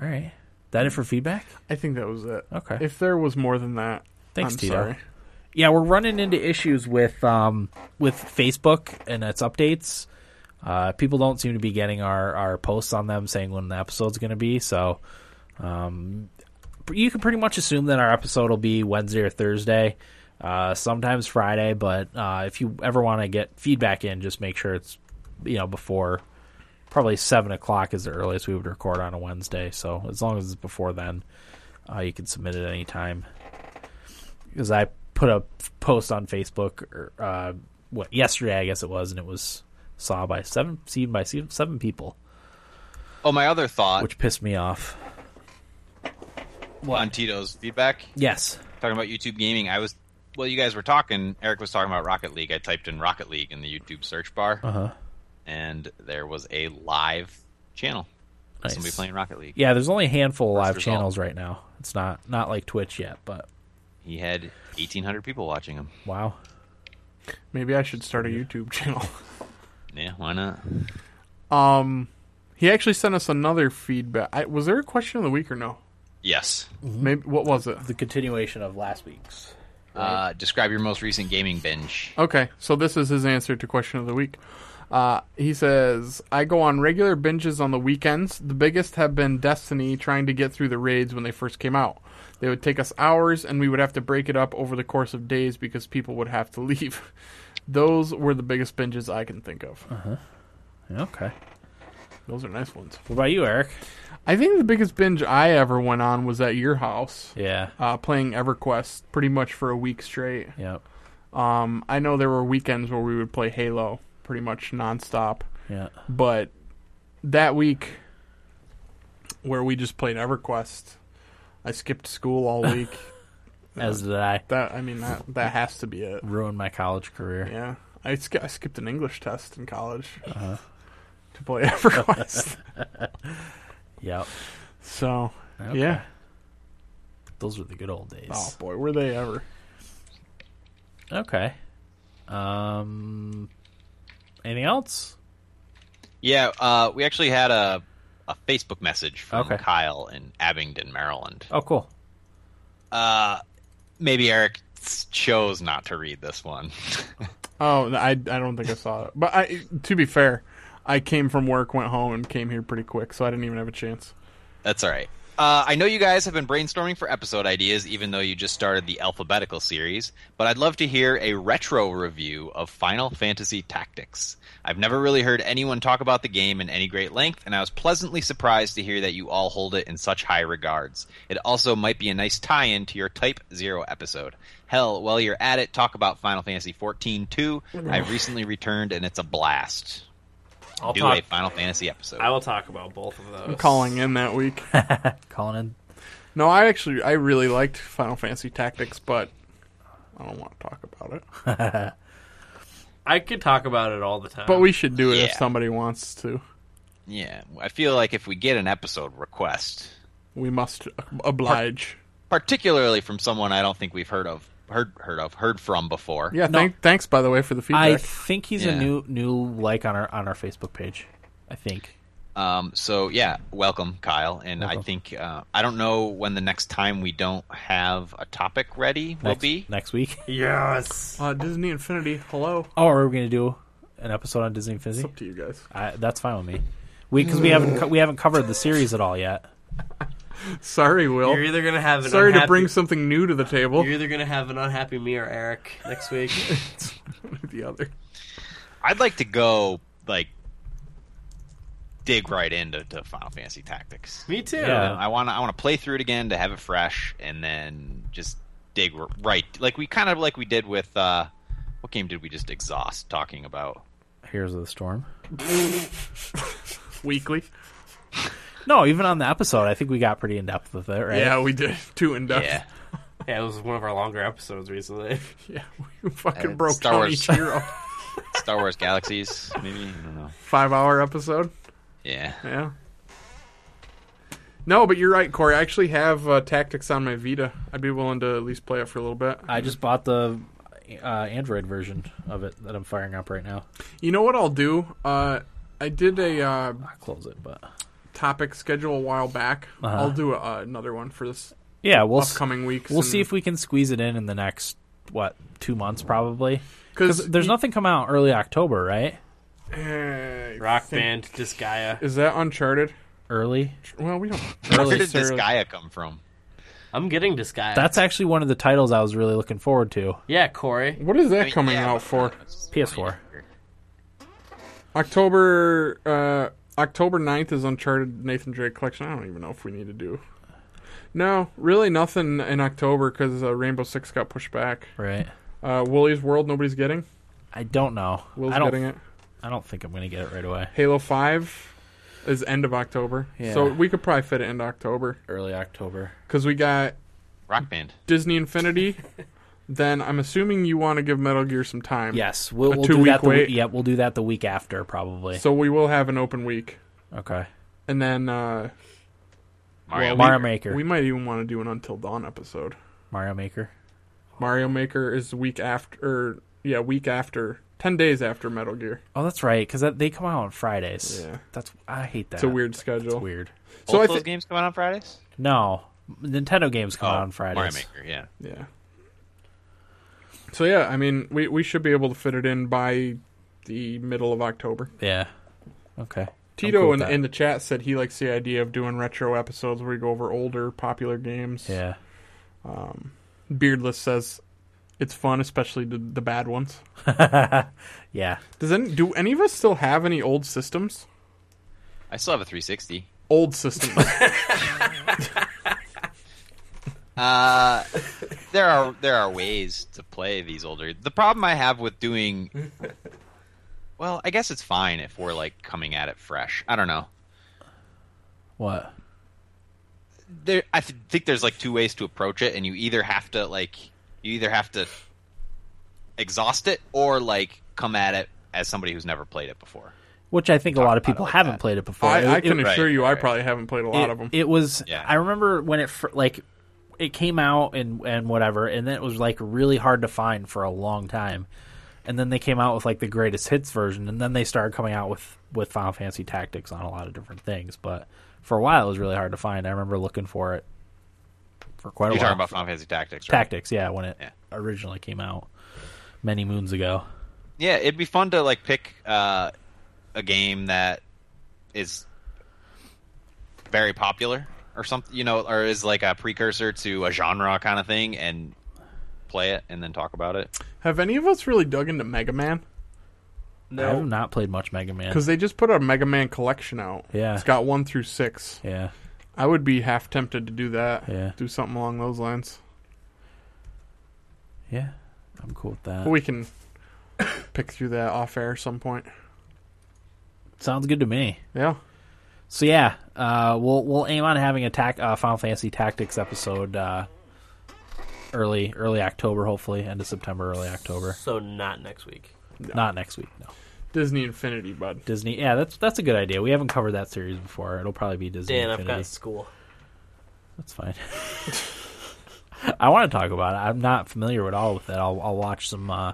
Speaker 1: All right. That it for feedback?
Speaker 2: I think that was it.
Speaker 1: Okay.
Speaker 2: If there was more than that,
Speaker 1: Thanks,
Speaker 2: I'm
Speaker 1: Tito.
Speaker 2: sorry.
Speaker 1: yeah, we're running into issues with um, with Facebook and its updates. Uh, people don't seem to be getting our, our posts on them saying when the episode's going to be. So um, you can pretty much assume that our episode will be Wednesday or Thursday, uh, sometimes Friday. But uh, if you ever want to get feedback in, just make sure it's you know before probably seven o'clock is the earliest we would record on a Wednesday. So as long as it's before then, uh, you can submit it anytime because I put a f- post on Facebook or uh, what yesterday I guess it was, and it was saw by seven seen by se- seven people,
Speaker 4: Oh, my other thought
Speaker 1: which pissed me off.
Speaker 4: on Tito's feedback,
Speaker 1: Yes,
Speaker 4: talking about YouTube gaming. I was, well, you guys were talking. Eric was talking about Rocket League. I typed in Rocket League in the YouTube search bar,
Speaker 1: Uh-huh.
Speaker 4: and there was a live channel.
Speaker 1: Nice.
Speaker 4: Somebody playing Rocket League.
Speaker 1: yeah. There's only a handful of
Speaker 4: First
Speaker 1: live
Speaker 4: result.
Speaker 1: channels right now. It's not not like Twitch yet, but
Speaker 4: He had eighteen hundred people watching him.
Speaker 1: wow,
Speaker 2: Maybe I should start a YouTube *laughs* channel.
Speaker 4: Yeah, why not?
Speaker 2: Um, he actually sent us another feedback. I, was there a question of the week or no?
Speaker 4: Yes.
Speaker 2: Maybe what was it?
Speaker 1: the continuation of last week's.
Speaker 4: Uh, describe your most recent gaming binge.
Speaker 2: Okay, so this is his answer to question of the week. Uh, he says, I go on regular binges on the weekends. The biggest have been Destiny trying to get through the raids when they first came out. They would take us hours, and we would have to break it up over the course of days because people would have to *laughs* leave. Those were the biggest binges I can think of.
Speaker 1: Okay.
Speaker 2: Those are nice ones.
Speaker 1: What about you, Eric?
Speaker 2: I think the biggest binge I ever went on was at your house,
Speaker 1: Yeah.
Speaker 2: uh, playing EverQuest pretty much for a week straight.
Speaker 1: Yep.
Speaker 2: Um, I know there were weekends where we would play Halo pretty much nonstop.
Speaker 1: Yeah.
Speaker 2: but that week where we just played EverQuest, I skipped school *laughs* all week. Uh,
Speaker 1: As did I
Speaker 2: that I mean that that has to be it.
Speaker 1: ruin my college career.
Speaker 2: Yeah, I, sk- I skipped an English test in college to play *laughs* EverQuest.
Speaker 1: Yep.
Speaker 2: so
Speaker 1: Okay.
Speaker 2: yeah,
Speaker 1: Those were the good old days.
Speaker 2: oh boy, were they ever?
Speaker 1: Okay. Um. Anything else?
Speaker 4: Yeah, uh, we actually had a, a Facebook message from
Speaker 1: Okay.
Speaker 4: Kyle in Abingdon, Maryland.
Speaker 1: Oh, cool.
Speaker 4: Maybe Eric s- chose not to read this one. *laughs*
Speaker 2: Oh, no, I I don't think I saw it. But I to be fair, I came from work, went home, and came here pretty quick, so I didn't even have a chance.
Speaker 4: That's all right. Uh, I know you guys have been brainstorming for episode ideas, even though you just started the alphabetical series, but I'd love to hear a retro review of Final Fantasy Tactics. I've never really heard anyone talk about the game in any great length, and I was pleasantly surprised to hear that you all hold it in such high regards. It also might be a nice tie in to your Type Zero episode. Hell, while you're at it, talk about Final Fantasy 14 too. I've recently returned, and it's a blast.
Speaker 3: I'll
Speaker 4: do
Speaker 3: talk.
Speaker 4: a Final Fantasy episode.
Speaker 3: I will talk about both of those.
Speaker 2: I'm calling in that week.
Speaker 1: Calling in.
Speaker 2: No, I actually I really liked Final Fantasy Tactics, but I don't want to talk about it.
Speaker 3: I could talk about it all the time.
Speaker 2: But we should do it if
Speaker 4: Yeah.
Speaker 2: somebody wants to.
Speaker 4: yeah, I feel like if we get an episode request,
Speaker 2: We must oblige.
Speaker 4: particularly from someone I don't think we've heard of, heard heard of, heard from before.
Speaker 2: Yeah, thank, thanks by the way for the
Speaker 1: I
Speaker 2: feedback.
Speaker 1: think he's a
Speaker 4: Yeah.
Speaker 1: new new like on our on our Facebook page. I think.
Speaker 4: Um, so yeah, welcome, Kyle. And I
Speaker 1: Welcome.
Speaker 4: think uh, I don't know when the next time we don't have a topic ready will
Speaker 1: Next,
Speaker 4: be.
Speaker 1: next week. *laughs*
Speaker 3: yes.
Speaker 2: uh, Disney Infinity, hello.
Speaker 1: Oh, are we going to do an episode on Disney Infinity?
Speaker 2: It's up to you guys.
Speaker 1: I, that's fine with me. We because we haven't co- we haven't covered the series at all yet.
Speaker 2: Sorry,
Speaker 3: You're
Speaker 2: Will.
Speaker 3: either gonna have an
Speaker 2: Sorry
Speaker 3: unhappy,
Speaker 2: to bring something new to the table.
Speaker 3: You're either gonna have an unhappy me or Eric next week.
Speaker 2: *laughs*
Speaker 1: *laughs*
Speaker 2: the other. *laughs*
Speaker 4: I'd like to go like dig right into to Final Fantasy Tactics.
Speaker 3: me too.
Speaker 1: Yeah.
Speaker 4: I want to I want to play through it again to have it fresh, and then just dig r- right like we kind of like we did with uh, what game did we just exhaust talking about?
Speaker 1: Heroes of the Storm.
Speaker 2: Weekly.
Speaker 1: No, even on the episode, I think we got pretty in depth with it, right?
Speaker 2: Yeah, we did. Two in depth.
Speaker 4: Yeah,
Speaker 3: Yeah, it was one of our longer episodes recently.
Speaker 2: *laughs*
Speaker 3: *laughs*
Speaker 2: Yeah, we fucking
Speaker 4: Uh,
Speaker 2: broke
Speaker 4: Star
Speaker 2: down
Speaker 4: Wars.
Speaker 2: each hero.
Speaker 4: *laughs* Star Wars Galaxies, maybe I don't know.
Speaker 2: Five hour episode.
Speaker 4: Yeah,
Speaker 2: Yeah. No, but you're right, Corey. I actually have uh, Tactics on my Vita. I'd be willing to at least play it for a little bit.
Speaker 1: I just bought the uh, Android version of it that I'm firing up right now.
Speaker 2: You know what I'll do? Uh, I did a uh,
Speaker 1: I close it, but
Speaker 2: topic schedule a while back.
Speaker 1: Uh-huh.
Speaker 2: I'll do uh, another one for this
Speaker 1: yeah, we'll s-
Speaker 2: upcoming weeks.
Speaker 1: we'll see if we can squeeze it in in the next what two months probably. Because there's nothing coming out early October, right?
Speaker 3: Rock Band, Disgaea.
Speaker 2: Is that Uncharted?
Speaker 1: Early.
Speaker 2: Well, we don't.
Speaker 4: where did this
Speaker 2: necessarily-
Speaker 4: Gaia come from?
Speaker 3: I'm getting Disgaea.
Speaker 1: That's actually one of the titles I was really looking forward to.
Speaker 3: yeah, Corey.
Speaker 2: What is that
Speaker 4: I mean,
Speaker 2: coming
Speaker 4: yeah,
Speaker 2: out for?
Speaker 4: it's-
Speaker 1: PS4.
Speaker 2: October uh, October 9th is Uncharted Nathan Drake collection. I don't even know if we need to do. No, really nothing in October because uh, Rainbow Six got pushed back.
Speaker 1: Right.
Speaker 2: Uh, Wooly's World, nobody's getting.
Speaker 1: I don't know.
Speaker 2: Will's
Speaker 1: I don't.
Speaker 2: getting it.
Speaker 1: I don't think I'm gonna get it right away.
Speaker 2: Halo Five is end of October,
Speaker 1: Yeah.
Speaker 2: so we could probably fit it into October
Speaker 1: Early October.
Speaker 2: because we got
Speaker 4: Rock Band.
Speaker 2: Disney
Speaker 1: *laughs*
Speaker 2: Infinity. then I'm assuming you want to give Metal Gear some time.
Speaker 1: Yes, we'll, we'll do
Speaker 2: two-week
Speaker 1: that. The
Speaker 2: wait?
Speaker 1: week, yeah, we'll do that the week after probably.
Speaker 2: So we will have an open week,
Speaker 1: okay.
Speaker 2: and then uh,
Speaker 4: Mario,
Speaker 2: Well,
Speaker 1: Mario
Speaker 4: Maker.
Speaker 1: Maker.
Speaker 2: oh, we might even want to do an Until Dawn episode.
Speaker 1: Mario Maker.
Speaker 2: Mario Maker is the week after, or, yeah, week after, ten days after Metal Gear.
Speaker 1: Oh, that's right, because they come out on Fridays.
Speaker 2: Yeah.
Speaker 1: That's I hate that.
Speaker 2: It's a weird schedule.
Speaker 1: It's weird.
Speaker 4: Both
Speaker 2: So I
Speaker 4: those
Speaker 2: think,
Speaker 4: games come out on Fridays.
Speaker 1: No, Nintendo games come out on
Speaker 4: Oh, Mario
Speaker 1: Fridays.
Speaker 4: Maker. Yeah.
Speaker 2: yeah. So yeah, I mean, we we should be able to fit it in by the middle of October.
Speaker 1: Yeah. Okay.
Speaker 2: Tito
Speaker 1: cool with
Speaker 2: in,
Speaker 1: that.
Speaker 2: in the chat said he likes the idea of doing retro episodes where we go over older popular games. Um,
Speaker 1: Yeah.
Speaker 2: Beardless says it's fun, especially the, the bad ones.
Speaker 1: Yeah.
Speaker 2: Does any do any of us still have any old systems?
Speaker 4: I still have a 360.
Speaker 1: *laughs*
Speaker 2: Old systems.
Speaker 4: Uh, there are there are ways to play these older. The problem I have with doing, well, I guess it's fine if we're like coming at it fresh. I don't know.
Speaker 1: What?
Speaker 4: There, I th- think there's like two ways to approach it, and you either have to like you either have to exhaust it or like come at it as somebody who's never played it before.
Speaker 1: Which I think a lot of
Speaker 4: about it
Speaker 1: people
Speaker 4: like
Speaker 1: haven't
Speaker 4: that.
Speaker 1: played it before. It-
Speaker 2: I, I
Speaker 1: it-
Speaker 2: can
Speaker 4: Right,
Speaker 2: assure you, I
Speaker 4: right.
Speaker 2: probably haven't played a lot
Speaker 1: it,
Speaker 2: of them.
Speaker 1: It was.
Speaker 4: Yeah.
Speaker 1: I remember when it fir- like it came out and and whatever, and then it was like really hard to find for a long time. And then they came out with like the greatest hits version, and then they started coming out with with Final Fantasy Tactics on a lot of different things. But for a while, it was really hard to find. I remember looking for it for quite
Speaker 4: You're
Speaker 1: a while.
Speaker 4: talking about Final Fantasy Tactics, right?
Speaker 1: Tactics, yeah, when it
Speaker 4: Yeah.
Speaker 1: originally came out many moons ago.
Speaker 4: yeah, it'd be fun to like pick uh, a game that is very popular or something, you know, or is like a precursor to a genre kind of thing, and play it and then talk about it.
Speaker 2: Have any of us really dug into Mega Man?
Speaker 1: I have
Speaker 3: No,
Speaker 1: not played much Mega Man.
Speaker 2: Because they just put a Mega Man collection out.
Speaker 1: Yeah.
Speaker 2: It's got one through six.
Speaker 1: Yeah,
Speaker 2: I would be half tempted to do that.
Speaker 1: Yeah.
Speaker 2: Do something along those lines.
Speaker 1: yeah,
Speaker 2: *coughs*
Speaker 1: I'm cool with that.
Speaker 2: But we can pick through that off air some point.
Speaker 1: Sounds good to me.
Speaker 2: Yeah.
Speaker 1: So yeah, uh, we'll we'll aim on having a tac- uh, Final Fantasy Tactics episode uh, early early October, hopefully end of September, early October.
Speaker 3: So not next week.
Speaker 1: Not next week. No
Speaker 2: Disney Infinity, bud.
Speaker 1: Disney. Yeah, that's that's a good idea. We haven't covered that series before. It'll probably be Disney.
Speaker 3: Dan, I've
Speaker 1: Infinity.
Speaker 3: got school.
Speaker 1: That's fine. *laughs* I want to talk about it. I'm not familiar at all with it. I'll, I'll watch some uh,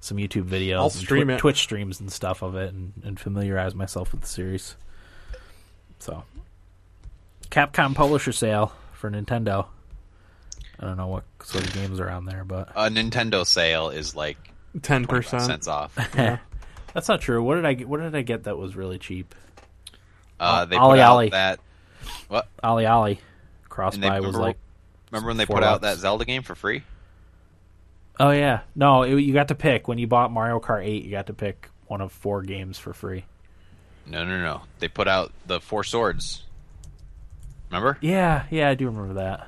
Speaker 1: some YouTube videos,
Speaker 2: I'll
Speaker 1: and
Speaker 2: stream
Speaker 1: Twi-
Speaker 2: it.
Speaker 1: Twitch streams and stuff of it, and, and familiarize myself with the series. So, Capcom publisher sale for Nintendo. I don't know what sort of games are on there, but
Speaker 4: A Nintendo sale is like
Speaker 2: Ten
Speaker 4: 25
Speaker 2: percent.
Speaker 1: *laughs*
Speaker 4: cents off.
Speaker 1: that's not true. What did I get? What did I get that was really cheap?
Speaker 4: Uh, they
Speaker 1: Ollie
Speaker 4: put out
Speaker 1: Ollie.
Speaker 4: that. What?
Speaker 1: Ali Ali
Speaker 4: And they
Speaker 1: Crossbuy was
Speaker 4: remember,
Speaker 1: like,
Speaker 4: remember when they
Speaker 1: four
Speaker 4: put out
Speaker 1: bucks.
Speaker 4: that Zelda game for free?
Speaker 1: oh yeah, no, it, you got to pick when you bought Mario Kart Eight. You got to pick one of four games for free.
Speaker 4: No, no, no. They put out the Four Swords. Remember?
Speaker 1: Yeah, yeah, I do remember that.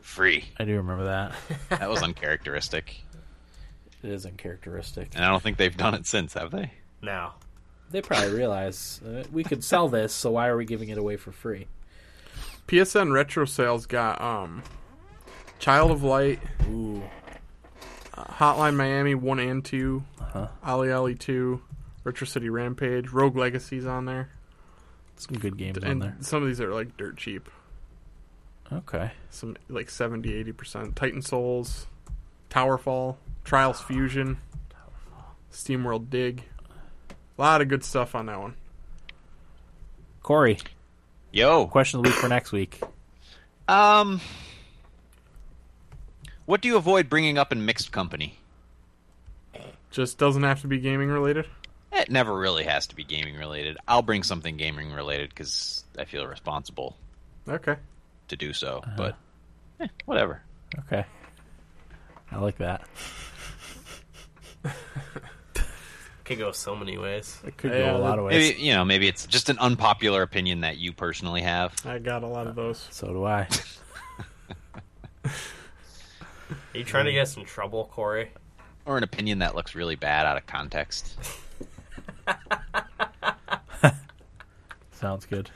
Speaker 4: Free.
Speaker 1: I do remember that.
Speaker 4: That was uncharacteristic.
Speaker 1: *laughs* It is uncharacteristic.
Speaker 4: And I don't think they've done it since, have they?
Speaker 3: Now.
Speaker 1: They probably realize uh, we could sell this, so why are we giving it away for free?
Speaker 2: PSN retro sales got um, Child of Light, uh,
Speaker 1: Ooh,
Speaker 2: Hotline Miami one and 2
Speaker 1: Uh-huh.
Speaker 2: Ali Ali two, Retro City Rampage, Rogue Legacy's on there,
Speaker 1: some good games on
Speaker 2: and
Speaker 1: there.
Speaker 2: some of these are like dirt cheap.
Speaker 1: Okay,
Speaker 2: Some like 70 80 percent. Titan Souls, Towerfall, Trials Fusion, SteamWorld Dig. A lot of good stuff on that one.
Speaker 1: Corey,
Speaker 4: Yo.
Speaker 1: question of the week for next week.
Speaker 4: Um. What do you avoid bringing up in mixed company?
Speaker 2: Just doesn't have to be gaming related.
Speaker 4: It never really has to be gaming related. I'll bring something gaming related because I feel responsible
Speaker 2: Okay.
Speaker 4: to do so.
Speaker 1: Uh-huh.
Speaker 4: But eh, whatever.
Speaker 1: Okay, I like that.
Speaker 3: Could go so many ways.
Speaker 1: It could
Speaker 2: Yeah,
Speaker 1: go a lot
Speaker 2: that-
Speaker 1: of ways.
Speaker 4: Maybe you know. Maybe it's just an unpopular opinion that you personally have.
Speaker 2: I got a lot of those.
Speaker 1: So do
Speaker 2: *laughs*
Speaker 1: I.
Speaker 3: Are you trying to get us in trouble, Corey?
Speaker 4: or an opinion that looks really bad out of context.
Speaker 1: Sounds good.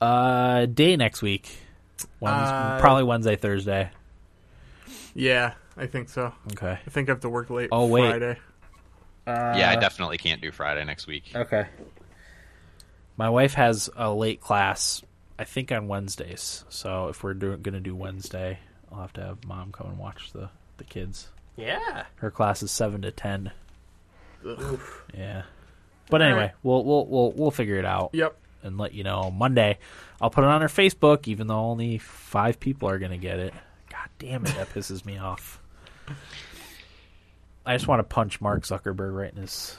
Speaker 1: Uh, day next week. Wednesday,
Speaker 2: Uh,
Speaker 1: probably Wednesday, Thursday.
Speaker 2: Yeah, I think so.
Speaker 1: Okay.
Speaker 2: I think I have to work late
Speaker 1: Oh, wait.
Speaker 2: Friday.
Speaker 4: yeah, I definitely can't do Friday next week.
Speaker 1: Uh, Okay. My wife has a late class, I think on Wednesdays. So if we're doing, gonna do Wednesday, I'll have to have mom come and watch the the kids.
Speaker 3: Yeah.
Speaker 1: Her class is seven to ten.
Speaker 3: Oof.
Speaker 1: Yeah. But anyway,
Speaker 2: right.
Speaker 1: we'll we'll we'll we'll figure it out
Speaker 2: Yep.
Speaker 1: and let you know Monday. I'll put it on her Facebook, even though only five people are gonna get it. God damn it, that pisses me off. I just want to punch Mark Zuckerberg right in his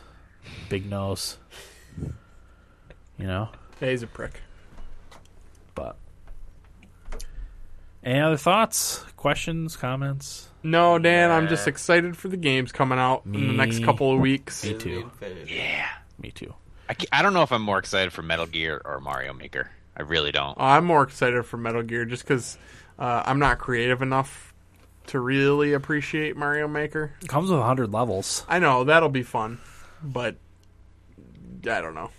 Speaker 1: big nose. You know?
Speaker 2: Yeah, he's a prick.
Speaker 1: But any other thoughts, questions, comments?
Speaker 2: No, Dan, I'm
Speaker 3: Yeah.
Speaker 2: just excited for the games coming out in the next
Speaker 1: Me-
Speaker 2: couple of weeks.
Speaker 1: Me too.
Speaker 3: Infinity.
Speaker 4: Yeah.
Speaker 1: Me too.
Speaker 4: I, ca- I don't know if I'm more excited for Metal Gear or Mario Maker. I really don't.
Speaker 1: Oh,
Speaker 2: I'm more excited for Metal Gear just because uh, I'm not creative enough to really appreciate Mario Maker.
Speaker 1: It comes with 100 levels.
Speaker 2: I know that'll be fun, but I don't know.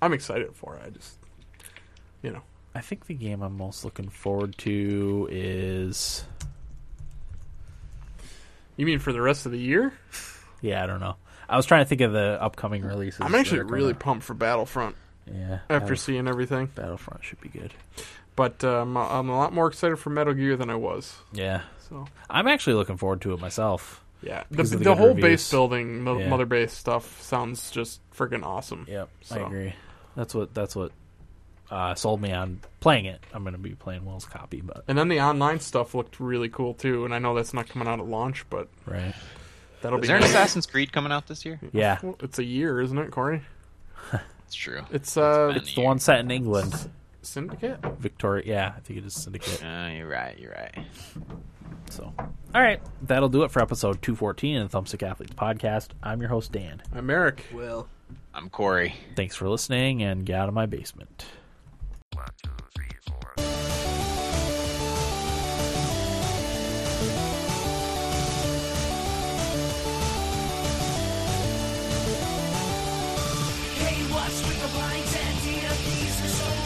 Speaker 2: I'm excited for it. I just, you know,
Speaker 1: I think the game I'm most looking forward to is
Speaker 2: you mean for the rest of the year?
Speaker 1: yeah, I don't know. I was trying to think of the upcoming releases.
Speaker 2: I'm
Speaker 1: that
Speaker 2: actually
Speaker 1: are
Speaker 2: really
Speaker 1: coming
Speaker 2: pumped for Battlefront
Speaker 1: out. yeah.
Speaker 2: after
Speaker 1: Battle-
Speaker 2: seeing everything,
Speaker 1: Battlefront should be good.
Speaker 2: but um, I'm a lot more excited for Metal Gear than I was.
Speaker 1: Yeah,
Speaker 2: So
Speaker 1: I'm actually looking forward to it myself.
Speaker 2: yeah, the,
Speaker 1: Because
Speaker 2: the,
Speaker 1: of the good
Speaker 2: whole
Speaker 1: reviews.
Speaker 2: base building, mo-
Speaker 1: Yeah.
Speaker 2: mother base stuff sounds just freaking awesome.
Speaker 1: Yep, I
Speaker 2: So-
Speaker 1: agree. That's what that's what uh, sold me on playing it. I'm going to be playing Will's copy, but
Speaker 2: And then the online stuff looked really cool too. And I know that's not coming out at launch, but
Speaker 1: right.
Speaker 2: that'll
Speaker 4: Is
Speaker 2: be
Speaker 4: there an
Speaker 2: nice.
Speaker 4: Assassin's Creed coming out this year?
Speaker 1: Yeah,
Speaker 2: Well, It's a year, isn't it, Corey?
Speaker 4: It's true.
Speaker 2: It's uh,
Speaker 4: It's
Speaker 1: it's the one set in England.
Speaker 2: Syndicate.
Speaker 1: Victoria. Yeah, I think it is Syndicate.
Speaker 4: Uh, you're right. You're right.
Speaker 1: So, all right, that'll do it for episode 214 of the Thumbstick Athletes podcast. I'm your host, Dan.
Speaker 2: I'm Eric.
Speaker 3: Will.
Speaker 4: I'm Corey.
Speaker 1: Thanks for listening and get out of my basement.
Speaker 5: One, two, three, four.
Speaker 6: the blind and dear, these are so